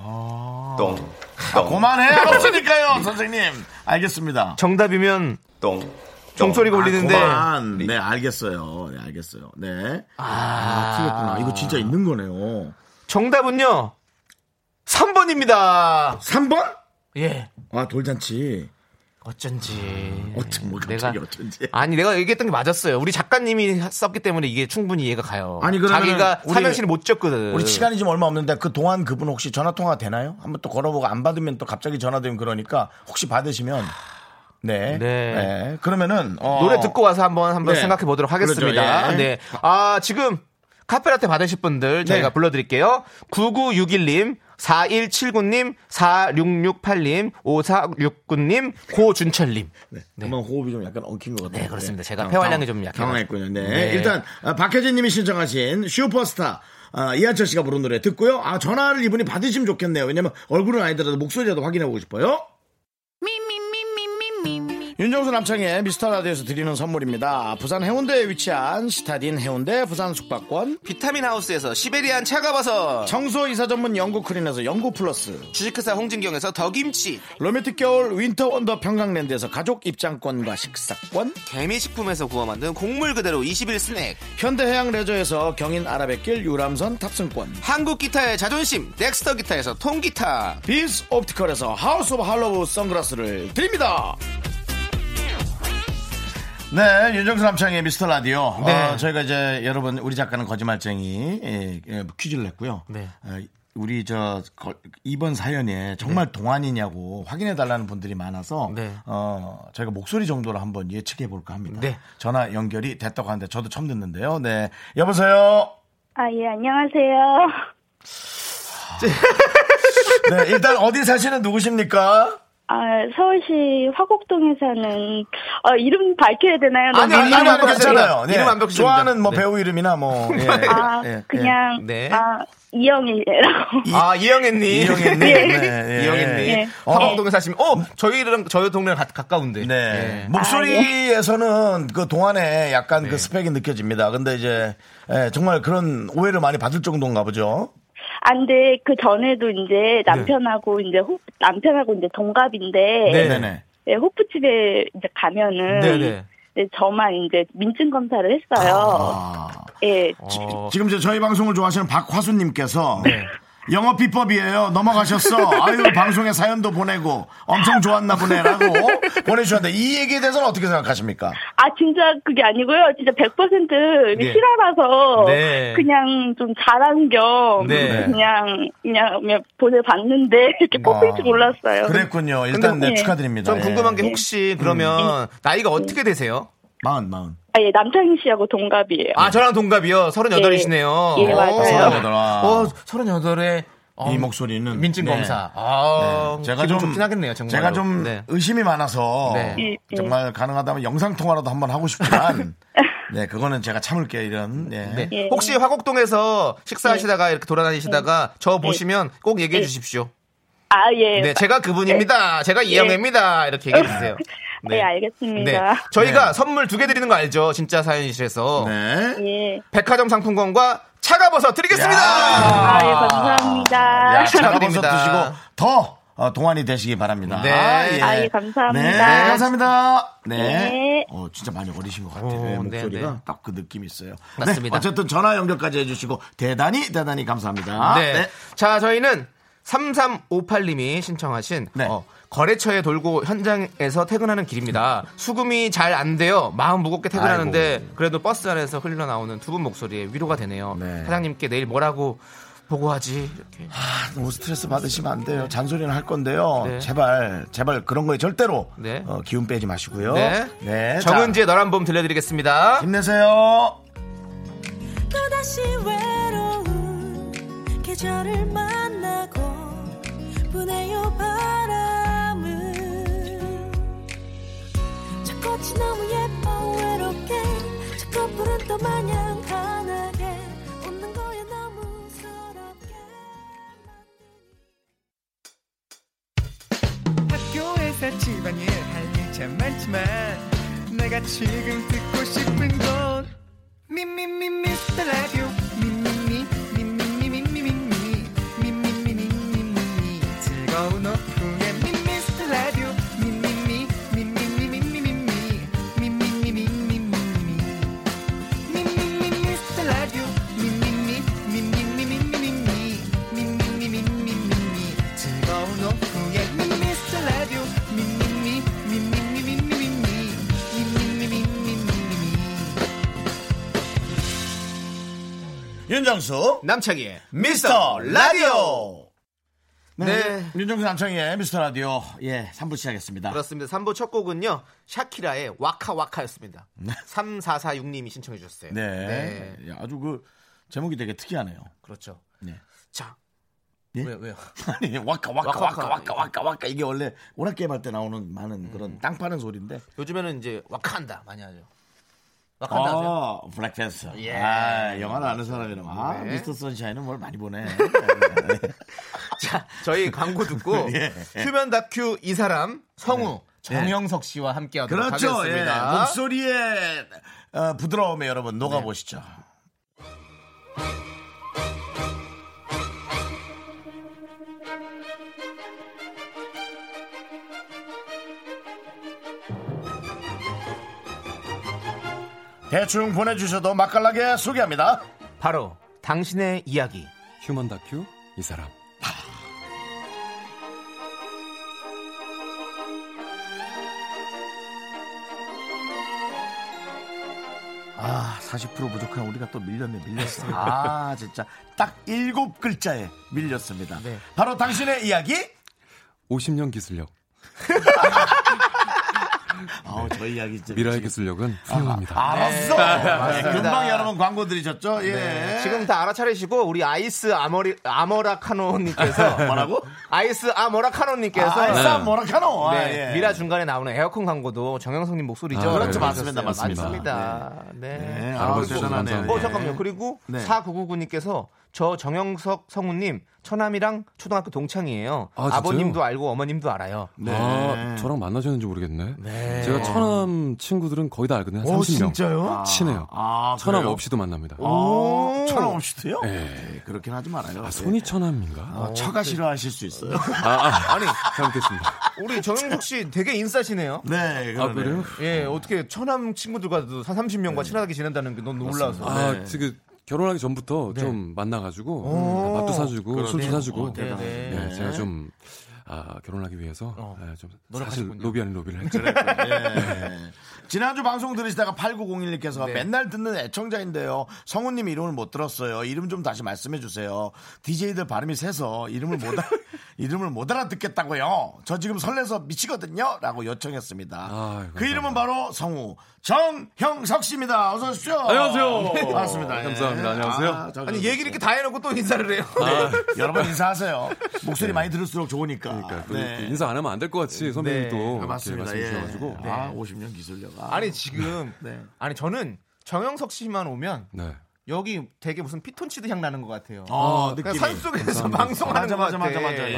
[SPEAKER 1] 아,
[SPEAKER 5] 똥,
[SPEAKER 1] 그만해.
[SPEAKER 2] 어.
[SPEAKER 1] 알았으니까요, 선생님. 알겠습니다.
[SPEAKER 2] 정답이면
[SPEAKER 5] 똥,
[SPEAKER 2] 종소리가 울리는데
[SPEAKER 1] 아, 그만. 네, 알겠어요. 네, 알겠어요. 네. 아, 튀겼구나. 이거 진짜 있는 거네요.
[SPEAKER 2] 정답은요 3번입니다.
[SPEAKER 1] 3번?
[SPEAKER 2] 예.
[SPEAKER 1] 아, 돌잔치.
[SPEAKER 2] 어쩐지.
[SPEAKER 1] 어쩜 뭐 갑자기 어쩐지.
[SPEAKER 2] 네. 아니 내가 얘기했던 게 맞았어요. 우리 작가님이 썼기 때문에 이게 충분히 이해가 가요.
[SPEAKER 1] 아니, 그러면은
[SPEAKER 2] 자기가
[SPEAKER 1] 우리-
[SPEAKER 2] 삼행시를 못 적거든.
[SPEAKER 1] 우리 시간이 지금 얼마 없는데 그 동안 그분 혹시 전화 통화 되나요? 한번 또 걸어보고 안 받으면 또 갑자기 전화되면 그러니까 혹시 받으시면 네.
[SPEAKER 2] 네.
[SPEAKER 1] 네. 그러면은 어,
[SPEAKER 2] 노래 듣고 와서 한번 한번
[SPEAKER 1] 네.
[SPEAKER 2] 생각해 보도록 하겠습니다.
[SPEAKER 1] 그러죠, 예.
[SPEAKER 2] 네. 아, 지금 카페라떼 받으실 분들 저희가
[SPEAKER 1] 네.
[SPEAKER 2] 불러 드릴게요. 9961님 4179님, 4668님, 5469님, 고준철님.
[SPEAKER 1] 네. 그만 호흡이 좀 약간 엉킨 것 같아요. 어,
[SPEAKER 2] 네, 그렇습니다. 제가 폐활량이 좀 약해가지고.
[SPEAKER 1] 당황했군요. 네.
[SPEAKER 2] 네.
[SPEAKER 1] 일단 아, 박혜진님이 신청하신 슈퍼스타 아, 이한철 씨가 부른 노래 듣고요. 아 전화를 이분이 받으시면 좋겠네요. 왜냐면 얼굴은 아니더라도 목소리라도 확인해보고 싶어요. 윤정수 남창의 미스터 라디오에서 드리는 선물입니다. 부산 해운대에 위치한 시타딘 해운대 부산 숙박권,
[SPEAKER 2] 비타민 하우스에서 시베리안 차가버섯,
[SPEAKER 1] 청소 이사 전문 영구 크린에서 영구 플러스,
[SPEAKER 2] 주식회사 홍진경에서 더김치,
[SPEAKER 1] 로맨틱 겨울 윈터 원더 평강랜드에서 가족 입장권과 식사권,
[SPEAKER 2] 개미식품에서 구워 만든 곡물 그대로 21 스낵,
[SPEAKER 1] 현대해양 레저에서 경인 아라뱃길 유람선 탑승권,
[SPEAKER 2] 한국 기타의 자존심, 넥스터 기타에서 통기타,
[SPEAKER 1] 빈스 옵티컬에서 하우스 오브 할로우 선글라스를 드립니다. 네, 윤정수 남창의 미스터 라디오.
[SPEAKER 2] 네.
[SPEAKER 1] 어, 저희가 이제 여러분 우리 작가는 거짓말쟁이 예, 예, 퀴즈를 냈고요.
[SPEAKER 2] 네.
[SPEAKER 1] 어, 우리 저 거- 이번 사연에 정말 동안이냐고 확인해 달라는 분들이 많아서
[SPEAKER 2] 네.
[SPEAKER 1] 어, 저희가 목소리 정도로 한번 예측해 볼까 합니다.
[SPEAKER 2] 네.
[SPEAKER 1] 전화 연결이 됐다고 하는데 저도 처음 듣는데요. 네, 여보세요.
[SPEAKER 6] 아, 예, 안녕하세요.
[SPEAKER 1] 네, 일단 어디 사시는 누구십니까?
[SPEAKER 6] 아, 서울시 화곡동에 사는, 아, 이름 밝혀야 되나요?
[SPEAKER 2] 아니, 아니,
[SPEAKER 6] 너무-
[SPEAKER 2] 아니,
[SPEAKER 1] 이름 안
[SPEAKER 2] 아니,
[SPEAKER 1] 바뀌었잖아요.
[SPEAKER 2] 아니, 이름 안 바뀌었습니다.
[SPEAKER 1] 좋아하는 뭐
[SPEAKER 2] 네.
[SPEAKER 1] 배우 이름이나 뭐. 예, 예,
[SPEAKER 6] 아,
[SPEAKER 1] 예.
[SPEAKER 6] 그냥,
[SPEAKER 2] 네.
[SPEAKER 6] 아, 이영이라고.
[SPEAKER 2] 아, 이영애님.
[SPEAKER 1] 이영애님. 네, 예.
[SPEAKER 2] 이영애님.
[SPEAKER 6] 예.
[SPEAKER 2] 화곡동에 사시면, 어, 저희랑, 저희 동네랑 가, 가까운데.
[SPEAKER 1] 네.
[SPEAKER 2] 예. 아,
[SPEAKER 1] 목소리에서는 그 동안에 약간
[SPEAKER 2] 네.
[SPEAKER 1] 그 스펙이 느껴집니다. 근데 이제 예, 정말 그런 오해를 많이 받을 정도인가 보죠.
[SPEAKER 6] 안 돼. 그 전에도
[SPEAKER 2] 네.
[SPEAKER 6] 이제 남편하고 이제 호, 남편하고 이제 동갑인데
[SPEAKER 2] 네.
[SPEAKER 1] 네네.
[SPEAKER 6] 예, 호프집에 이제 가면은
[SPEAKER 2] 네네.
[SPEAKER 6] 네, 저만 이제 민증 검사를 했어요.
[SPEAKER 1] 아,
[SPEAKER 6] 예.
[SPEAKER 1] 지, 지금 저- 저희 방송을 좋아하시는 박화수님께서
[SPEAKER 2] 네.
[SPEAKER 1] 영업 비법이에요. 넘어가셨어. 아유 방송에 사연도 보내고 엄청 좋았나 보네라고 보내주셨는데 이 얘기에 대해서는 어떻게 생각하십니까?
[SPEAKER 6] 아, 진짜 그게 아니고요. 진짜 100%
[SPEAKER 2] 네.
[SPEAKER 6] 실화라서
[SPEAKER 2] 네.
[SPEAKER 6] 그냥 좀 잘한 겸
[SPEAKER 2] 네.
[SPEAKER 6] 그냥 그냥 그냥 보내봤는데 이렇게 뽑힐 줄 몰랐어요.
[SPEAKER 1] 그랬군요. 일단
[SPEAKER 6] 근데-
[SPEAKER 1] 네, 축하드립니다.
[SPEAKER 2] 좀 궁금한 게
[SPEAKER 1] 예.
[SPEAKER 2] 혹시 그러면 나이가 어떻게 되세요?
[SPEAKER 1] 마흔 마흔.
[SPEAKER 6] 아, 예, 남창희 씨하고 동갑이에요.
[SPEAKER 2] 아, 저랑 동갑이요. 38이시네요.
[SPEAKER 6] 예, 맞아요.
[SPEAKER 2] 어, 38에 어,
[SPEAKER 1] 이 목소리는
[SPEAKER 2] 민증
[SPEAKER 1] 네.
[SPEAKER 2] 검사. 아,
[SPEAKER 1] 네.
[SPEAKER 2] 제가 좀 좋긴 하겠네요. 정말.
[SPEAKER 1] 제가 좀
[SPEAKER 2] 네.
[SPEAKER 1] 의심이 많아서
[SPEAKER 2] 네.
[SPEAKER 6] 예, 예.
[SPEAKER 1] 정말 가능하다면 영상 통화라도 한번 하고 싶지만 네 그거는 제가 참을게 요 이런 네.
[SPEAKER 2] 네.
[SPEAKER 6] 예.
[SPEAKER 2] 혹시 화곡동에서 식사하시다가 이렇게 돌아다니시다가 저 보시면 꼭 얘기해
[SPEAKER 6] 예.
[SPEAKER 2] 주십시오.
[SPEAKER 6] 아, 예.
[SPEAKER 2] 네, 제가 그분입니다. 제가 이영애입니다. 이렇게 얘기해 주세요.
[SPEAKER 6] 네, 알겠습니다.
[SPEAKER 2] 네. 저희가 선물 두 개 드리는 거 알죠? 진짜 사연이실에서.
[SPEAKER 1] 네.
[SPEAKER 6] 예.
[SPEAKER 2] 백화점 상품권과 차가버섯 드리겠습니다!
[SPEAKER 6] 아, 예, 감사합니다.
[SPEAKER 1] 야,
[SPEAKER 2] 축하드립니다.
[SPEAKER 1] 잡아서 드시고 더 어, 동안이 되시기 바랍니다.
[SPEAKER 2] 네.
[SPEAKER 6] 아, 예, 감사합니다.
[SPEAKER 1] 네, 감사합니다. 네.
[SPEAKER 6] 네.
[SPEAKER 1] 어, 진짜 많이 어리신 것 같아요.
[SPEAKER 2] 오,
[SPEAKER 1] 네,
[SPEAKER 2] 네,
[SPEAKER 1] 목소리가
[SPEAKER 2] 네.
[SPEAKER 1] 딱 그 느낌이 있어요. 네,
[SPEAKER 2] 맞습니다.
[SPEAKER 1] 어쨌든 전화 연결까지 해주시고 대단히 대단히 감사합니다.
[SPEAKER 2] 네.
[SPEAKER 1] 네.
[SPEAKER 2] 자, 저희는 3358님이 신청하신
[SPEAKER 1] 네.
[SPEAKER 2] 어, 거래처에 돌고 현장에서 퇴근하는 길입니다. 수금이 잘 안 돼요. 마음 무겁게 퇴근하는데 그래도 버스 안에서 흘러나오는 두 분 목소리에 위로가 되네요.
[SPEAKER 1] 네. 아,
[SPEAKER 2] 사장님께 내일 뭐라고 보고하지? 이렇게.
[SPEAKER 1] 너무 뭐 스트레스 받으시면 안 돼요. 잔소리는 할 건데요.
[SPEAKER 2] 네.
[SPEAKER 1] 제발, 제발 그런 거에 절대로
[SPEAKER 2] 네.
[SPEAKER 1] 어, 기운 빼지 마시고요.
[SPEAKER 2] 네.
[SPEAKER 1] 네, 자,
[SPEAKER 2] 정은지의 너란 봄 들려드리겠습니다.
[SPEAKER 1] 힘내세요.
[SPEAKER 4] 또다시 외로운 계절을 만나고 보내요 바람을 저 꽃이 너무 예뻐 외롭게 저 커플은 또 마냥 환하게 웃는 거야 너무 서럽게
[SPEAKER 7] 학교에서 집안일 할 일 참 많지만 내가 지금 듣고 싶은 건 미미미 미스터 라디오 미미미 미미미 미미미 미미미 미미미 즐거운 오후에 미스터 라디오 미미미 미미미 미미미 미미미 미미미 즐거운 오후에 미스터 라디오 미미미 미미미
[SPEAKER 1] 윤정수
[SPEAKER 2] 남창희의
[SPEAKER 1] 미스터 라디오. 네.
[SPEAKER 2] 네.
[SPEAKER 1] 윤정수 남창희의 미스터 라디오. 예, 3부 시작했습니다.
[SPEAKER 2] 그렇습니다. 3부 첫 곡은요. 샤키라의 와카와카였습니다. 3446님이 신청해 주셨어요.
[SPEAKER 1] 네. 예, 아주 그 제목이 되게 특이하네요.
[SPEAKER 2] 그렇죠.
[SPEAKER 1] 네.
[SPEAKER 2] 자.
[SPEAKER 1] 예?
[SPEAKER 2] 왜요? 왜요?
[SPEAKER 1] 아니, 와카 와카 와카
[SPEAKER 2] 와카,
[SPEAKER 1] 음.
[SPEAKER 2] 와카.
[SPEAKER 1] 와카 와카 와카 이게 원래 오락 게임 할 때 나오는 많은 그런 땅 파는 소리인데.
[SPEAKER 2] 요즘에는 이제 와칸다 많이 하죠. 와칸다 하세요?
[SPEAKER 1] 아, 블랙팬서.
[SPEAKER 2] 예.
[SPEAKER 1] 아, 영화를 아는 사람이라. 아,
[SPEAKER 2] 네.
[SPEAKER 1] 미스터 선샤인은 뭘 많이 보네.
[SPEAKER 2] 자, 저희 광고 듣고
[SPEAKER 1] 예.
[SPEAKER 2] 휴면 다큐 이 사람 성우 정영석 씨와 함께 하도록
[SPEAKER 1] 네. 그렇죠. 예.
[SPEAKER 2] 하겠습니다.
[SPEAKER 1] 목소리의 어, 부드러움에 여러분 녹아 보시죠. 대충 보내주셔도 맛깔나게 소개합니다.
[SPEAKER 2] 바로 당신의 이야기.
[SPEAKER 8] 휴먼 다큐 이 사람
[SPEAKER 1] 아, 40% 부족한 우리가 또 밀렸네, 밀렸어. 아, 진짜. 딱 일곱 글자에 밀렸습니다.
[SPEAKER 2] 네.
[SPEAKER 1] 바로 당신의 이야기?
[SPEAKER 8] 50년 기술력
[SPEAKER 1] 아, 저 이야기 진짜.
[SPEAKER 8] 네. 미라의
[SPEAKER 1] 미치겠다.
[SPEAKER 8] 기술력은 훌륭합니다.
[SPEAKER 1] 아, 알았어. 네,
[SPEAKER 2] 맞습니다.
[SPEAKER 1] 금방 여러분 광고 드리셨죠? 예.
[SPEAKER 2] 네, 지금 다 알아차리시고 우리 아이스 아머리 아머라카노님께서
[SPEAKER 1] 뭐라고?
[SPEAKER 2] 아이스 아머라카노님께서
[SPEAKER 1] 아, 싸 뭐라카노. 아,
[SPEAKER 2] 네,
[SPEAKER 1] 예.
[SPEAKER 2] 미라 중간에 나오는 에어컨 광고도 정영석님 목소리죠.
[SPEAKER 8] 아, 그렇죠.
[SPEAKER 1] 네, 맞습니다.
[SPEAKER 2] 그러셨어요.
[SPEAKER 1] 맞습니다.
[SPEAKER 2] 맞습니다. 네.
[SPEAKER 1] 네,
[SPEAKER 8] 바로
[SPEAKER 1] 아,
[SPEAKER 8] 벌써
[SPEAKER 1] 대단하네요.
[SPEAKER 8] 감사합니다.
[SPEAKER 2] 어
[SPEAKER 1] 예.
[SPEAKER 2] 잠깐만요. 그리고
[SPEAKER 1] 네.
[SPEAKER 2] 4999님께서 저 정영석 성우님 처남이랑 초등학교 동창이에요.
[SPEAKER 8] 아, 진짜요?
[SPEAKER 2] 아, 버님도 알고 어머님도 알아요.
[SPEAKER 1] 네.
[SPEAKER 8] 아, 저랑 만나셨는지 모르겠네.
[SPEAKER 1] 어,
[SPEAKER 8] 제가 천암 음, 친구들은 거의 다 알거든요. 한 30명.
[SPEAKER 2] 아,
[SPEAKER 8] 친해요.
[SPEAKER 1] 아,
[SPEAKER 8] 천암
[SPEAKER 1] 그래요?
[SPEAKER 8] 없이도 만납니다.
[SPEAKER 1] 오, 천원 없이도요?
[SPEAKER 8] 예.
[SPEAKER 1] 네, 그렇긴 하지 말아요.
[SPEAKER 8] 아, 손이 천암인가?
[SPEAKER 1] 어,
[SPEAKER 2] 네.
[SPEAKER 1] 처가 싫어하실 수 있어요.
[SPEAKER 8] 아, 아, 아니. 잘못했습니다.
[SPEAKER 2] 우리 정영석 씨 되게 인싸시네요.
[SPEAKER 1] 네,
[SPEAKER 8] 아, 그래요?
[SPEAKER 2] 예, 어떻게 처남 친구들과도 30명과
[SPEAKER 1] 네.
[SPEAKER 2] 친하게 지낸다는 게 너무 놀라서. 네.
[SPEAKER 8] 아, 지금 결혼하기 전부터 좀 만나가지고 밥도 사주고 술도 사주고.
[SPEAKER 1] 어, 대단하네.
[SPEAKER 8] 예, 제가 좀 아, 결혼하기 위해서
[SPEAKER 1] 어,
[SPEAKER 8] 예, 좀 사실
[SPEAKER 2] 노력하셨군요.
[SPEAKER 8] 로비 아닌 로비를 했죠.
[SPEAKER 1] 예. 지난주 방송 들으시다가 8901님께서
[SPEAKER 8] 네.
[SPEAKER 1] 맨날 듣는 애청자인데요. 성우님 이름을 못 들었어요. 이름 좀 다시 말씀해 주세요. DJ들 발음이 세서 이름을 못, 알아, 이름을 못 알아듣겠다고요. 저 지금 설레서 미치거든요. 라고 요청했습니다.
[SPEAKER 8] 감사합니다.
[SPEAKER 1] 그 이름은 바로 성우 정형석 씨입니다. 어서 오십시오.
[SPEAKER 8] 안녕하세요.
[SPEAKER 1] 반갑습니다. 예.
[SPEAKER 8] 감사합니다. 안녕하세요.
[SPEAKER 1] 저, 저,
[SPEAKER 2] 아니
[SPEAKER 1] 저.
[SPEAKER 2] 얘기 이렇게 다 해놓고 또 인사를 해요.
[SPEAKER 8] 아.
[SPEAKER 1] 여러분 인사하세요. 목소리 많이 들을수록 좋으니까.
[SPEAKER 8] 네.
[SPEAKER 1] 네.
[SPEAKER 8] 그러니까 또 이렇게 인사 안 하면 안 될 것 같이 선배님
[SPEAKER 2] 네.
[SPEAKER 8] 또
[SPEAKER 1] 아,
[SPEAKER 8] 이렇게
[SPEAKER 1] 맞습니다.
[SPEAKER 8] 말씀
[SPEAKER 1] 예.
[SPEAKER 8] 주셔가지고 네.
[SPEAKER 1] 아, 50년 기술력. 아,
[SPEAKER 2] 아니 지금
[SPEAKER 1] 네.
[SPEAKER 2] 아니 저는 정영석 씨만 오면
[SPEAKER 8] 네.
[SPEAKER 2] 여기 되게 무슨 피톤치드 향 나는 것 같아요.
[SPEAKER 1] 어,
[SPEAKER 2] 그냥
[SPEAKER 1] 느낌이.
[SPEAKER 2] 산 속에서
[SPEAKER 1] 맞아,
[SPEAKER 2] 방송하는
[SPEAKER 1] 맞아,
[SPEAKER 2] 것 같아.
[SPEAKER 1] 맞아, 맞아. 예.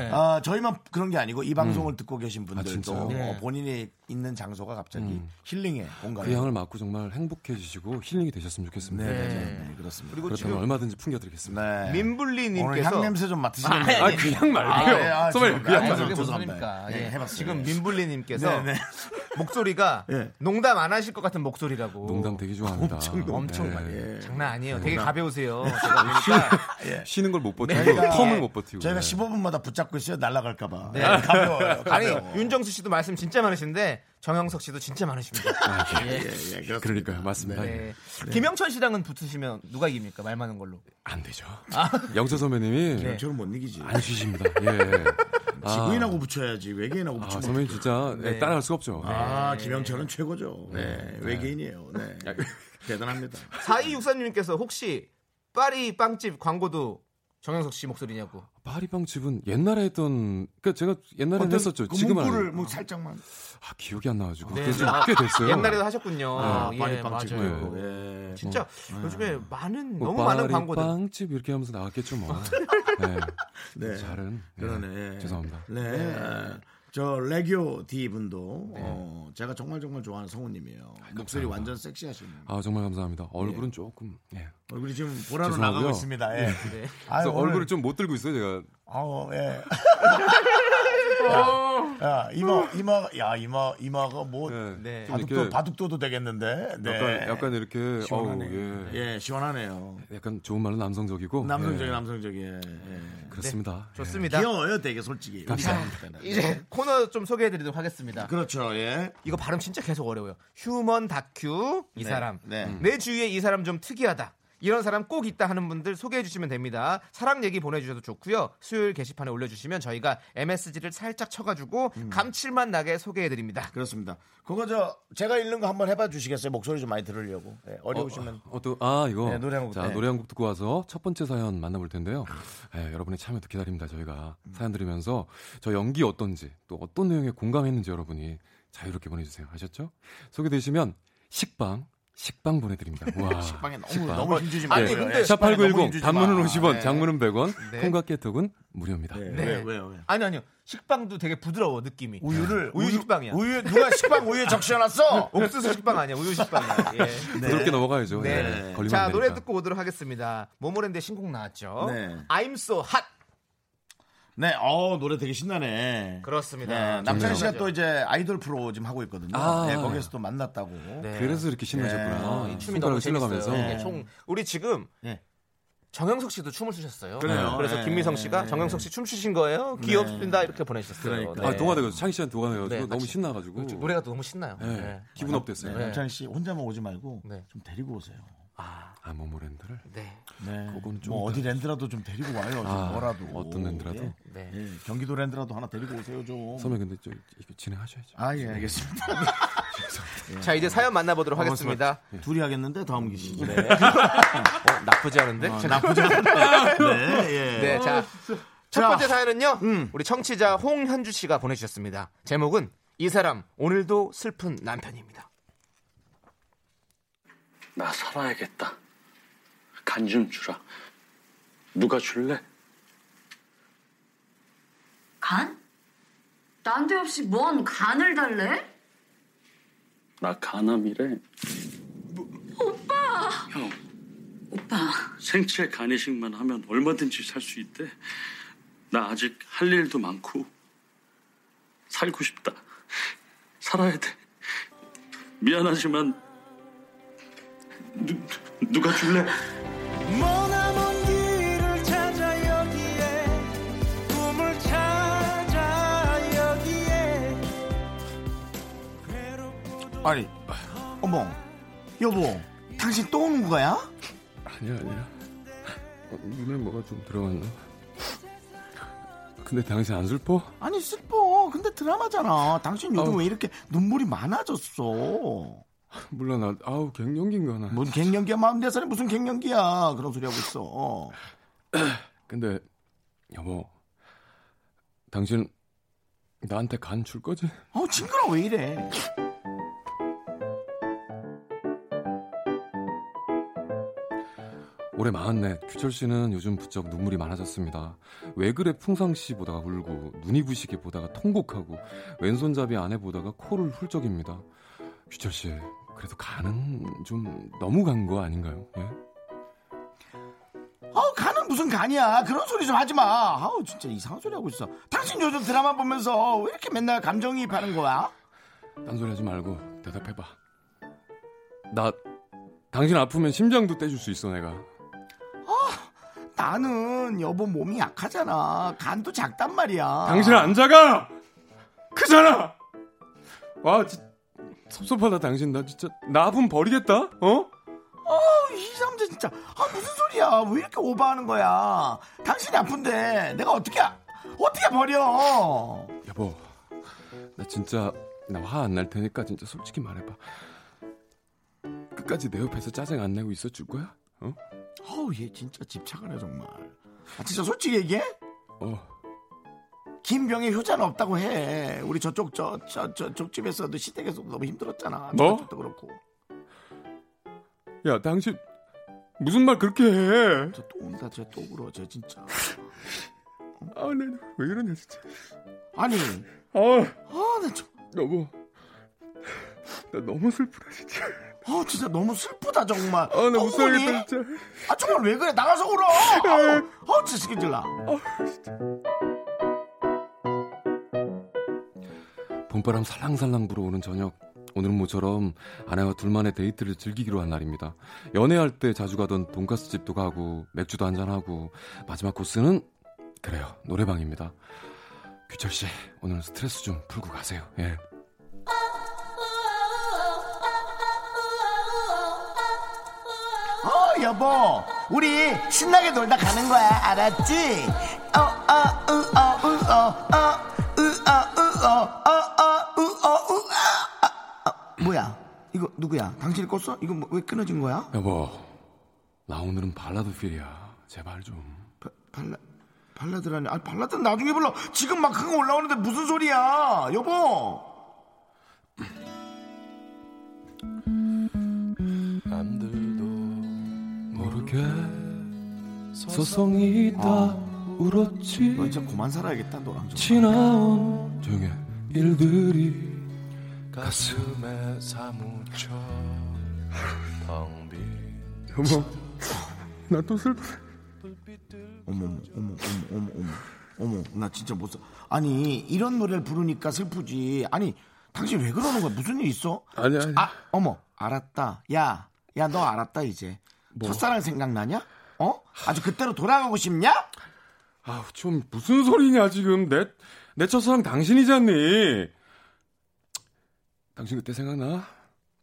[SPEAKER 2] 네.
[SPEAKER 1] 아, 저희만 그런 게 아니고 이 방송을 듣고 계신 분들도
[SPEAKER 8] 음. 진짜요? 네. 음.
[SPEAKER 1] 어, 본인이 있는 장소가 갑자기 힐링의 공간이
[SPEAKER 8] 그 향을 맡고 정말 행복해지시고 힐링이 되셨으면 좋겠습니다.
[SPEAKER 1] 네, 네, 네, 그렇습니다.
[SPEAKER 2] 그리고
[SPEAKER 8] 그렇다면
[SPEAKER 2] 지금
[SPEAKER 8] 얼마든지 풍겨드리겠습니다.
[SPEAKER 1] 네. 오늘 향
[SPEAKER 2] 민블리님께서
[SPEAKER 1] 냄새 좀 맡으시는 분.
[SPEAKER 8] 아, 그냥 말고요.
[SPEAKER 1] 예, 아,
[SPEAKER 8] 선배님, 그냥
[SPEAKER 1] 죄송합니다. 아,
[SPEAKER 8] 말고요.
[SPEAKER 1] 죄송합니다.
[SPEAKER 2] 무슨입니까?
[SPEAKER 1] 예, 해봤어요.
[SPEAKER 2] 지금
[SPEAKER 1] 예.
[SPEAKER 2] 민블리님께서
[SPEAKER 1] 네, 네.
[SPEAKER 2] 목소리가
[SPEAKER 1] 예.
[SPEAKER 2] 농담 안 하실 것 같은 목소리라고.
[SPEAKER 8] 농담 되게 좋아합니다.
[SPEAKER 2] 뭐 엄청 예.
[SPEAKER 8] 네.
[SPEAKER 2] 많이.
[SPEAKER 1] 예.
[SPEAKER 2] 장난 아니에요. 되게 가벼우세요. 제가 보니까
[SPEAKER 8] 예. 쉬는 걸 못 버티고
[SPEAKER 1] 저희가-
[SPEAKER 8] 텀을 못 버티고. 예. 네.
[SPEAKER 1] 저희가 15분마다 붙잡고 있어요. 날아갈까봐. 가벼워요.
[SPEAKER 2] 예. 아니
[SPEAKER 1] 가벼워.
[SPEAKER 2] 윤정수 씨도 말씀 진짜 많으신데 정영석 씨도 진짜 많으십니다.
[SPEAKER 1] 예, 예, 그렇습니다.
[SPEAKER 8] 그러니까요, 맞습니다.
[SPEAKER 2] 네. 김영철 씨랑은 붙으시면 누가 이깁니까? 말 많은 걸로.
[SPEAKER 8] 안 되죠. 영철 선배님이
[SPEAKER 2] 네.
[SPEAKER 1] 저는 못 이기지.
[SPEAKER 8] 안 쉬십니다. 예. 아,
[SPEAKER 1] 지구인하고 붙여야지. 외계인하고
[SPEAKER 8] 아,
[SPEAKER 1] 붙이면.
[SPEAKER 8] 선배님 진짜 예, 따라갈 수가 없죠.
[SPEAKER 1] 아, 김영철은 최고죠. 네. 외계인이에요. 네. 대단합니다.
[SPEAKER 2] 4264님께서 혹시 파리 빵집 광고도 정영석 씨 목소리냐고.
[SPEAKER 8] 파리빵 집은 옛날에 했던, 그러니까 제가 옛날에 했었죠.
[SPEAKER 1] 그
[SPEAKER 8] 지금은 안
[SPEAKER 1] 문구를
[SPEAKER 8] 해요.
[SPEAKER 1] 뭐 살짝만.
[SPEAKER 8] 아, 기억이 안 나가지고
[SPEAKER 2] 네.
[SPEAKER 8] 그게 좀꽤 됐어요.
[SPEAKER 2] 옛날에도 하셨군요. 예,
[SPEAKER 1] 빠리빵
[SPEAKER 2] 맞아요.
[SPEAKER 1] 찍고. 예. 음. 그
[SPEAKER 2] 진짜 요즘에 많은
[SPEAKER 8] 뭐
[SPEAKER 2] 너무 많은 광고들.
[SPEAKER 8] 빵집 이렇게 하면서 나왔겠죠 뭐. 네.
[SPEAKER 1] 네.
[SPEAKER 8] 잘은. 네.
[SPEAKER 1] 그러네.
[SPEAKER 8] 죄송합니다.
[SPEAKER 1] 네. 저 레교 D 분도 어, 제가 정말 정말 좋아하는 성우님이에요. 목소리 완전 섹시하시네요.
[SPEAKER 8] 아 정말 감사합니다. 얼굴은 조금. 예.
[SPEAKER 1] 얼굴이 지금 보라로
[SPEAKER 8] 죄송하고요.
[SPEAKER 1] 나가고 있습니다. 예.
[SPEAKER 2] 네,
[SPEAKER 1] 아유,
[SPEAKER 8] 그래서
[SPEAKER 1] 오늘-
[SPEAKER 8] 얼굴을 좀 못 들고 있어요 제가.
[SPEAKER 1] 아우 예. 야, 야, 이마 이마 야 이마 이마가 뭐
[SPEAKER 8] 예.
[SPEAKER 2] 네.
[SPEAKER 8] 좀
[SPEAKER 1] 바둑도 바둑도도 되겠는데. 네.
[SPEAKER 8] 약간 약간 이렇게. 어우,
[SPEAKER 1] 시원하네요.
[SPEAKER 8] 예.
[SPEAKER 1] 예, 시원하네요.
[SPEAKER 8] 약간 좋은 말로 남성적이고.
[SPEAKER 1] 남성적이
[SPEAKER 8] 예.
[SPEAKER 1] 남성적이. 예. 예.
[SPEAKER 8] 그렇습니다.
[SPEAKER 2] 좋습니다.
[SPEAKER 1] 귀여워요, 되게 솔직히. 감사합니다.
[SPEAKER 2] 이제 코너 좀 소개해드리도록 하겠습니다.
[SPEAKER 1] 그렇죠, 예.
[SPEAKER 2] 이거 발음 진짜 계속 어려워요. 휴먼 다큐 이 사람.
[SPEAKER 1] 네.
[SPEAKER 2] 내 주위에 이 사람 좀 특이하다. 이런 사람 꼭 있다 하는 분들 소개해 주시면 됩니다. 사랑 얘기 보내주셔도 좋고요. 수요일 게시판에 올려주시면 저희가 MSG를 살짝 쳐가지고
[SPEAKER 1] 음.
[SPEAKER 2] 감칠맛 나게 소개해 드립니다.
[SPEAKER 1] 그렇습니다. 그거 저 제가 읽는 거 한번 해봐 주시겠어요? 목소리 좀 많이 들으려고. 예, 어려우시면
[SPEAKER 8] 어또 아 이거
[SPEAKER 1] 네, 노래 한곡
[SPEAKER 8] 자
[SPEAKER 1] 네.
[SPEAKER 8] 노래 한 곡 듣고 와서 첫 번째 사연 만나볼 텐데요. 예, 여러분의 참여도 기다립니다. 저희가 사연 들으면서 저 연기 어떤지 또 어떤 내용에 공감했는지 여러분이 자유롭게 보내주세요. 아셨죠? 소개되시면 식빵 식빵 보내드립니다. 와
[SPEAKER 1] 식빵에 너무 너무 힘주지
[SPEAKER 2] 아니,
[SPEAKER 1] 마세요.
[SPEAKER 2] 근데
[SPEAKER 1] 예,
[SPEAKER 2] 샵
[SPEAKER 1] 식빵에 너무
[SPEAKER 8] 8910
[SPEAKER 1] 힘주지
[SPEAKER 8] 단문은
[SPEAKER 1] 마.
[SPEAKER 8] 50원,
[SPEAKER 1] 예.
[SPEAKER 8] 장문은 100원,
[SPEAKER 2] 네.
[SPEAKER 8] 콩과 깨톡은 무료입니다.
[SPEAKER 1] 예,
[SPEAKER 2] 네.
[SPEAKER 1] 왜요, 왜요, 왜요?
[SPEAKER 2] 아니 아니요. 식빵도 되게 부드러워 느낌이. 네.
[SPEAKER 1] 우유를
[SPEAKER 2] 우유 식빵이야.
[SPEAKER 1] 우유 누가 식빵 우유에 적셔놨어?
[SPEAKER 2] 옥수수 식빵 아니야 우유 식빵이야.
[SPEAKER 1] 네.
[SPEAKER 2] 예.
[SPEAKER 8] 부드럽게 넘어가야죠.
[SPEAKER 2] 네.
[SPEAKER 8] 예, 걸리면
[SPEAKER 2] 자
[SPEAKER 8] 안
[SPEAKER 2] 노래
[SPEAKER 8] 되니까.
[SPEAKER 2] 듣고 오도록 하겠습니다. 모모랜드 신곡 나왔죠.
[SPEAKER 1] 네.
[SPEAKER 2] I'm so hot.
[SPEAKER 1] 네, 어 노래 되게 신나네.
[SPEAKER 2] 그렇습니다.
[SPEAKER 1] 네, 남창희 씨가
[SPEAKER 2] 좋네요.
[SPEAKER 1] 또 이제 아이돌 프로 지금 하고 있거든요.
[SPEAKER 8] 아.
[SPEAKER 1] 네, 거기서 또 만났다고.
[SPEAKER 2] 네.
[SPEAKER 8] 그래서 이렇게
[SPEAKER 1] 어,
[SPEAKER 8] 신나셨구나.
[SPEAKER 2] 이 춤이 너무
[SPEAKER 8] 찔러가면서.
[SPEAKER 2] 재밌어요. 네.
[SPEAKER 1] 네.
[SPEAKER 2] 이게 총 우리 지금
[SPEAKER 1] 예.
[SPEAKER 2] 정영석 씨도 춤을 추셨어요.
[SPEAKER 1] 그래요.
[SPEAKER 2] 래서
[SPEAKER 1] 예,
[SPEAKER 2] 김미성
[SPEAKER 1] 예,
[SPEAKER 2] 씨가
[SPEAKER 1] 예.
[SPEAKER 2] 정영석 씨 춤 추신 거예요. 귀엽습니다 이렇게 보내셨어요.
[SPEAKER 1] 그러니까.
[SPEAKER 8] 아, 동화돼가지고 창희 씨한테 동화돼가지고
[SPEAKER 2] 네,
[SPEAKER 8] 너무
[SPEAKER 2] 같이.
[SPEAKER 8] 신나가지고
[SPEAKER 2] 노래가 또 너무 신나요.
[SPEAKER 8] 예,
[SPEAKER 2] 네.
[SPEAKER 8] 기분 업됐어요.
[SPEAKER 2] 네.
[SPEAKER 1] 남창희 씨 혼자만 오지 말고
[SPEAKER 2] 네.
[SPEAKER 1] 좀 데리고 오세요.
[SPEAKER 8] 아 모모랜드를
[SPEAKER 2] 네.
[SPEAKER 1] 네.
[SPEAKER 8] 그건 좀
[SPEAKER 1] 뭐
[SPEAKER 8] 이따.
[SPEAKER 1] 어디 랜드라도 좀 데리고 와요. 좀
[SPEAKER 8] 아,
[SPEAKER 1] 뭐라도.
[SPEAKER 8] 어떤 랜드라도?
[SPEAKER 1] 예.
[SPEAKER 2] 네.
[SPEAKER 1] 예, 경기도 랜드라도 하나 데리고 오세요 좀.
[SPEAKER 8] 선배 근데 저 이거 진행하셔야죠.
[SPEAKER 1] 아, 예, 알겠습니다. 예.
[SPEAKER 2] 자 이제 사연 만나보도록 하겠습니다.
[SPEAKER 1] 둘이 하겠는데 다음 기시. 네.
[SPEAKER 2] 어, 나쁘지 않은데. 나쁘지
[SPEAKER 1] 네, 예.
[SPEAKER 2] 네, 자. 첫 번째 사연은요,
[SPEAKER 1] 음.
[SPEAKER 2] 우리 청취자 홍현주 씨가 보내주셨습니다. 제목은 이 사람, 오늘도 슬픈 남편입니다.
[SPEAKER 9] 나 살아야겠다. 간 좀 주라. 누가 줄래?
[SPEAKER 4] 간? 난데없이 뭔 간을 달래?
[SPEAKER 9] 나 간암이래.
[SPEAKER 4] 오빠
[SPEAKER 9] 생체 간 이식만 하면 얼마든지 살 수 있대. 나 아직 할 일도 많고 살고 싶다. 살아야 돼. 미안하지만 누, 누가 줄래?
[SPEAKER 7] 머나먼 길을 찾아 여기에 꿈을 찾아 여기에
[SPEAKER 1] 아니, 어머, 여보, 당신 또 오는 거야?
[SPEAKER 8] 아니야 아니야. 어, 눈에 뭐가 좀 들어갔나? 근데 당신 안 슬퍼?
[SPEAKER 1] 아니 슬퍼. 근데 드라마잖아. 당신 요즘
[SPEAKER 8] 아우.
[SPEAKER 1] 왜 이렇게 눈물이 많아졌어?
[SPEAKER 8] 몰라 나 아우 갱년기인가 나.
[SPEAKER 1] 뭔 갱년기야? 마음 대살이 무슨 갱년기야? 그런 소리 하고 있어.
[SPEAKER 8] 근데 여보 당신 나한테 간 줄 거지?
[SPEAKER 1] 어, 징그러 왜 이래?
[SPEAKER 8] 올해 마흔네 규철 씨는 요즘 부쩍 눈물이 많아졌습니다. 왜 그래 풍상 씨 보다가 울고 눈이 부시게 보다가 통곡하고 왼손잡이 아내 보다가 코를 훌쩍입니다. 규철 씨 그래도 간은 좀 너무 간 거 아닌가요? 예?
[SPEAKER 1] 어, 간은 무슨 간이야? 그런 소리 좀 하지 마. 아우, 진짜 이상한 소리 하고 있어. 당신 요즘 드라마 보면서 왜 이렇게 맨날 감정이입하는 거야?
[SPEAKER 8] 딴소리 하지 말고 대답해봐. 나 당신 아프면 심장도 떼줄 수 있어 내가.
[SPEAKER 1] 나는 여보 몸이 약하잖아. 간도 작단 말이야.
[SPEAKER 8] 당신 안 작아 크잖아. 와 진- 섭섭하다 당신 나 진짜 나 아프면 버리겠다. 어?
[SPEAKER 1] 아우, 이 남자 진짜. 아, 무슨 소리야. 왜 이렇게 오버하는 거야. 당신이 아픈데 내가 어떻게, 어떻게 버려.
[SPEAKER 8] 여보, 나 진짜 나 화 안 날 테니까 진짜 솔직히 말해봐. 끝까지 내 옆에서 짜증 안 내고 있어줄 거야? 어?
[SPEAKER 1] 어우, 얘 진짜 집착하네, 정말. 아, 진짜 솔직히 얘기해?
[SPEAKER 8] 어.
[SPEAKER 1] 김병의 효자는 없다고 해. 우리 저쪽 저 저 저쪽 집에서도 시댁에서도 너무 힘들었잖아.
[SPEAKER 8] 뭐?
[SPEAKER 1] 저쪽도 그렇고.
[SPEAKER 8] 야, 당신 무슨 말 그렇게 해?
[SPEAKER 1] 저 또 온다. 저 또 울어. 저 진짜.
[SPEAKER 8] 아, 내왜 이러냐 진짜.
[SPEAKER 1] 아니,
[SPEAKER 8] 아,
[SPEAKER 1] 아, 나 저,
[SPEAKER 8] 여보, 나 너무 슬프다 진짜.
[SPEAKER 1] 아, 진짜 너무 슬프다 정말.
[SPEAKER 8] 아, 나
[SPEAKER 1] 어,
[SPEAKER 8] 못 살겠다
[SPEAKER 1] 어머니?
[SPEAKER 8] 진짜.
[SPEAKER 1] 아, 정말 왜 그래? 나가서 울어. 아우, 아우, 진짜 시기질 나.
[SPEAKER 8] 봄바람 살랑살랑 불어오는 저녁. 오늘은 모처럼 아내와 둘만의 데이트를 즐기기로 한 날입니다. 연애할 때 자주 가던 돈가스 집도 가고 맥주도 한잔하고 마지막 코스는 그래요 노래방입니다. 규철 씨 오늘 스트레스 좀 풀고 가세요. 예.
[SPEAKER 1] 아, 여보 우리 신나게 놀다 가는 거야 알았지? 어, 어, 어어으어으어어으어으어으어으어으어 아, 뭐야 이거 누구야 당신이 껐어? 이거 뭐- 왜 끊어진 거야?
[SPEAKER 8] 여보, 나 오늘은 발라드 필이야. 제발 좀.
[SPEAKER 1] 발라 발라드라니 아니 발라드는 나중에 불러 지금 막 그거 올라오는데 무슨 소리야 여보
[SPEAKER 8] 남들도 모르게 소송이 다 울었지.
[SPEAKER 1] 너 진짜 그만 살아야겠다 너랑 좀
[SPEAKER 8] 지나온 종의 일들이 가슴에
[SPEAKER 7] 사무쳐 텅빈
[SPEAKER 8] 여보, 나 또 슬퍼.
[SPEAKER 1] 어머 어머 어머 어머 어머 어머 나 진짜 못 살. 아니 이런 노래를 부르니까 슬프지. 아니 당신 왜 그러는 거야? 무슨 일 있어?
[SPEAKER 8] 아니, 아니.
[SPEAKER 1] 아 어머 알았다. 야 야 너 알았다 이제.
[SPEAKER 7] 뭐?
[SPEAKER 1] 첫사랑 생각나냐? 어? 아주 그때로 돌아가고 싶냐?
[SPEAKER 8] 아우 좀 무슨 소리냐 지금 내 내 첫사랑 당신이잖니. 당신 그때 생각나?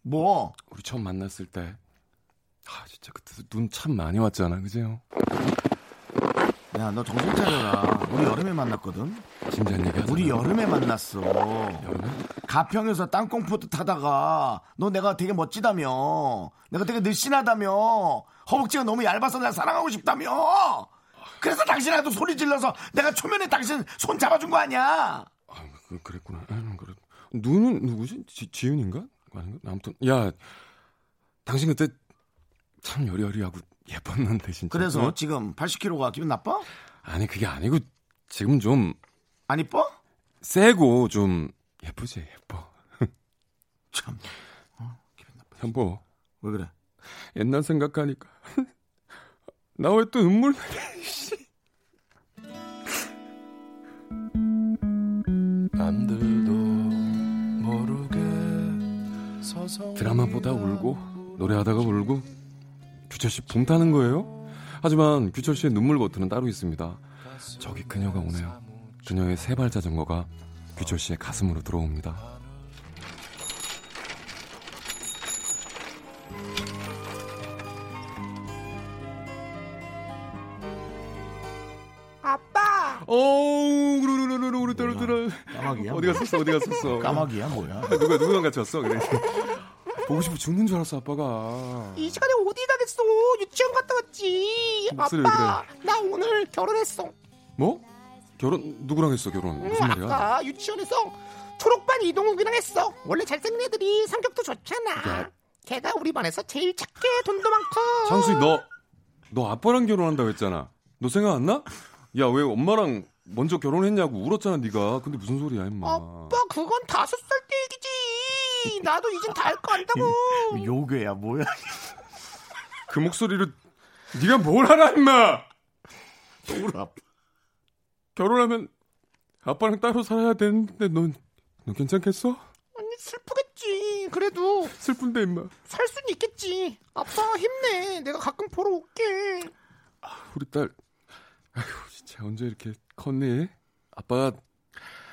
[SPEAKER 1] 뭐?
[SPEAKER 8] 우리 처음 만났을 때. 아 진짜 그때 눈 참 많이 왔잖아, 그죠?
[SPEAKER 1] 야 너 정신 차려라. 우리 여름에 만났거든.
[SPEAKER 8] 진지한 얘기 하자.
[SPEAKER 1] 우리 여름에 만났어. 가평에서 땅콩 보트 타다가 너 내가 되게 멋지다며. 내가 되게 늘씬하다며. 허벅지가 너무 얇아서 내가 사랑하고 싶다며. 그래서 당신한테 소리 질러서 내가 초면에 당신 손 잡아준 거 아니야.
[SPEAKER 8] 아, 그, 그랬구나. 아, 그래. 눈은 누구지? 지, 지윤인가? 그 아닌가? 아무튼 야, 당신 그때 참 여리여리하고 예뻤는데 진짜.
[SPEAKER 1] 그래서
[SPEAKER 8] 어?
[SPEAKER 1] 지금 80kg가 기분 나빠?
[SPEAKER 8] 아니 그게 아니고 지금 좀
[SPEAKER 1] 안 이뻐?
[SPEAKER 8] 세고 좀 예쁘지 예뻐.
[SPEAKER 1] 참.
[SPEAKER 8] 현보
[SPEAKER 1] 어, 왜 그래?
[SPEAKER 8] 뭐. 옛날 생각하니까 나 왜 또 눈물 나게 씨.
[SPEAKER 7] 남들도 모르게 서서
[SPEAKER 8] 드라마보다 울고 노래하다가 울고 규철 씨 붕타는 거예요? 하지만 규철 씨의 눈물 버튼은 따로 있습니다. 저기 그녀가 오네요. 그녀의 세발 자전거가 규철 씨의 가슴으로 들어옵니다.
[SPEAKER 7] 아빠
[SPEAKER 8] 어우, 그루루루루 우리 딸 들어.
[SPEAKER 1] 까마귀야? 뭐.
[SPEAKER 8] 어디 갔었어? 어디 갔었어?
[SPEAKER 1] 까마귀야 뭐야?
[SPEAKER 8] 누가 누구랑 같이 왔어? 그래. 보고 싶어 죽는 줄 알았어 아빠가.
[SPEAKER 7] 이 시간에 어디 가겠어 유치원 갔다 왔지
[SPEAKER 8] 목소리 왜
[SPEAKER 7] 아빠 나 오늘 결혼했어
[SPEAKER 8] 뭐? 결혼 누구랑 했어 결혼?
[SPEAKER 7] 응
[SPEAKER 8] 무슨 말이야?
[SPEAKER 7] 음, 아까 유치원에서 초록반 이동욱이랑 했어 원래 잘생긴 애들이 성격도 좋잖아
[SPEAKER 8] 야.
[SPEAKER 7] 걔가 우리 반에서 제일 착해 돈도 많고
[SPEAKER 8] 창수이 너, 너 아빠랑 결혼한다고 했잖아. 너 생각 안 나? 야, 왜 엄마랑 먼저 결혼했냐고 울었잖아, 네가. 근데 무슨 소리야, 임마.
[SPEAKER 7] 아빠 그건 다섯 살 때 얘기지 나도 이젠 다 할 거 안다고
[SPEAKER 1] 음.
[SPEAKER 7] 음,
[SPEAKER 1] 요괴야 뭐야?
[SPEAKER 8] 그 목소리로 네가 뭘 알아, 임마.
[SPEAKER 1] 울어 아파.
[SPEAKER 8] 결혼하면 아빠랑 따로 살아야 되는데 넌, 넌 괜찮겠어?
[SPEAKER 7] 언니 슬프겠지 그래도
[SPEAKER 8] 슬픈데, 임마.
[SPEAKER 7] 살 순 있겠지 아빠 힘내 내가 가끔 보러 올게
[SPEAKER 8] 우리 딸. 아휴, 진짜 언제 이렇게 컸니? 아빠,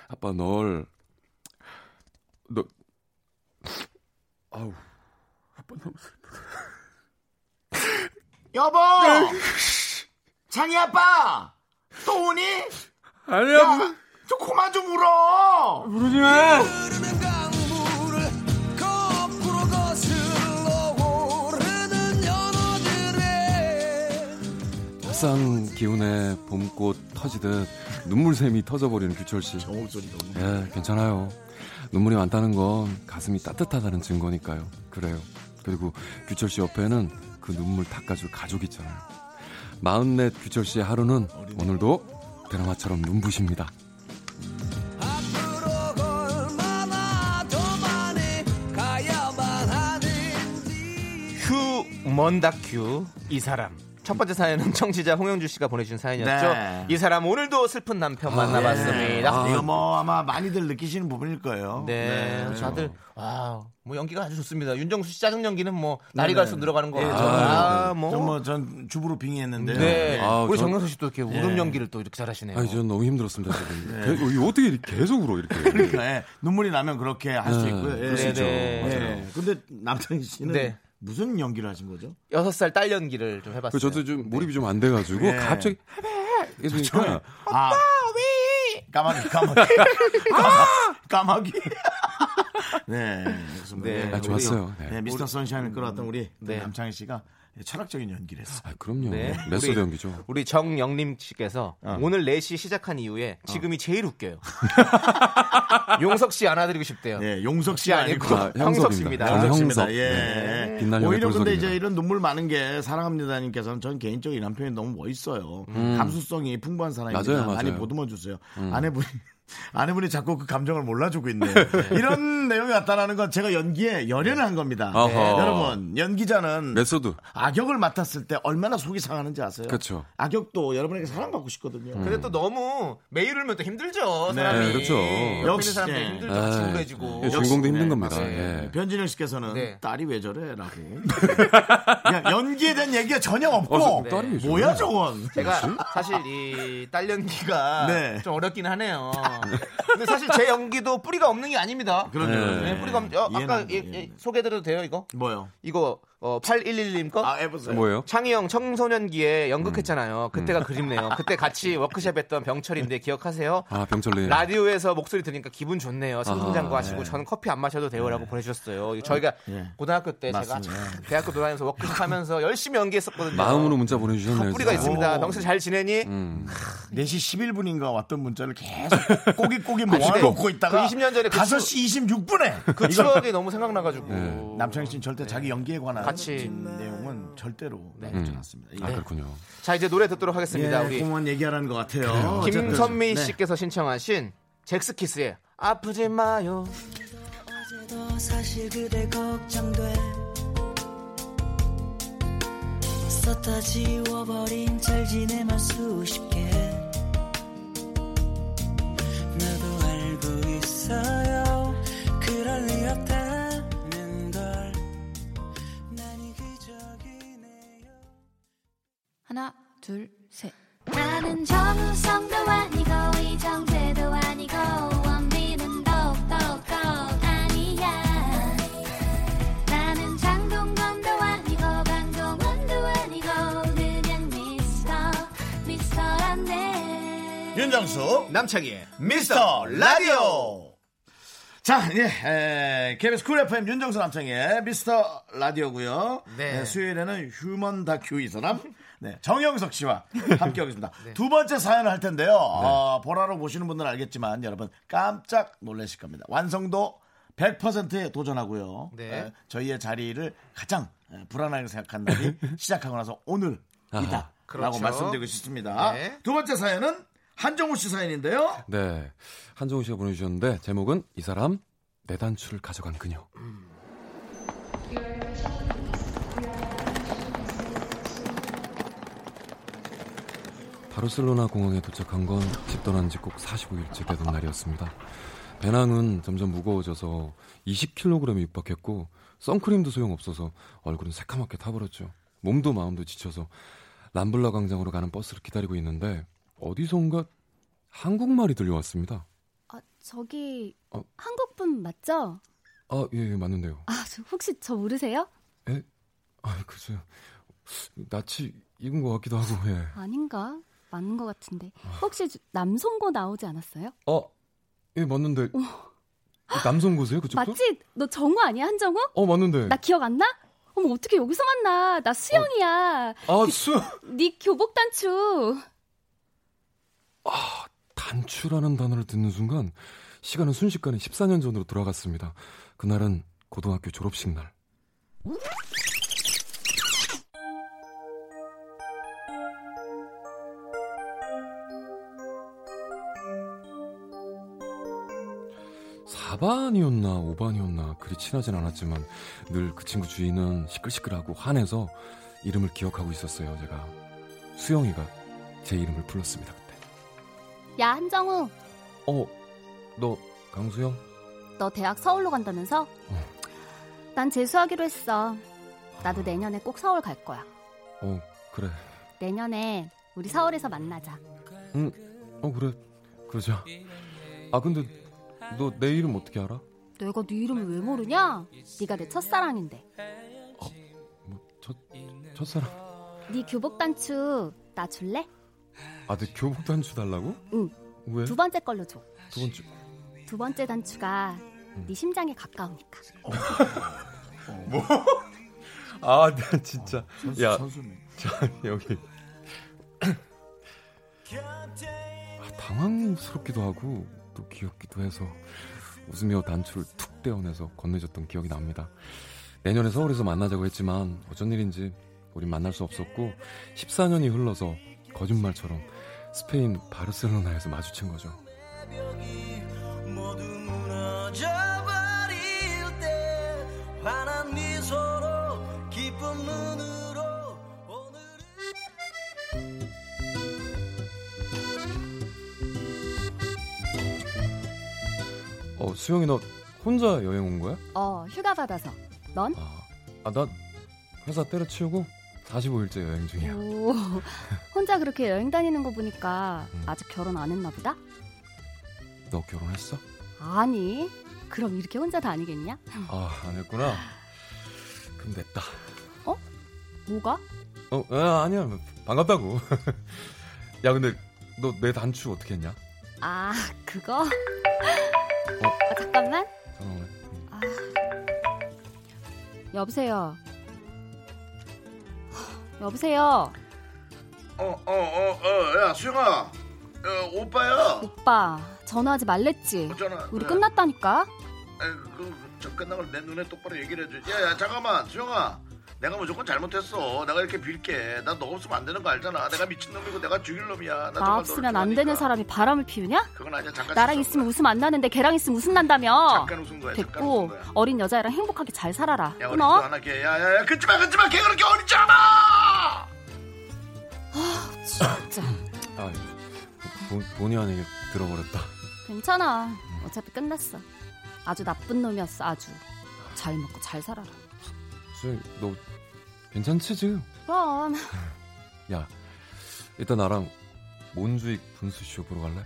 [SPEAKER 8] 아빠 널, 너, 아우, 아빠 너무 슬프다.
[SPEAKER 1] 여보! 장이 아빠! 또 오니?
[SPEAKER 8] 아니야,
[SPEAKER 1] 야, 좀 그만 좀 울어!
[SPEAKER 8] 부르지 마! 쌀쌀한 기운에 봄꽃 터지듯 눈물샘이 터져버리는 규철 씨. 예, 괜찮아요. 눈물이 많다는 건 가슴이 따뜻하다는 증거니까요. 그래요. 그리고 규철 씨 옆에는 그 눈물 닦아줄 가족이 있잖아요. 마흔넷 규철 씨의 하루는 오늘도 드라마처럼 눈부십니다.
[SPEAKER 2] 휴먼 다큐 이 사람 첫 번째 사연은 청취자 홍영주 씨가 보내준 사연이었죠.
[SPEAKER 1] 네.
[SPEAKER 2] 이 사람 오늘도 슬픈 남편 만나봤습니다.
[SPEAKER 1] 이거 뭐 아마 많이들 느끼시는 부분일 거예요.
[SPEAKER 2] 네,
[SPEAKER 1] 그렇죠.
[SPEAKER 2] 다들 와뭐 연기가 아주 좋습니다. 윤정수 씨 짜증 연기는 뭐 날이
[SPEAKER 1] 네네.
[SPEAKER 2] 갈수록 늘어가는 거
[SPEAKER 1] 예,
[SPEAKER 2] 같아요.
[SPEAKER 1] 저는
[SPEAKER 2] 아,
[SPEAKER 1] 전
[SPEAKER 2] 뭐.
[SPEAKER 1] 뭐 전 주부로 빙의했는데.
[SPEAKER 2] 네,
[SPEAKER 8] 네. 아,
[SPEAKER 2] 우리
[SPEAKER 8] 전-
[SPEAKER 2] 정명수 씨도 이렇게 울음 연기를 또 이렇게 잘하시네요.
[SPEAKER 8] 아니, 전 너무 힘들었습니다,
[SPEAKER 2] 네.
[SPEAKER 8] 지금. 개- 이거 어떻게 이렇게 계속 울어, 이렇게.
[SPEAKER 1] 그러니까 예, 눈물이 네. 나면 그렇게 할 수
[SPEAKER 8] 네,
[SPEAKER 1] 있고요. 예.
[SPEAKER 8] 그러시죠.
[SPEAKER 1] 예.
[SPEAKER 2] 네네.
[SPEAKER 1] 근데 남창희 씨는
[SPEAKER 2] 네.
[SPEAKER 1] 무슨 연기를 하신 거죠?
[SPEAKER 2] 여섯 살 딸 연기를 좀 해봤어요.
[SPEAKER 8] 그 저도 좀 몰입이 좀 안 돼가지고
[SPEAKER 2] 네.
[SPEAKER 1] 예.
[SPEAKER 8] 갑자기 그러니까
[SPEAKER 1] 아,
[SPEAKER 7] 왜?
[SPEAKER 1] 까마귀, 까마귀.
[SPEAKER 2] 아!
[SPEAKER 1] 까마귀. 네. 그렇습니다.
[SPEAKER 2] 네,
[SPEAKER 8] 아, 좋았어요.
[SPEAKER 1] 우리,
[SPEAKER 8] 네.
[SPEAKER 1] 네, 미스터 선샤인을 끌어왔던 우리
[SPEAKER 2] 네.
[SPEAKER 1] 남창희 씨가 철학적인 연기를 했어요.
[SPEAKER 8] 아, 그럼요.
[SPEAKER 2] 네.
[SPEAKER 8] 레스
[SPEAKER 2] 우리-
[SPEAKER 8] 연기죠. 어.
[SPEAKER 2] 우리 정영림 씨께서 오늘 4시 시작한 이후에 지금이 제일 웃겨요. 용석 씨 안아드리고 싶대요.
[SPEAKER 8] 예.
[SPEAKER 1] 네, 용석 씨
[SPEAKER 2] 씨 아니고
[SPEAKER 1] 아니고
[SPEAKER 8] 아,
[SPEAKER 2] 형석
[SPEAKER 8] 형섭입니다.
[SPEAKER 2] 씨입니다.
[SPEAKER 8] 아,
[SPEAKER 1] 아,
[SPEAKER 8] 형-
[SPEAKER 1] 형섭.
[SPEAKER 8] 형섭.
[SPEAKER 1] 예.
[SPEAKER 8] 네. 빛나는
[SPEAKER 1] 오히려 근데
[SPEAKER 8] 불속입니다.
[SPEAKER 1] 이제 이런 눈물 많은 게 사랑합니다님께서는 전 개인적으로 이 남편이 너무 멋있어요. 감수성이 풍부한 사람입니다.
[SPEAKER 8] 맞아요, 맞아요.
[SPEAKER 1] 많이 보듬어 주세요. 아내분이 아내분이 자꾸 그 감정을 몰라주고 있네요. 이런 내용이 나타나는 건 제가 연기에 열연을 한 겁니다.
[SPEAKER 8] 어허.
[SPEAKER 1] 네, 여러분 연기자는
[SPEAKER 8] 메소드.
[SPEAKER 1] 악역을 맡았을 때 얼마나 속이 상하는지 아세요?
[SPEAKER 8] 그쵸.
[SPEAKER 1] 악역도 여러분에게 사랑받고 싶거든요.
[SPEAKER 2] 근데 또 너무 매일 울면 또 힘들죠.
[SPEAKER 1] 네,
[SPEAKER 2] 사람이.
[SPEAKER 8] 그렇죠.
[SPEAKER 2] 옆에
[SPEAKER 1] 역시. 네.
[SPEAKER 2] 있는 사람들 힘들죠.
[SPEAKER 8] 아,
[SPEAKER 2] 같이 우울해지고.
[SPEAKER 8] 예,
[SPEAKER 1] 역시.
[SPEAKER 8] 주인공도
[SPEAKER 1] 네,
[SPEAKER 8] 힘든 겁니다.
[SPEAKER 2] 맞아요.
[SPEAKER 8] 예.
[SPEAKER 1] 변진영 씨께서는
[SPEAKER 2] 네.
[SPEAKER 1] 딸이 왜 저래라고 그냥 연기에 대한 얘기가 전혀 없고
[SPEAKER 8] 어, 저 딸이 왜 저래?
[SPEAKER 1] 뭐야 저건
[SPEAKER 2] 제가 사실 이 딸 연기가
[SPEAKER 1] 네.
[SPEAKER 2] 좀 어렵긴 하네요. 근데 사실 제 연기도 뿌리가 없는 게 아닙니다.
[SPEAKER 1] 그럼요.
[SPEAKER 2] 네,
[SPEAKER 1] 네.
[SPEAKER 2] 뿌리가 없... 어, 아까
[SPEAKER 1] 이해는
[SPEAKER 2] 예,
[SPEAKER 1] 합니다.
[SPEAKER 2] 예,
[SPEAKER 1] 예.
[SPEAKER 2] 소개드려도 돼요 이거?
[SPEAKER 1] 뭐요?
[SPEAKER 2] 이거 어, 8111님 거?
[SPEAKER 1] 아 음. 해보세요.
[SPEAKER 8] 뭐예요?
[SPEAKER 2] 창희 형 청소년기에 연극했잖아요. 그때가 그립네요. 그때
[SPEAKER 1] 예.
[SPEAKER 2] 같이 워크숍했던 병철인데 기억하세요?
[SPEAKER 8] 아,
[SPEAKER 1] 네.
[SPEAKER 8] 병철님.
[SPEAKER 2] 라디오에서 목소리 들으니까 기분 좋네요. 승승장구
[SPEAKER 8] 아,
[SPEAKER 2] 하시고 저는 커피 안 마셔도 돼요라고 보내주셨어요. 이거 저희가
[SPEAKER 1] 예.
[SPEAKER 2] 고등학교 때 제가
[SPEAKER 1] 네. 맞습니다.
[SPEAKER 2] 참 대학교 돌아다니면서 워크숍하면서 열심히 연기했었거든요.
[SPEAKER 8] 마음으로 문자 보내주셨네요.
[SPEAKER 2] 뿌리가
[SPEAKER 8] 진짜.
[SPEAKER 2] 있습니다.
[SPEAKER 1] 오. 음.
[SPEAKER 2] 병철 잘 지내니?
[SPEAKER 1] 4시 11분인가 왔던 문자를 계속 꼬깃꼬깃 모아놓고 있다가
[SPEAKER 2] 그 20년 전에 그
[SPEAKER 1] 5시 26분에
[SPEAKER 2] 그 추억이 너무 생각나가지고
[SPEAKER 1] 남창희 씨는 절대 자기 연기에 관한
[SPEAKER 2] 네. 같이.
[SPEAKER 1] 지금 내용은 절대로 나오지 않았습니다.
[SPEAKER 8] 아,
[SPEAKER 1] 예.
[SPEAKER 8] 그렇군요.
[SPEAKER 2] 자 이제 노래 듣도록 하겠습니다.
[SPEAKER 1] 예,
[SPEAKER 2] 우리
[SPEAKER 1] 그만 얘기하라는 것 같아요. 어쨌든.
[SPEAKER 2] 김선미
[SPEAKER 1] 네.
[SPEAKER 2] 씨께서 신청하신 잭스키스의 아프지 마요.
[SPEAKER 4] 어제도 사실 그대 걱정돼 썼다 지워버린 잘 지내만 수십 개 나도 알고 있어요 그럴 리 없다는 걸난 이기적이네요
[SPEAKER 10] 하나, 둘, 셋.
[SPEAKER 3] 나는 정우성도 아니고 이정재도 아니고 원빈은 더욱더 아니야 나는 장동건도 아니고 강동원도 아니고 그냥 미스터 미스터란데
[SPEAKER 8] 예.
[SPEAKER 1] 윤정수
[SPEAKER 2] 남창희의
[SPEAKER 1] 미스터 라디오. 자, 예, 에, KBS 쿨 FM 윤정수 남창의 미스터 라디오고요.
[SPEAKER 2] 네.
[SPEAKER 1] 네, 수요일에는 휴먼 다큐 이 사람. 네, 정영석 씨와 함께하겠습니다.
[SPEAKER 2] 네.
[SPEAKER 1] 두 번째 사연을 할 텐데요. 어, 보라로 보시는 분들은 알겠지만 여러분 깜짝 놀라실 겁니다. 완성도 100%에 도전하고요.
[SPEAKER 2] 네.
[SPEAKER 1] 에, 저희의 자리를 가장 에, 불안하게 생각한 날이 시작하고 나서 오늘이다. 라고
[SPEAKER 2] 그렇죠.
[SPEAKER 1] 말씀드리고 싶습니다.
[SPEAKER 2] 네.
[SPEAKER 1] 두 번째 사연은 한정우 씨 사연인데요.
[SPEAKER 8] 네. 한정우 씨가 보내주셨는데, 제목은 이 사람, 내 단추를 가져간 그녀. 바르셀로나 공항에 도착한 건 집 떠난 지 꼭 45일째 되던 날이었습니다. 배낭은 점점 무거워져서 20kg에 육박했고 선크림도 소용없어서 얼굴은 새카맣게 타버렸죠. 몸도 마음도 지쳐서 람블라 광장으로 가는 버스를 기다리고 있는데 어디선가 한국말이 들려왔습니다.
[SPEAKER 10] 아, 저기
[SPEAKER 8] 어.
[SPEAKER 10] 한국분 맞죠?
[SPEAKER 8] 아, 예, 예 맞는데요.
[SPEAKER 10] 아, 저 혹시 저 모르세요?
[SPEAKER 8] 아, 글쎄요. 낯이 익은 것 같기도 하고, 예.
[SPEAKER 10] 아닌가? 맞는 것 같은데.
[SPEAKER 8] 아.
[SPEAKER 10] 혹시 저- 남성고 나오지 않았어요?
[SPEAKER 8] 어, 예, 맞는데. 남성고세요, 그쪽도?
[SPEAKER 10] 어. 맞지? 너 정우 아니야? 한정우?
[SPEAKER 8] 어, 맞는데.
[SPEAKER 10] 나 기억 안 나? 어머, 어떻게 여기서 만나? 나 수영이야.
[SPEAKER 8] 아, 수...
[SPEAKER 10] 네 교복 단추.
[SPEAKER 8] 단추라는 단어를 듣는 순간 시간은 순식간에 14년 전으로 돌아갔습니다. 그날은 고등학교 졸업식 날. 사반이었나오반이었나 그리 친하진 않았지만 늘 그 친구 주인은 시끌시끌하고 화내서 이름을 기억하고 있었어요, 제가. 수영이가 제 이름을 불렀습니다, 그때.
[SPEAKER 10] 야, 한정우.
[SPEAKER 8] 어, 너 강수영?
[SPEAKER 10] 너 대학 서울로 간다면서? 난 재수하기로 했어. 나도 내년에 꼭 서울 갈 거야.
[SPEAKER 8] 어, 그래.
[SPEAKER 10] 내년에 우리 서울에서 만나자.
[SPEAKER 8] 어, 그래. 그러자. 아, 근데 너 내 이름 어떻게 알아?
[SPEAKER 10] 내가 네 이름을 왜 모르냐? 네가 내 첫사랑인데.
[SPEAKER 8] 첫사랑.
[SPEAKER 11] 네 교복 단추 나 줄래?
[SPEAKER 8] 아, 내 교복 단추 달라고?
[SPEAKER 11] 응.
[SPEAKER 10] 네?
[SPEAKER 8] 왜?
[SPEAKER 11] 두 번째 걸로 줘.
[SPEAKER 8] 두 번째.
[SPEAKER 11] 두 번째 단추가 네 심장에 가까우니까.
[SPEAKER 8] 뭐? 아, 나 진짜. 야, 자 여기. 아, 당황스럽기도 하고 또 귀엽기도 해서 웃으며 단추를 툭 떼어내서 건네줬던 기억이 납니다. 내년에 서울에서 만나자고 했지만 어쩐 일인지 우린 만날 수 없었고 14년이 흘러서 거짓말처럼 스페인 바르셀로나에서 마주친 거죠.
[SPEAKER 12] 모두 무너져버릴 때 환한 미소로 기쁜 눈으로
[SPEAKER 8] 어, 수영이 너 혼자 여행 온 거야?
[SPEAKER 11] 어 휴가 받아서. 넌?
[SPEAKER 8] 아, 나 회사 때려치우고 45일째 여행 중이야.
[SPEAKER 11] 오 혼자 그렇게 여행 다니는 거 보니까 아직 결혼 안 했나 보다.
[SPEAKER 8] 너 결혼했어?
[SPEAKER 11] 아니 그럼 이렇게 혼자 다니겠냐?
[SPEAKER 8] 아, 안 했구나. 그럼 됐다.
[SPEAKER 11] 뭐가?
[SPEAKER 8] 어, 아, 아니야. 반갑다고. 야, 근데 너 내 단추 어떻게 했냐?
[SPEAKER 11] 아 그거? 아, 잠깐만.
[SPEAKER 8] 전화 오네.
[SPEAKER 11] 여보세요. 여보세요.
[SPEAKER 1] 어, 어, 어, 어, 야, 수영아. 어, 오빠야.
[SPEAKER 11] 오빠 전화하지 말랬지.
[SPEAKER 1] 전화,
[SPEAKER 11] 우리
[SPEAKER 1] 네.
[SPEAKER 11] 끝났다니까.
[SPEAKER 1] 에이, 그, 저 끝난 걸 내 눈에 똑바로 얘기를 해줘. 야, 야, 잠깐만, 수영아. 내가 무조건 잘못했어. 내가 이렇게 빌게. 나 너 없으면 안 되는 거 알잖아. 내가 미친 놈이고 내가 죽일 놈이야. 나
[SPEAKER 11] 나
[SPEAKER 1] 정말 너를
[SPEAKER 11] 없으면 안 되는 사람이 바람을 피우냐?
[SPEAKER 1] 그건 아니야. 잠깐.
[SPEAKER 11] 나랑 있으면 웃음 안 나는데 걔랑 있으면 웃음 난다며.
[SPEAKER 1] 잠깐 웃은 거야, 잠깐 웃은
[SPEAKER 11] 됐고
[SPEAKER 1] 거야.
[SPEAKER 11] 어린 여자애랑 행복하게 잘 살아라.
[SPEAKER 1] 야, 어린
[SPEAKER 11] 끊어.
[SPEAKER 1] 거 하나 걔. 야, 야, 야, 끊지 마, 끊지 마. 걔 그렇게 어리지 않아.
[SPEAKER 11] 아, 진짜.
[SPEAKER 8] 아, 본, 본의 아니게 들어버렸다.
[SPEAKER 11] 괜찮아. 어차피 끝났어. 아주 나쁜 놈이었어. 아주. 잘 먹고 잘 살아라.
[SPEAKER 8] 수영, 너 괜찮지 지금?
[SPEAKER 11] 그럼
[SPEAKER 8] 야, 일단 나랑 몬주익 분수쇼 보러 갈래?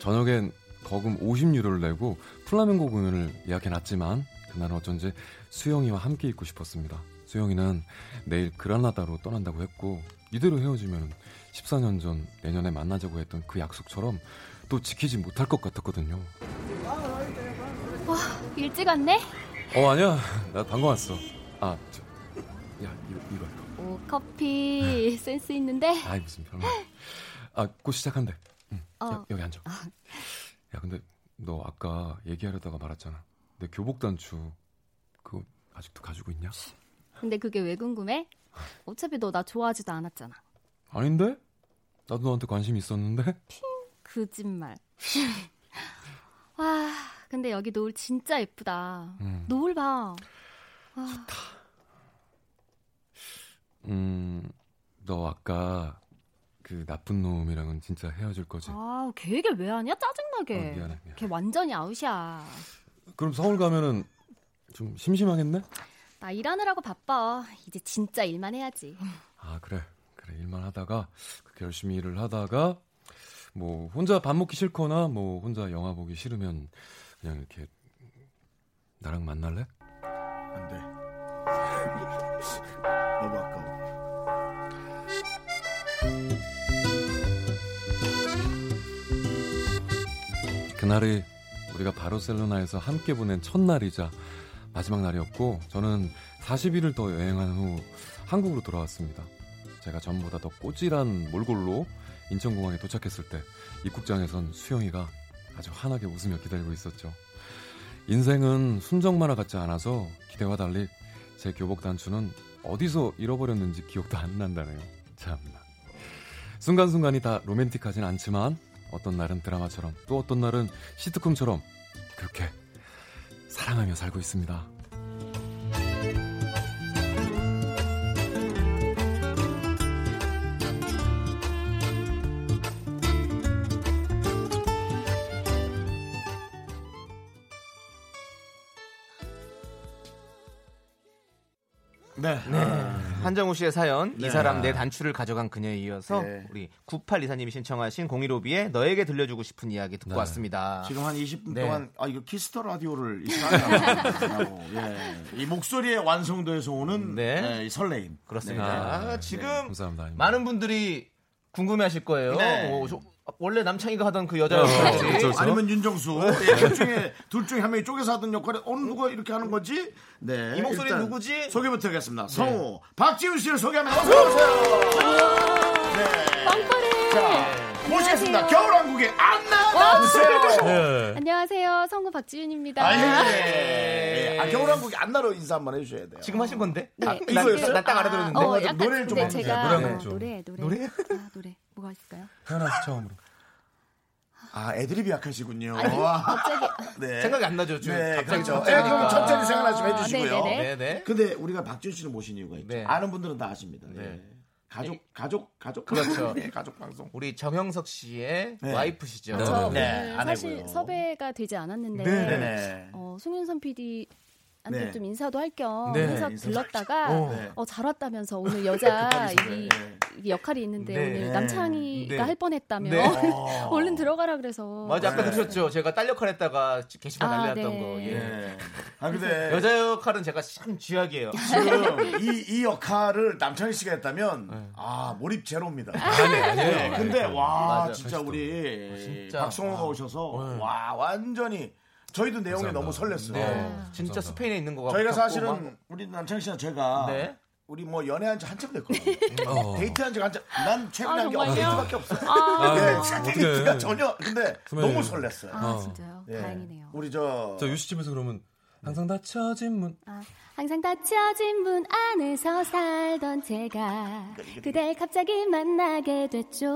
[SPEAKER 8] 저녁엔 거금 50유로를 내고 플라멩고 공연을 예약해놨지만 그날은 어쩐지 수영이와 함께 있고 싶었습니다. 수영이는 내일 그라나다로 떠난다고 했고 이대로 헤어지면 14년 전 내년에 만나자고 했던 그 약속처럼 또 지키지 못할 것 같았거든요.
[SPEAKER 11] 와, 일찍 왔네.
[SPEAKER 8] 어 아니야 나 방금 왔어 아야 이거 이거 이거
[SPEAKER 11] 오, 커피 센스 있는데.
[SPEAKER 8] 아이 무슨 별말 아곧 시작한대 응.
[SPEAKER 11] 어.
[SPEAKER 8] 야, 여기 앉아 야 근데 너 아까 얘기하려다가 말았잖아 내 교복 단추 그거 아직도 가지고 있냐
[SPEAKER 11] 근데 그게 왜 궁금해? 어차피 너 나 좋아하지도 않았잖아.
[SPEAKER 8] 아닌데 나도 너한테 관심 있었는데
[SPEAKER 11] 거짓말. 와, 근데 여기 노을 진짜 예쁘다.
[SPEAKER 8] 음.
[SPEAKER 11] 노을 봐. 와,
[SPEAKER 8] 음, 음너 아까 그 나쁜 놈이랑은 진짜 헤어질 거지
[SPEAKER 11] 아, 걔 얘기를 왜 하냐? 짜증나게.
[SPEAKER 8] 어, 미안해, 미안해.
[SPEAKER 11] 걔 완전히 아웃이야.
[SPEAKER 8] 그럼 서울 가면은 좀 심심하겠네
[SPEAKER 11] 나 일하느라고 바빠. 이제 진짜 일만 해야지.
[SPEAKER 8] 아 그래 그래 일만 하다가 그렇게 열심히 일을 하다가 뭐 혼자 밥 먹기 싫거나 뭐 혼자 영화 보기 싫으면 그냥 이렇게 나랑 만날래?
[SPEAKER 1] 안돼. 너무 아까워.
[SPEAKER 8] 그날이 우리가 바르셀로나에서 함께 보낸 첫날이자 마지막 날이었고 저는 40일을 더 여행한 후 한국으로 돌아왔습니다. 제가 전보다 더 꼬질한 몰골로 인천공항에 도착했을 때 입국장에선 수영이가 아주 환하게 웃으며 기다리고 있었죠. 인생은 순정만화 같지 않아서 기대와 달리 제 교복 단추는 어디서 잃어버렸는지 기억도 안 난다네요. 참나. 순간순간이 다 로맨틱하진 않지만 어떤 날은 드라마처럼 또 어떤 날은 시트콤처럼 그렇게 사랑하며 살고 있습니다.
[SPEAKER 1] 네.
[SPEAKER 2] 한정우 씨의 사연
[SPEAKER 1] 네.
[SPEAKER 2] 이 사람 내 단추를 가져간 그녀에 이어서
[SPEAKER 1] 네.
[SPEAKER 2] 우리 98 이사님이 신청하신 015B의 너에게 들려주고 싶은 이야기
[SPEAKER 1] 네.
[SPEAKER 2] 듣고
[SPEAKER 1] 아,
[SPEAKER 2] 왔습니다.
[SPEAKER 1] 지금 한 20분
[SPEAKER 2] 네.
[SPEAKER 1] 동안 아 이거 키스터 라디오를 이 사람이 하고 예. 이 목소리의 완성도에서 오는 예, 이 설레임
[SPEAKER 2] 네.
[SPEAKER 1] 네.
[SPEAKER 2] 그렇습니다. 아, 지금
[SPEAKER 8] 감사합니다.
[SPEAKER 2] 많은 분들이 궁금해하실 거예요.
[SPEAKER 1] 네.
[SPEAKER 2] 어, 저- 원래 남창이가 하던 그 여자
[SPEAKER 1] 어,
[SPEAKER 2] 역할이지.
[SPEAKER 1] 그렇죠, 그렇죠. 아니면 윤정수
[SPEAKER 2] 네.
[SPEAKER 1] 예, 둘 중에 둘 중에 한 명이 쪼개서 하던 역할을 어느 누가 이렇게 하는 거지? 네.
[SPEAKER 2] 이 목소리
[SPEAKER 1] 일단
[SPEAKER 2] 누구지? 네.
[SPEAKER 1] 소개부터 하겠습니다. 성우 박지훈 씨를 소개합니다. 어서 오세요. 네. 자, 모시겠습니다. 겨울왕국의 안나 주세요.
[SPEAKER 11] 안녕하세요. 성우 박지윤입니다.
[SPEAKER 2] 네.
[SPEAKER 1] 아, 예. 아, 겨울왕국의 안나로 인사 한번 해주셔야 돼요. 지금
[SPEAKER 2] 하신 건데?
[SPEAKER 11] 네,
[SPEAKER 1] 아,
[SPEAKER 11] 지금-
[SPEAKER 1] 이거였어요?
[SPEAKER 11] 아, 어, 약간-
[SPEAKER 1] 노래를 좀
[SPEAKER 11] 네,
[SPEAKER 1] 하면
[SPEAKER 11] 제가
[SPEAKER 1] 돼요. 노래
[SPEAKER 11] 어,
[SPEAKER 1] 한 번.
[SPEAKER 11] 노래 노래
[SPEAKER 1] 노래?
[SPEAKER 11] 아, 노래 뭐가 있을까요?
[SPEAKER 1] 태어나서 처음으로. 아, 애드립이 약하시군요.
[SPEAKER 11] 아니,
[SPEAKER 1] 와.
[SPEAKER 11] 갑자기
[SPEAKER 1] 네.
[SPEAKER 2] 생각이 안 나죠, 지금.
[SPEAKER 1] 네,
[SPEAKER 2] 갑자기
[SPEAKER 1] 그렇죠.
[SPEAKER 2] 갑자기.
[SPEAKER 1] 네, 그럼 천천히 생각을 좀
[SPEAKER 2] 아,
[SPEAKER 1] 해주시고요.
[SPEAKER 2] 네네네. 네네. 네.
[SPEAKER 1] 근데 우리가 박준 씨를 모신 이유가 있죠. 아는 분들은 다 아십니다. 예. 가족, 가족, 가족.
[SPEAKER 2] 그렇죠.
[SPEAKER 1] 예, 가족 방송.
[SPEAKER 2] 우리 정영석 씨의
[SPEAKER 1] 네.
[SPEAKER 2] 와이프시죠.
[SPEAKER 1] 네. 저
[SPEAKER 11] 오늘 사실 섭외가 되지 않았는데
[SPEAKER 2] 네네.
[SPEAKER 11] 어, 송윤선 PD 한테
[SPEAKER 2] 네.
[SPEAKER 11] 좀 인사도 할 겸
[SPEAKER 2] 네,
[SPEAKER 11] 해서
[SPEAKER 2] 인사도
[SPEAKER 11] 불렀다가
[SPEAKER 2] 할 겸. 네.
[SPEAKER 11] 어, 잘 왔다면서 오늘 여자
[SPEAKER 2] 급한 인사를,
[SPEAKER 11] 이, 이 역할이 있는데
[SPEAKER 2] 네.
[SPEAKER 11] 오늘
[SPEAKER 2] 네.
[SPEAKER 11] 남창희가
[SPEAKER 2] 네.
[SPEAKER 11] 할 뻔했다며
[SPEAKER 2] 네. 어.
[SPEAKER 11] 얼른 들어가라 그래서
[SPEAKER 2] 맞아 아까 들으셨죠? 제가 딸 역할 했다가 게시판
[SPEAKER 11] 아,
[SPEAKER 2] 날려놨던
[SPEAKER 11] 네.
[SPEAKER 2] 거. 예.
[SPEAKER 1] 네. 네. 아, 근데-
[SPEAKER 2] 여자 역할은 제가 참 쥐약이에요.
[SPEAKER 1] 네. 지금 이, 이 역할을 남창희 씨가 했다면 아 몰입 제로입니다.
[SPEAKER 2] 네. 아니에요.
[SPEAKER 1] 네, 근데
[SPEAKER 2] 아니에요.
[SPEAKER 1] 와
[SPEAKER 2] 맞아요.
[SPEAKER 1] 진짜
[SPEAKER 2] 사실도.
[SPEAKER 1] 우리
[SPEAKER 2] 진짜.
[SPEAKER 1] 박성호가
[SPEAKER 2] 아.
[SPEAKER 1] 오셔서 와 완전히 저희도 내용이 너무 설렜어요. 그렇죠.
[SPEAKER 2] 네. 진짜 스페인에 있는 거 같고.
[SPEAKER 1] 저희가 사실은
[SPEAKER 2] 막-
[SPEAKER 1] 우리 남창희 씨나 제가
[SPEAKER 2] 네.
[SPEAKER 1] 우리 뭐 연애한 지 한참 됐거든요.
[SPEAKER 2] 어.
[SPEAKER 1] 데이트한 지가 한참. 난 최근에
[SPEAKER 11] 아,
[SPEAKER 1] 한 게
[SPEAKER 11] 정말요?
[SPEAKER 1] 업데이트밖에 없어.
[SPEAKER 11] 아.
[SPEAKER 1] 네,
[SPEAKER 11] 아유,
[SPEAKER 1] 스트레스가
[SPEAKER 8] 어떡해.
[SPEAKER 1] 전혀. 근데
[SPEAKER 8] 정말.
[SPEAKER 1] 너무 설렜어요.
[SPEAKER 8] 아,
[SPEAKER 11] 진짜요?
[SPEAKER 1] 다행이네요. 우리 저
[SPEAKER 8] 자, 유시집에서 그러면 항상 닫혀진 문.
[SPEAKER 11] 항상 닫혀진 문 안에서 살던 제가 그댈 갑자기 만나게 됐죠.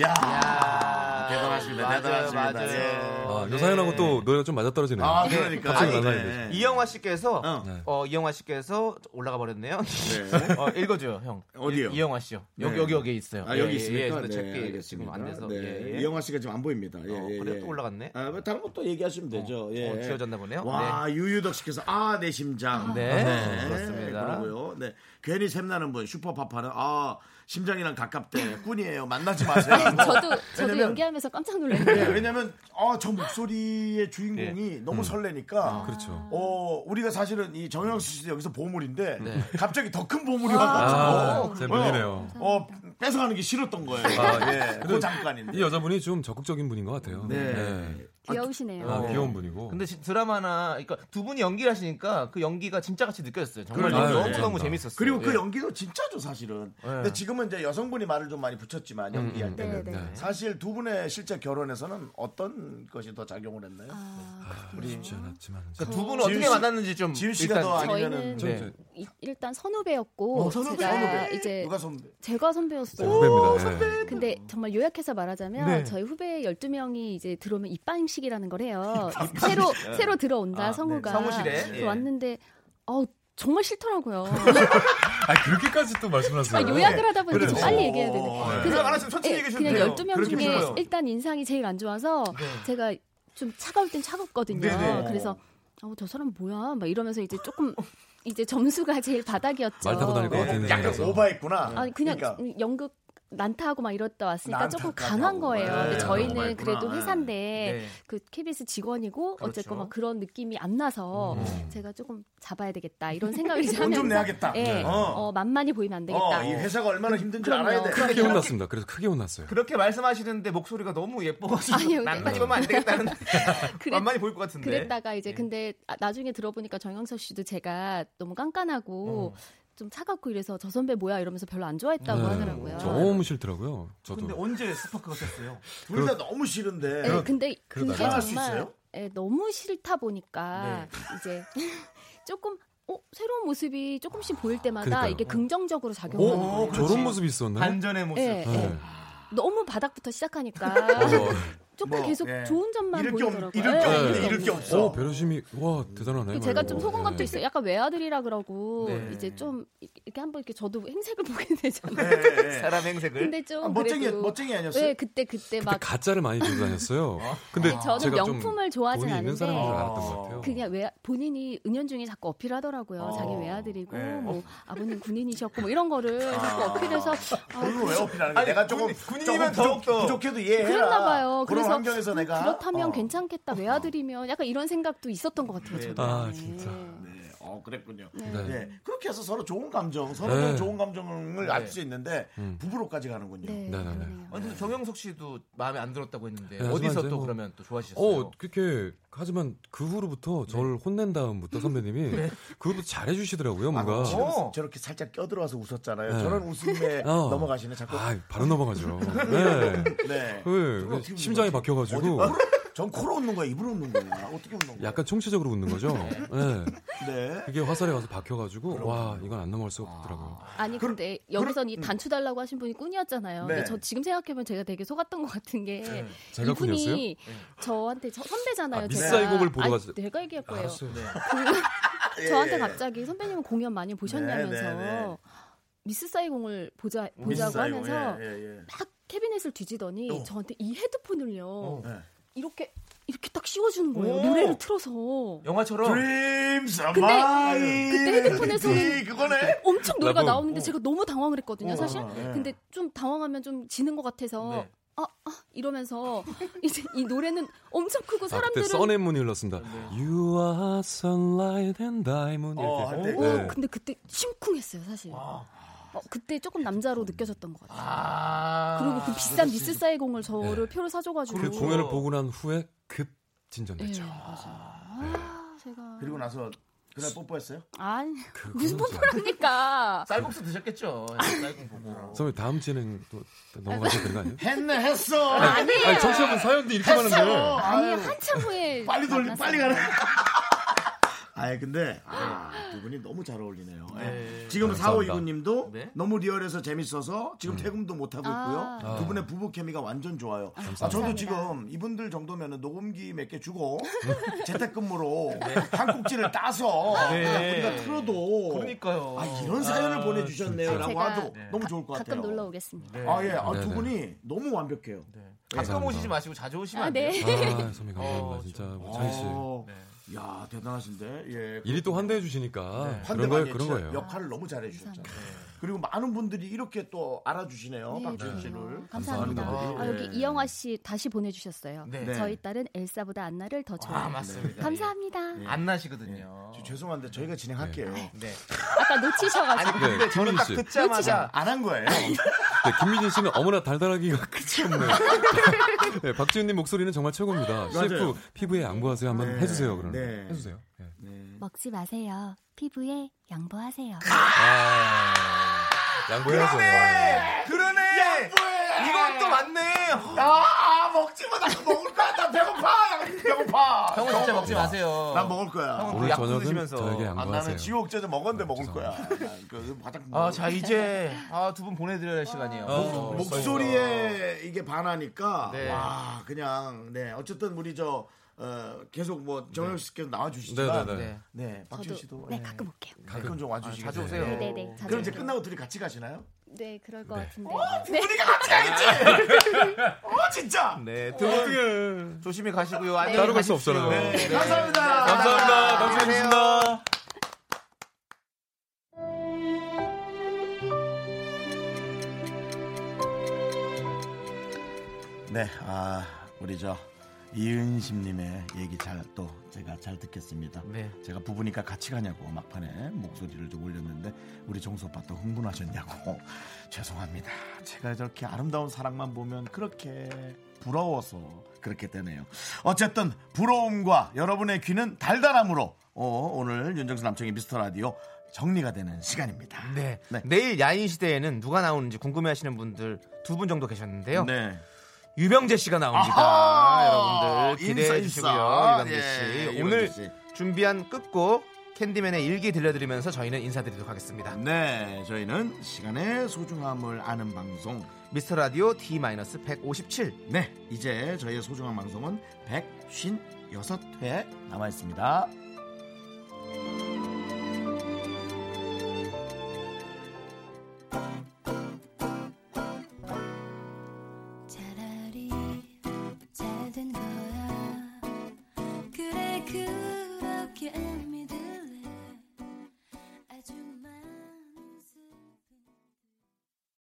[SPEAKER 1] 야, 아,
[SPEAKER 2] 아,
[SPEAKER 1] 대단하십니다. 대단하십니다. 예.
[SPEAKER 2] 어,
[SPEAKER 8] 아,
[SPEAKER 2] 네.
[SPEAKER 8] 요 사연하고 또 노래가 좀 맞아떨어지네요.
[SPEAKER 2] 예,
[SPEAKER 1] 아, 그러니까요.
[SPEAKER 8] 갑자기
[SPEAKER 1] 아니,
[SPEAKER 8] 만나게
[SPEAKER 1] 네.
[SPEAKER 8] 되죠.
[SPEAKER 2] 이영화 씨께서 어, 이영화 씨께서 올라가 버렸네요. 어, 읽어줘요, 형.
[SPEAKER 1] 어디요?
[SPEAKER 2] 이- 이영화 씨요.
[SPEAKER 1] 네.
[SPEAKER 2] 여기 여기 여기 있어요.
[SPEAKER 1] 아,
[SPEAKER 2] 예,
[SPEAKER 1] 여기
[SPEAKER 2] 예,
[SPEAKER 1] 있습니까?
[SPEAKER 2] 예, 근데
[SPEAKER 1] 네,
[SPEAKER 2] 제게
[SPEAKER 1] 알겠습니다.
[SPEAKER 2] 지금 안 돼서.
[SPEAKER 1] 네.
[SPEAKER 2] 예, 예.
[SPEAKER 1] 이영화 씨가 지금 안 보입니다. 예, 예,
[SPEAKER 2] 그래요?
[SPEAKER 1] 예.
[SPEAKER 2] 또 올라갔네.
[SPEAKER 1] 아, 뭐 다른 것도 얘기하시면 되죠. 예.
[SPEAKER 2] 어, 지워졌나 보네요.
[SPEAKER 1] 와, 유유덕 씨께서 아, 내 심장.
[SPEAKER 2] 네, 그렇습니다.
[SPEAKER 1] 그러고요. 네. 괜히 샘나는 분 슈퍼파파는 아, 심장이랑 가깝대. 꾼이에요. 만나지 마세요.
[SPEAKER 11] 저도 저도
[SPEAKER 1] 왜냐면-
[SPEAKER 11] 연기하면서 깜짝
[SPEAKER 1] 네,
[SPEAKER 11] 놀랐어요.
[SPEAKER 1] 왜냐면 아, 저 목소리의
[SPEAKER 2] 네.
[SPEAKER 1] 주인공이 너무
[SPEAKER 2] 음. 아,
[SPEAKER 1] 설레니까
[SPEAKER 8] 그렇죠.
[SPEAKER 1] 어, 우리가 사실은 이 정영수 씨도 여기서 보물인데
[SPEAKER 8] 네.
[SPEAKER 1] 갑자기 더 큰 보물이
[SPEAKER 8] 아,
[SPEAKER 1] 와가지고
[SPEAKER 8] 진짜
[SPEAKER 1] 어,
[SPEAKER 2] 아,
[SPEAKER 8] 밀리네요.
[SPEAKER 1] 어, 뺏어가는 게 싫었던 거예요.
[SPEAKER 8] 아,
[SPEAKER 1] 예.
[SPEAKER 8] 근데
[SPEAKER 1] 그 잠깐인데.
[SPEAKER 8] 이 여자분이 좀 적극적인 분인 것 같아요.
[SPEAKER 1] 네.
[SPEAKER 11] 귀여우시네요.
[SPEAKER 8] 아, 귀여운 분이고.
[SPEAKER 2] 근데 지- 드라마나 그러니까 두 분이 연기를 하시니까 그 연기가 진짜 같이 느껴졌어요.
[SPEAKER 8] 그렇죠.
[SPEAKER 2] 정말
[SPEAKER 1] 그러니까요.
[SPEAKER 8] 네,
[SPEAKER 2] 너무
[SPEAKER 1] 예.
[SPEAKER 2] 너무 재밌었어요.
[SPEAKER 1] 그리고 그
[SPEAKER 2] 예.
[SPEAKER 1] 연기도 진짜죠 사실은. 근데 지금은 이제 여성분이 말을 좀 많이 붙였지만 연기할
[SPEAKER 2] 음,
[SPEAKER 1] 때는
[SPEAKER 2] 네, 네.
[SPEAKER 1] 사실 두 분의 실제 결혼에서는 어떤 것이 더 작용을 했나요?
[SPEAKER 11] 아,
[SPEAKER 1] 우리
[SPEAKER 2] 그러니까 두 분은 어떻게 만났는지 좀
[SPEAKER 1] 지윤 씨가
[SPEAKER 2] 일단
[SPEAKER 1] 더 아니면은
[SPEAKER 11] 저희는
[SPEAKER 1] 네.
[SPEAKER 11] 이- 일단 선후배였고
[SPEAKER 1] 어, 선후배,
[SPEAKER 11] 제가
[SPEAKER 1] 선후배.
[SPEAKER 11] 이제
[SPEAKER 1] 누가 선배?
[SPEAKER 11] 제가 선배였어요.
[SPEAKER 8] 후배입니다. 네. 오, 선배.
[SPEAKER 11] 근데 정말 요약해서 말하자면
[SPEAKER 8] 네.
[SPEAKER 11] 저희 후배 12명이 이제 들어오면 입방식이라는 걸 해요. 새로
[SPEAKER 2] 네.
[SPEAKER 11] 새로 들어온다
[SPEAKER 2] 아,
[SPEAKER 11] 성우가
[SPEAKER 2] 네. 성우실에? 예.
[SPEAKER 11] 왔는데 어 정말 싫더라고요.
[SPEAKER 8] 아, 그렇게까지 또 말씀하세요.
[SPEAKER 11] 아, 요약을 하다 보니까 좀 빨리 얘기해야 되네.
[SPEAKER 8] 어,
[SPEAKER 11] 그래서
[SPEAKER 8] 요약 안 하시면 천천히
[SPEAKER 11] 예,
[SPEAKER 8] 얘기해 주시면
[SPEAKER 11] 그냥
[SPEAKER 8] 돼요.
[SPEAKER 11] 12명
[SPEAKER 8] 그렇게
[SPEAKER 11] 중에
[SPEAKER 8] 풀어요. 네.
[SPEAKER 11] 일단 인상이 제일 안 좋아서 제가 좀 차가울 땐 차갑거든요.
[SPEAKER 8] 네네.
[SPEAKER 11] 그래서 어, 저 사람 뭐야? 막 이러면서 이제 조금 이제 점수가 제일 바닥이었죠.
[SPEAKER 8] 말 타고
[SPEAKER 2] 네,
[SPEAKER 8] 다닐 것 같은
[SPEAKER 1] 약간
[SPEAKER 8] 생각에서.
[SPEAKER 1] 오바했구나.
[SPEAKER 11] 아니 그냥
[SPEAKER 1] 그러니까.
[SPEAKER 11] 음, 연극 난타하고 막 이렇다 왔으니까
[SPEAKER 1] 난타까지
[SPEAKER 11] 조금 강한
[SPEAKER 1] 하고.
[SPEAKER 11] 거예요.
[SPEAKER 1] 네,
[SPEAKER 11] 근데
[SPEAKER 8] 아,
[SPEAKER 1] 너무 많이
[SPEAKER 11] 저희는 그래도
[SPEAKER 1] 했구나.
[SPEAKER 11] 회사인데
[SPEAKER 1] 네.
[SPEAKER 11] 그 KBS 직원이고
[SPEAKER 1] 그렇죠.
[SPEAKER 11] 어쨌건 막 그런 느낌이 안 나서
[SPEAKER 8] 음.
[SPEAKER 11] 제가 조금 잡아야 되겠다 이런 생각을 이제
[SPEAKER 1] 돈좀
[SPEAKER 11] 하면서
[SPEAKER 1] 내야겠다.
[SPEAKER 11] 예,
[SPEAKER 8] 네.
[SPEAKER 11] 어. 만만히 보이면 안 되겠다.
[SPEAKER 1] 어, 이 회사가 얼마나 힘든지
[SPEAKER 11] 그럼요.
[SPEAKER 1] 알아야 돼.
[SPEAKER 11] 그럼요.
[SPEAKER 8] 크게 혼났습니다. 그래서 크게 혼났어요.
[SPEAKER 2] 그렇게 말씀하시는데 목소리가 너무 예뻐가지고
[SPEAKER 11] 아니요, 근데-
[SPEAKER 8] 네.
[SPEAKER 2] 만만히 보면 안 되겠다는
[SPEAKER 11] 그랬-
[SPEAKER 2] 만만히 보일 것 같은데.
[SPEAKER 11] 그랬다가
[SPEAKER 8] 예.
[SPEAKER 11] 이제 근데 아, 나중에 들어보니까 정영석 씨도 제가 너무
[SPEAKER 8] 어.
[SPEAKER 11] 깐깐하고 좀 차갑고 이래서 저 선배 뭐야 이러면서 별로 안 좋아했다고
[SPEAKER 8] 네.
[SPEAKER 11] 하더라고요.
[SPEAKER 8] 너무 싫더라고요. 저도.
[SPEAKER 2] 근데 언제 스파크가 됐어요?
[SPEAKER 1] 둘 다 너무 싫은데.
[SPEAKER 11] 네, 근데 그게
[SPEAKER 8] 그러다가-
[SPEAKER 11] 정말
[SPEAKER 8] 할 있어요?
[SPEAKER 11] 예, 너무 싫다 보니까 이제 조금 어, 새로운 모습이 조금씩 보일 때마다
[SPEAKER 8] 그러니까요.
[SPEAKER 11] 아, 이게 긍정적으로 작용하는
[SPEAKER 1] 어,
[SPEAKER 11] 거예요.
[SPEAKER 8] 네?
[SPEAKER 11] 네.
[SPEAKER 2] 예,
[SPEAKER 8] 오, 저런 모습이 있었나요?
[SPEAKER 2] 반전의 모습.
[SPEAKER 8] 어,
[SPEAKER 11] 예, 예. 너무 바닥부터 시작하니까 조금
[SPEAKER 8] 뭐,
[SPEAKER 11] 계속
[SPEAKER 8] 예.
[SPEAKER 11] 좋은 점만
[SPEAKER 1] 이럴 게 없-
[SPEAKER 11] 보이더라고요.
[SPEAKER 1] 이럴 게 없네,
[SPEAKER 11] 예, 이럴 게
[SPEAKER 1] 이럴 게
[SPEAKER 11] 없어요.
[SPEAKER 1] 없어.
[SPEAKER 8] 어, 배려심이 와 대단하네요.
[SPEAKER 11] 제가 좀 속은 것도
[SPEAKER 8] 예.
[SPEAKER 11] 있어요. 약간 외아들이라 그러고
[SPEAKER 8] 네.
[SPEAKER 11] 이제 좀 이렇게 한번 이렇게 저도 행색을 보게
[SPEAKER 1] 네,
[SPEAKER 11] 되잖아요.
[SPEAKER 2] 네.
[SPEAKER 8] 네.
[SPEAKER 2] 사람 행색을.
[SPEAKER 11] 근데
[SPEAKER 8] 아,
[SPEAKER 11] 좀 어, 그래도- 네, 그때 그때 막
[SPEAKER 8] 가짜를 많이 들고 다녔어요. 근데
[SPEAKER 11] 아니, 저는
[SPEAKER 8] 제가 좀
[SPEAKER 11] 명품을 좋아하진
[SPEAKER 8] 돈이
[SPEAKER 11] 않은데
[SPEAKER 8] 있는 사람인 줄 알았던 것
[SPEAKER 1] 어.
[SPEAKER 8] 같아요.
[SPEAKER 11] 그냥 외 본인이 은연중에 자꾸 어필하더라고요.
[SPEAKER 8] 어.
[SPEAKER 11] 자기 외아들이고
[SPEAKER 8] 예.
[SPEAKER 11] 뭐 아버님 군인이셨고 뭐 이런 거를
[SPEAKER 1] 네. 아.
[SPEAKER 11] 자꾸 어필해서 아,
[SPEAKER 1] 그걸 왜 어필하는 거야? 내가 조금 군인이면 부족, 부족해도 이해해라.
[SPEAKER 11] 그랬나 봐요.
[SPEAKER 1] 그런
[SPEAKER 11] 그래서
[SPEAKER 1] 환경에서 내가
[SPEAKER 11] 그렇다면
[SPEAKER 1] 어.
[SPEAKER 11] 괜찮겠다. 외아들이면 약간 이런 생각도 있었던 것 같아요. 저도.
[SPEAKER 1] 아 진짜. 네, 어 그랬군요.
[SPEAKER 11] 네.
[SPEAKER 1] 네.
[SPEAKER 11] 네.
[SPEAKER 1] 그렇게 해서 서로 좋은 감정, 서로
[SPEAKER 8] 네. 음.
[SPEAKER 1] 좋은 감정을
[SPEAKER 2] 네.
[SPEAKER 1] 알 수 있는데 부부로까지 가는군요.
[SPEAKER 2] 네,
[SPEAKER 8] 네네네.
[SPEAKER 2] 아니, 근데 정영석 씨도 마음에 안 들었다고
[SPEAKER 8] 네,
[SPEAKER 2] 했는데
[SPEAKER 8] 하지만
[SPEAKER 2] 어디서
[SPEAKER 8] 이제
[SPEAKER 2] 또
[SPEAKER 8] 뭐-
[SPEAKER 2] 그러면 또 좋아지셨어요?
[SPEAKER 8] 어, 그렇게 하지만 그 후로부터 저를 혼낸 다음부터 선배님이
[SPEAKER 1] 네.
[SPEAKER 8] 그후부터 잘해 주시더라고요,
[SPEAKER 1] 아,
[SPEAKER 8] 뭔가.
[SPEAKER 1] 지금 저렇게 살짝 껴들어와서 웃었잖아요.
[SPEAKER 8] 네.
[SPEAKER 1] 저런 웃음에
[SPEAKER 8] 어.
[SPEAKER 1] 넘어가시네 자꾸.
[SPEAKER 8] 아, 바로 넘어가죠. 네.
[SPEAKER 1] 네.
[SPEAKER 8] 그 심장이 바뀌어 가지고
[SPEAKER 1] 전 코로 웃는 거야, 입으로 웃는 거야. 어떻게 웃는 거야?
[SPEAKER 8] 약간 총체적으로 웃는 거죠. 네.
[SPEAKER 1] 네.
[SPEAKER 8] 그게 화살에 가서 박혀 가지고 와, 이건 안 넘어갈 수가 없더라고요.
[SPEAKER 11] 아니 근데 여기선
[SPEAKER 1] 음.
[SPEAKER 11] 이 단추 달라고 하신 분이 꾼이었잖아요.
[SPEAKER 8] 네.
[SPEAKER 11] 근데 저 지금 생각해보면 제가 되게 속았던 것 같은 게
[SPEAKER 8] 제가 꾼이었어요?
[SPEAKER 1] 네.
[SPEAKER 11] 이분이 저한테 저- 선배잖아요.
[SPEAKER 8] 아,
[SPEAKER 11] 제가.
[SPEAKER 8] 미사이곡을 보러
[SPEAKER 11] 아니,
[SPEAKER 8] 가서-
[SPEAKER 11] 내가 얘기할 거예요.
[SPEAKER 8] 알았어요. 네.
[SPEAKER 11] 그-
[SPEAKER 8] 예,
[SPEAKER 11] 저한테
[SPEAKER 8] 예.
[SPEAKER 11] 갑자기 선배님은 공연 많이 보셨냐면서
[SPEAKER 8] 네, 네, 네.
[SPEAKER 11] 미스 사이공을 보자
[SPEAKER 1] 미스
[SPEAKER 11] 보자고
[SPEAKER 1] 사이공,
[SPEAKER 11] 하면서
[SPEAKER 1] 예, 예, 예.
[SPEAKER 11] 막 캐비넷을 뒤지더니
[SPEAKER 1] 어.
[SPEAKER 11] 저한테 이 헤드폰을요
[SPEAKER 1] 네.
[SPEAKER 11] 이렇게 이렇게 딱 씌워주는 거예요.
[SPEAKER 1] 오.
[SPEAKER 11] 노래를 틀어서.
[SPEAKER 2] 영화처럼 네.
[SPEAKER 1] Dreams of
[SPEAKER 11] 근데
[SPEAKER 1] mine.
[SPEAKER 11] 그때 헤드폰에서는
[SPEAKER 1] 그거네.
[SPEAKER 11] 엄청 노래가
[SPEAKER 1] 라붐.
[SPEAKER 11] 나오는데 제가 너무 당황을 했거든요,
[SPEAKER 1] 어,
[SPEAKER 11] 사실.
[SPEAKER 1] 어, 네.
[SPEAKER 11] 근데 좀 당황하면 좀 지는 것 같아서
[SPEAKER 8] 네.
[SPEAKER 11] 아, 아 이러면서 이제 이 노래는 엄청 크고
[SPEAKER 8] 아, 그때
[SPEAKER 11] 사람들은
[SPEAKER 8] 써낸문이 흘렀습니다. You are sunlight and diamond
[SPEAKER 11] 어,
[SPEAKER 8] 이렇게. 네.
[SPEAKER 11] 오, 근데 그때 심쿵했어요, 사실. 어, 그때 조금 남자로 느껴졌던 것 같아요. 그리고 그 비싼
[SPEAKER 8] 그렇지.
[SPEAKER 11] 미스 사이공을 저를
[SPEAKER 8] 네.
[SPEAKER 11] 표로 사줘가지고
[SPEAKER 8] 그 공연을 보고 난 후에 급
[SPEAKER 11] 예,
[SPEAKER 8] 진전됐죠.
[SPEAKER 11] 맞아요. 아, 제가
[SPEAKER 1] 그리고 나서 그날 뽀뽀했어요?
[SPEAKER 11] 아니
[SPEAKER 1] 그
[SPEAKER 8] 그
[SPEAKER 11] 무슨 뽀뽀라니까
[SPEAKER 2] 쌀국수 드셨겠죠. 쌀국수
[SPEAKER 1] 어.
[SPEAKER 2] 보고.
[SPEAKER 8] 선배 다음 진행 또 넘어가셔야 되는 거 아니에요?
[SPEAKER 1] 했네 했어.
[SPEAKER 11] 아니에요.
[SPEAKER 8] 아니, 청취자분 사연도 이렇게 했어. 많은데.
[SPEAKER 11] 아니 한참 후에
[SPEAKER 1] 빨리 돌리-
[SPEAKER 11] 만났어요.
[SPEAKER 1] 빨리
[SPEAKER 11] 네,
[SPEAKER 1] 가라. 아 근데 아, 두 분이 너무 잘 어울리네요.
[SPEAKER 2] 네.
[SPEAKER 1] 예. 지금
[SPEAKER 2] 감사합니다.
[SPEAKER 1] 4529님도 너무 리얼해서 재밌어서 지금 퇴근도 못 하고
[SPEAKER 2] 아.
[SPEAKER 1] 있고요. 두 분의 부부 케미가 완전 좋아요. 아, 저도
[SPEAKER 2] 감사합니다.
[SPEAKER 1] 지금 이분들 정도면 녹음기 몇 개 주고 재택근무로 한 꼭지를 따서
[SPEAKER 2] 네.
[SPEAKER 1] 우리가 틀어도
[SPEAKER 2] 그러니까요.
[SPEAKER 1] 아, 이런 사연을
[SPEAKER 2] 아,
[SPEAKER 1] 보내주셨네요라고
[SPEAKER 11] 제가
[SPEAKER 1] 하도 너무 좋을 것 같아요.
[SPEAKER 11] 가끔 놀러 오겠습니다.
[SPEAKER 1] 아 예, 네. 아,
[SPEAKER 8] 네,
[SPEAKER 1] 두
[SPEAKER 8] 네.
[SPEAKER 1] 분이 너무 완벽해요.
[SPEAKER 2] 가끔 오시지 마시고 자주 오시면
[SPEAKER 11] 아,
[SPEAKER 2] 안 돼요. 네.
[SPEAKER 11] 네.
[SPEAKER 8] 아, 선배 감사합니다. 진짜 창희 씨.
[SPEAKER 1] 어, 야 대단하신데 예.
[SPEAKER 8] 네. 일이 또 환대해 주시니까
[SPEAKER 1] 네. 환대
[SPEAKER 8] 그런
[SPEAKER 1] 많이
[SPEAKER 8] 거예요. 그런
[SPEAKER 1] 했죠.
[SPEAKER 8] 거예요.
[SPEAKER 1] 역할을 너무 잘해 주셨잖아요. 그리고 많은 분들이 이렇게 또 알아주시네요.
[SPEAKER 11] 네,
[SPEAKER 1] 박준
[SPEAKER 11] 그래요.
[SPEAKER 1] 씨를.
[SPEAKER 11] 감사합니다.
[SPEAKER 10] 네.
[SPEAKER 11] 아, 여기 이영화 씨 다시 보내주셨어요.
[SPEAKER 1] 네.
[SPEAKER 11] 저희 딸은 엘사보다 안나를 더 좋아해요.
[SPEAKER 1] 맞습니다.
[SPEAKER 11] 감사합니다.
[SPEAKER 1] 네.
[SPEAKER 2] 안나시거든요.
[SPEAKER 1] 어. 죄송한데 저희가 진행할게요.
[SPEAKER 8] 네.
[SPEAKER 1] 네.
[SPEAKER 11] 아까 놓치셔가지고.
[SPEAKER 8] 아니, 근데 네, 저는 딱 김민지 씨.
[SPEAKER 1] 듣자마자 안 한 거예요.
[SPEAKER 8] 네, 김민진 씨는 어머나 달달하기가 끝이 없네요. 네, 박지훈님 목소리는 정말 최고입니다.
[SPEAKER 1] 맞아요.
[SPEAKER 8] CF 피부에 양보하세요. 한번
[SPEAKER 1] 네.
[SPEAKER 8] 해주세요. 그러면
[SPEAKER 1] 네.
[SPEAKER 8] 해주세요.
[SPEAKER 1] 그
[SPEAKER 10] 먹지 마세요. 피부에 양보하세요.
[SPEAKER 8] 아, 양보해야죠.
[SPEAKER 2] 그러네. 이건 또 맞네.
[SPEAKER 1] 아, 아, 먹지 마. 나 먹을 거야. 나 배고파. 나 배고파.
[SPEAKER 2] 형은 진짜 먹지 마세요.
[SPEAKER 1] 어, 나 먹을 거야.
[SPEAKER 2] 형은 오늘 그 약속 저녁은 드시면서. 저에게
[SPEAKER 1] 아,
[SPEAKER 2] 양보하세요.
[SPEAKER 1] 나는 지옥제도
[SPEAKER 8] 아,
[SPEAKER 1] 먹었는데 먹을 거야. 난 그, 바닥
[SPEAKER 2] 아, 자 이제 아, 두 분 보내드려야 할 시간이에요.
[SPEAKER 1] 어,
[SPEAKER 2] 어,
[SPEAKER 1] 목, 목소리에 이게 반하니까
[SPEAKER 2] 네.
[SPEAKER 1] 와 그냥 네 어쨌든 우리 저 어, 계속 뭐 정영 씨께서 나와주시지만
[SPEAKER 8] 네,
[SPEAKER 1] 네,
[SPEAKER 8] 네, 네.
[SPEAKER 1] 박준
[SPEAKER 11] 저도-
[SPEAKER 1] 씨도
[SPEAKER 11] 네,
[SPEAKER 1] 예.
[SPEAKER 11] 가끔 올게요.
[SPEAKER 1] 가끔 좀 와주시고
[SPEAKER 2] 아, 자주 오세요. 네, 네, 네, 자주
[SPEAKER 1] 그럼 이제
[SPEAKER 11] 올게요.
[SPEAKER 1] 끝나고 둘이 같이 가시나요?
[SPEAKER 11] 네, 그럴 것 같은데. 네.
[SPEAKER 1] 우리가 같이 가겠지. 어 진짜.
[SPEAKER 2] 네, 두 분 조심히 가시고요. 안녕히
[SPEAKER 8] 따로 갈수
[SPEAKER 2] 가십시오.
[SPEAKER 8] 없잖아요.
[SPEAKER 2] 네.
[SPEAKER 1] 감사합니다.
[SPEAKER 2] 감사합니다. 감사합니다.
[SPEAKER 1] 네, 아 우리 저 이은심님의 얘기 잘 또 제가 잘 듣겠습니다.
[SPEAKER 2] 네.
[SPEAKER 1] 제가 부부니까 같이 가냐고 막판에 목소리를 좀 올렸는데 우리 정수 오빠 또 흥분하셨냐고 죄송합니다. 제가 저렇게 아름다운 사랑만 보면 그렇게 부러워서 그렇게 되네요. 어쨌든 부러움과 여러분의 귀는 달달함으로 어, 오늘 윤정수 남청의 미스터 라디오 정리가 되는 시간입니다.
[SPEAKER 2] 네. 내일 야인 시대에는 누가 나오는지 궁금해하시는 분들 두 분 정도 계셨는데요.
[SPEAKER 1] 네.
[SPEAKER 2] 유병재 씨가 나옵니다.
[SPEAKER 1] 아하!
[SPEAKER 2] 여러분들 기대해
[SPEAKER 1] 인사, 인사.
[SPEAKER 2] 주시고요. 유병재
[SPEAKER 1] 예,
[SPEAKER 2] 씨
[SPEAKER 1] 유병재
[SPEAKER 2] 오늘
[SPEAKER 1] 씨.
[SPEAKER 2] 준비한 끝곡 캔디맨의 일기 들려드리면서 저희는 인사드리도록 하겠습니다.
[SPEAKER 1] 네, 저희는 시간의 소중함을 아는 방송
[SPEAKER 2] 미스터 라디오 D-157.
[SPEAKER 1] 네, 이제 저희의 소중한 방송은 156회 남아 있습니다.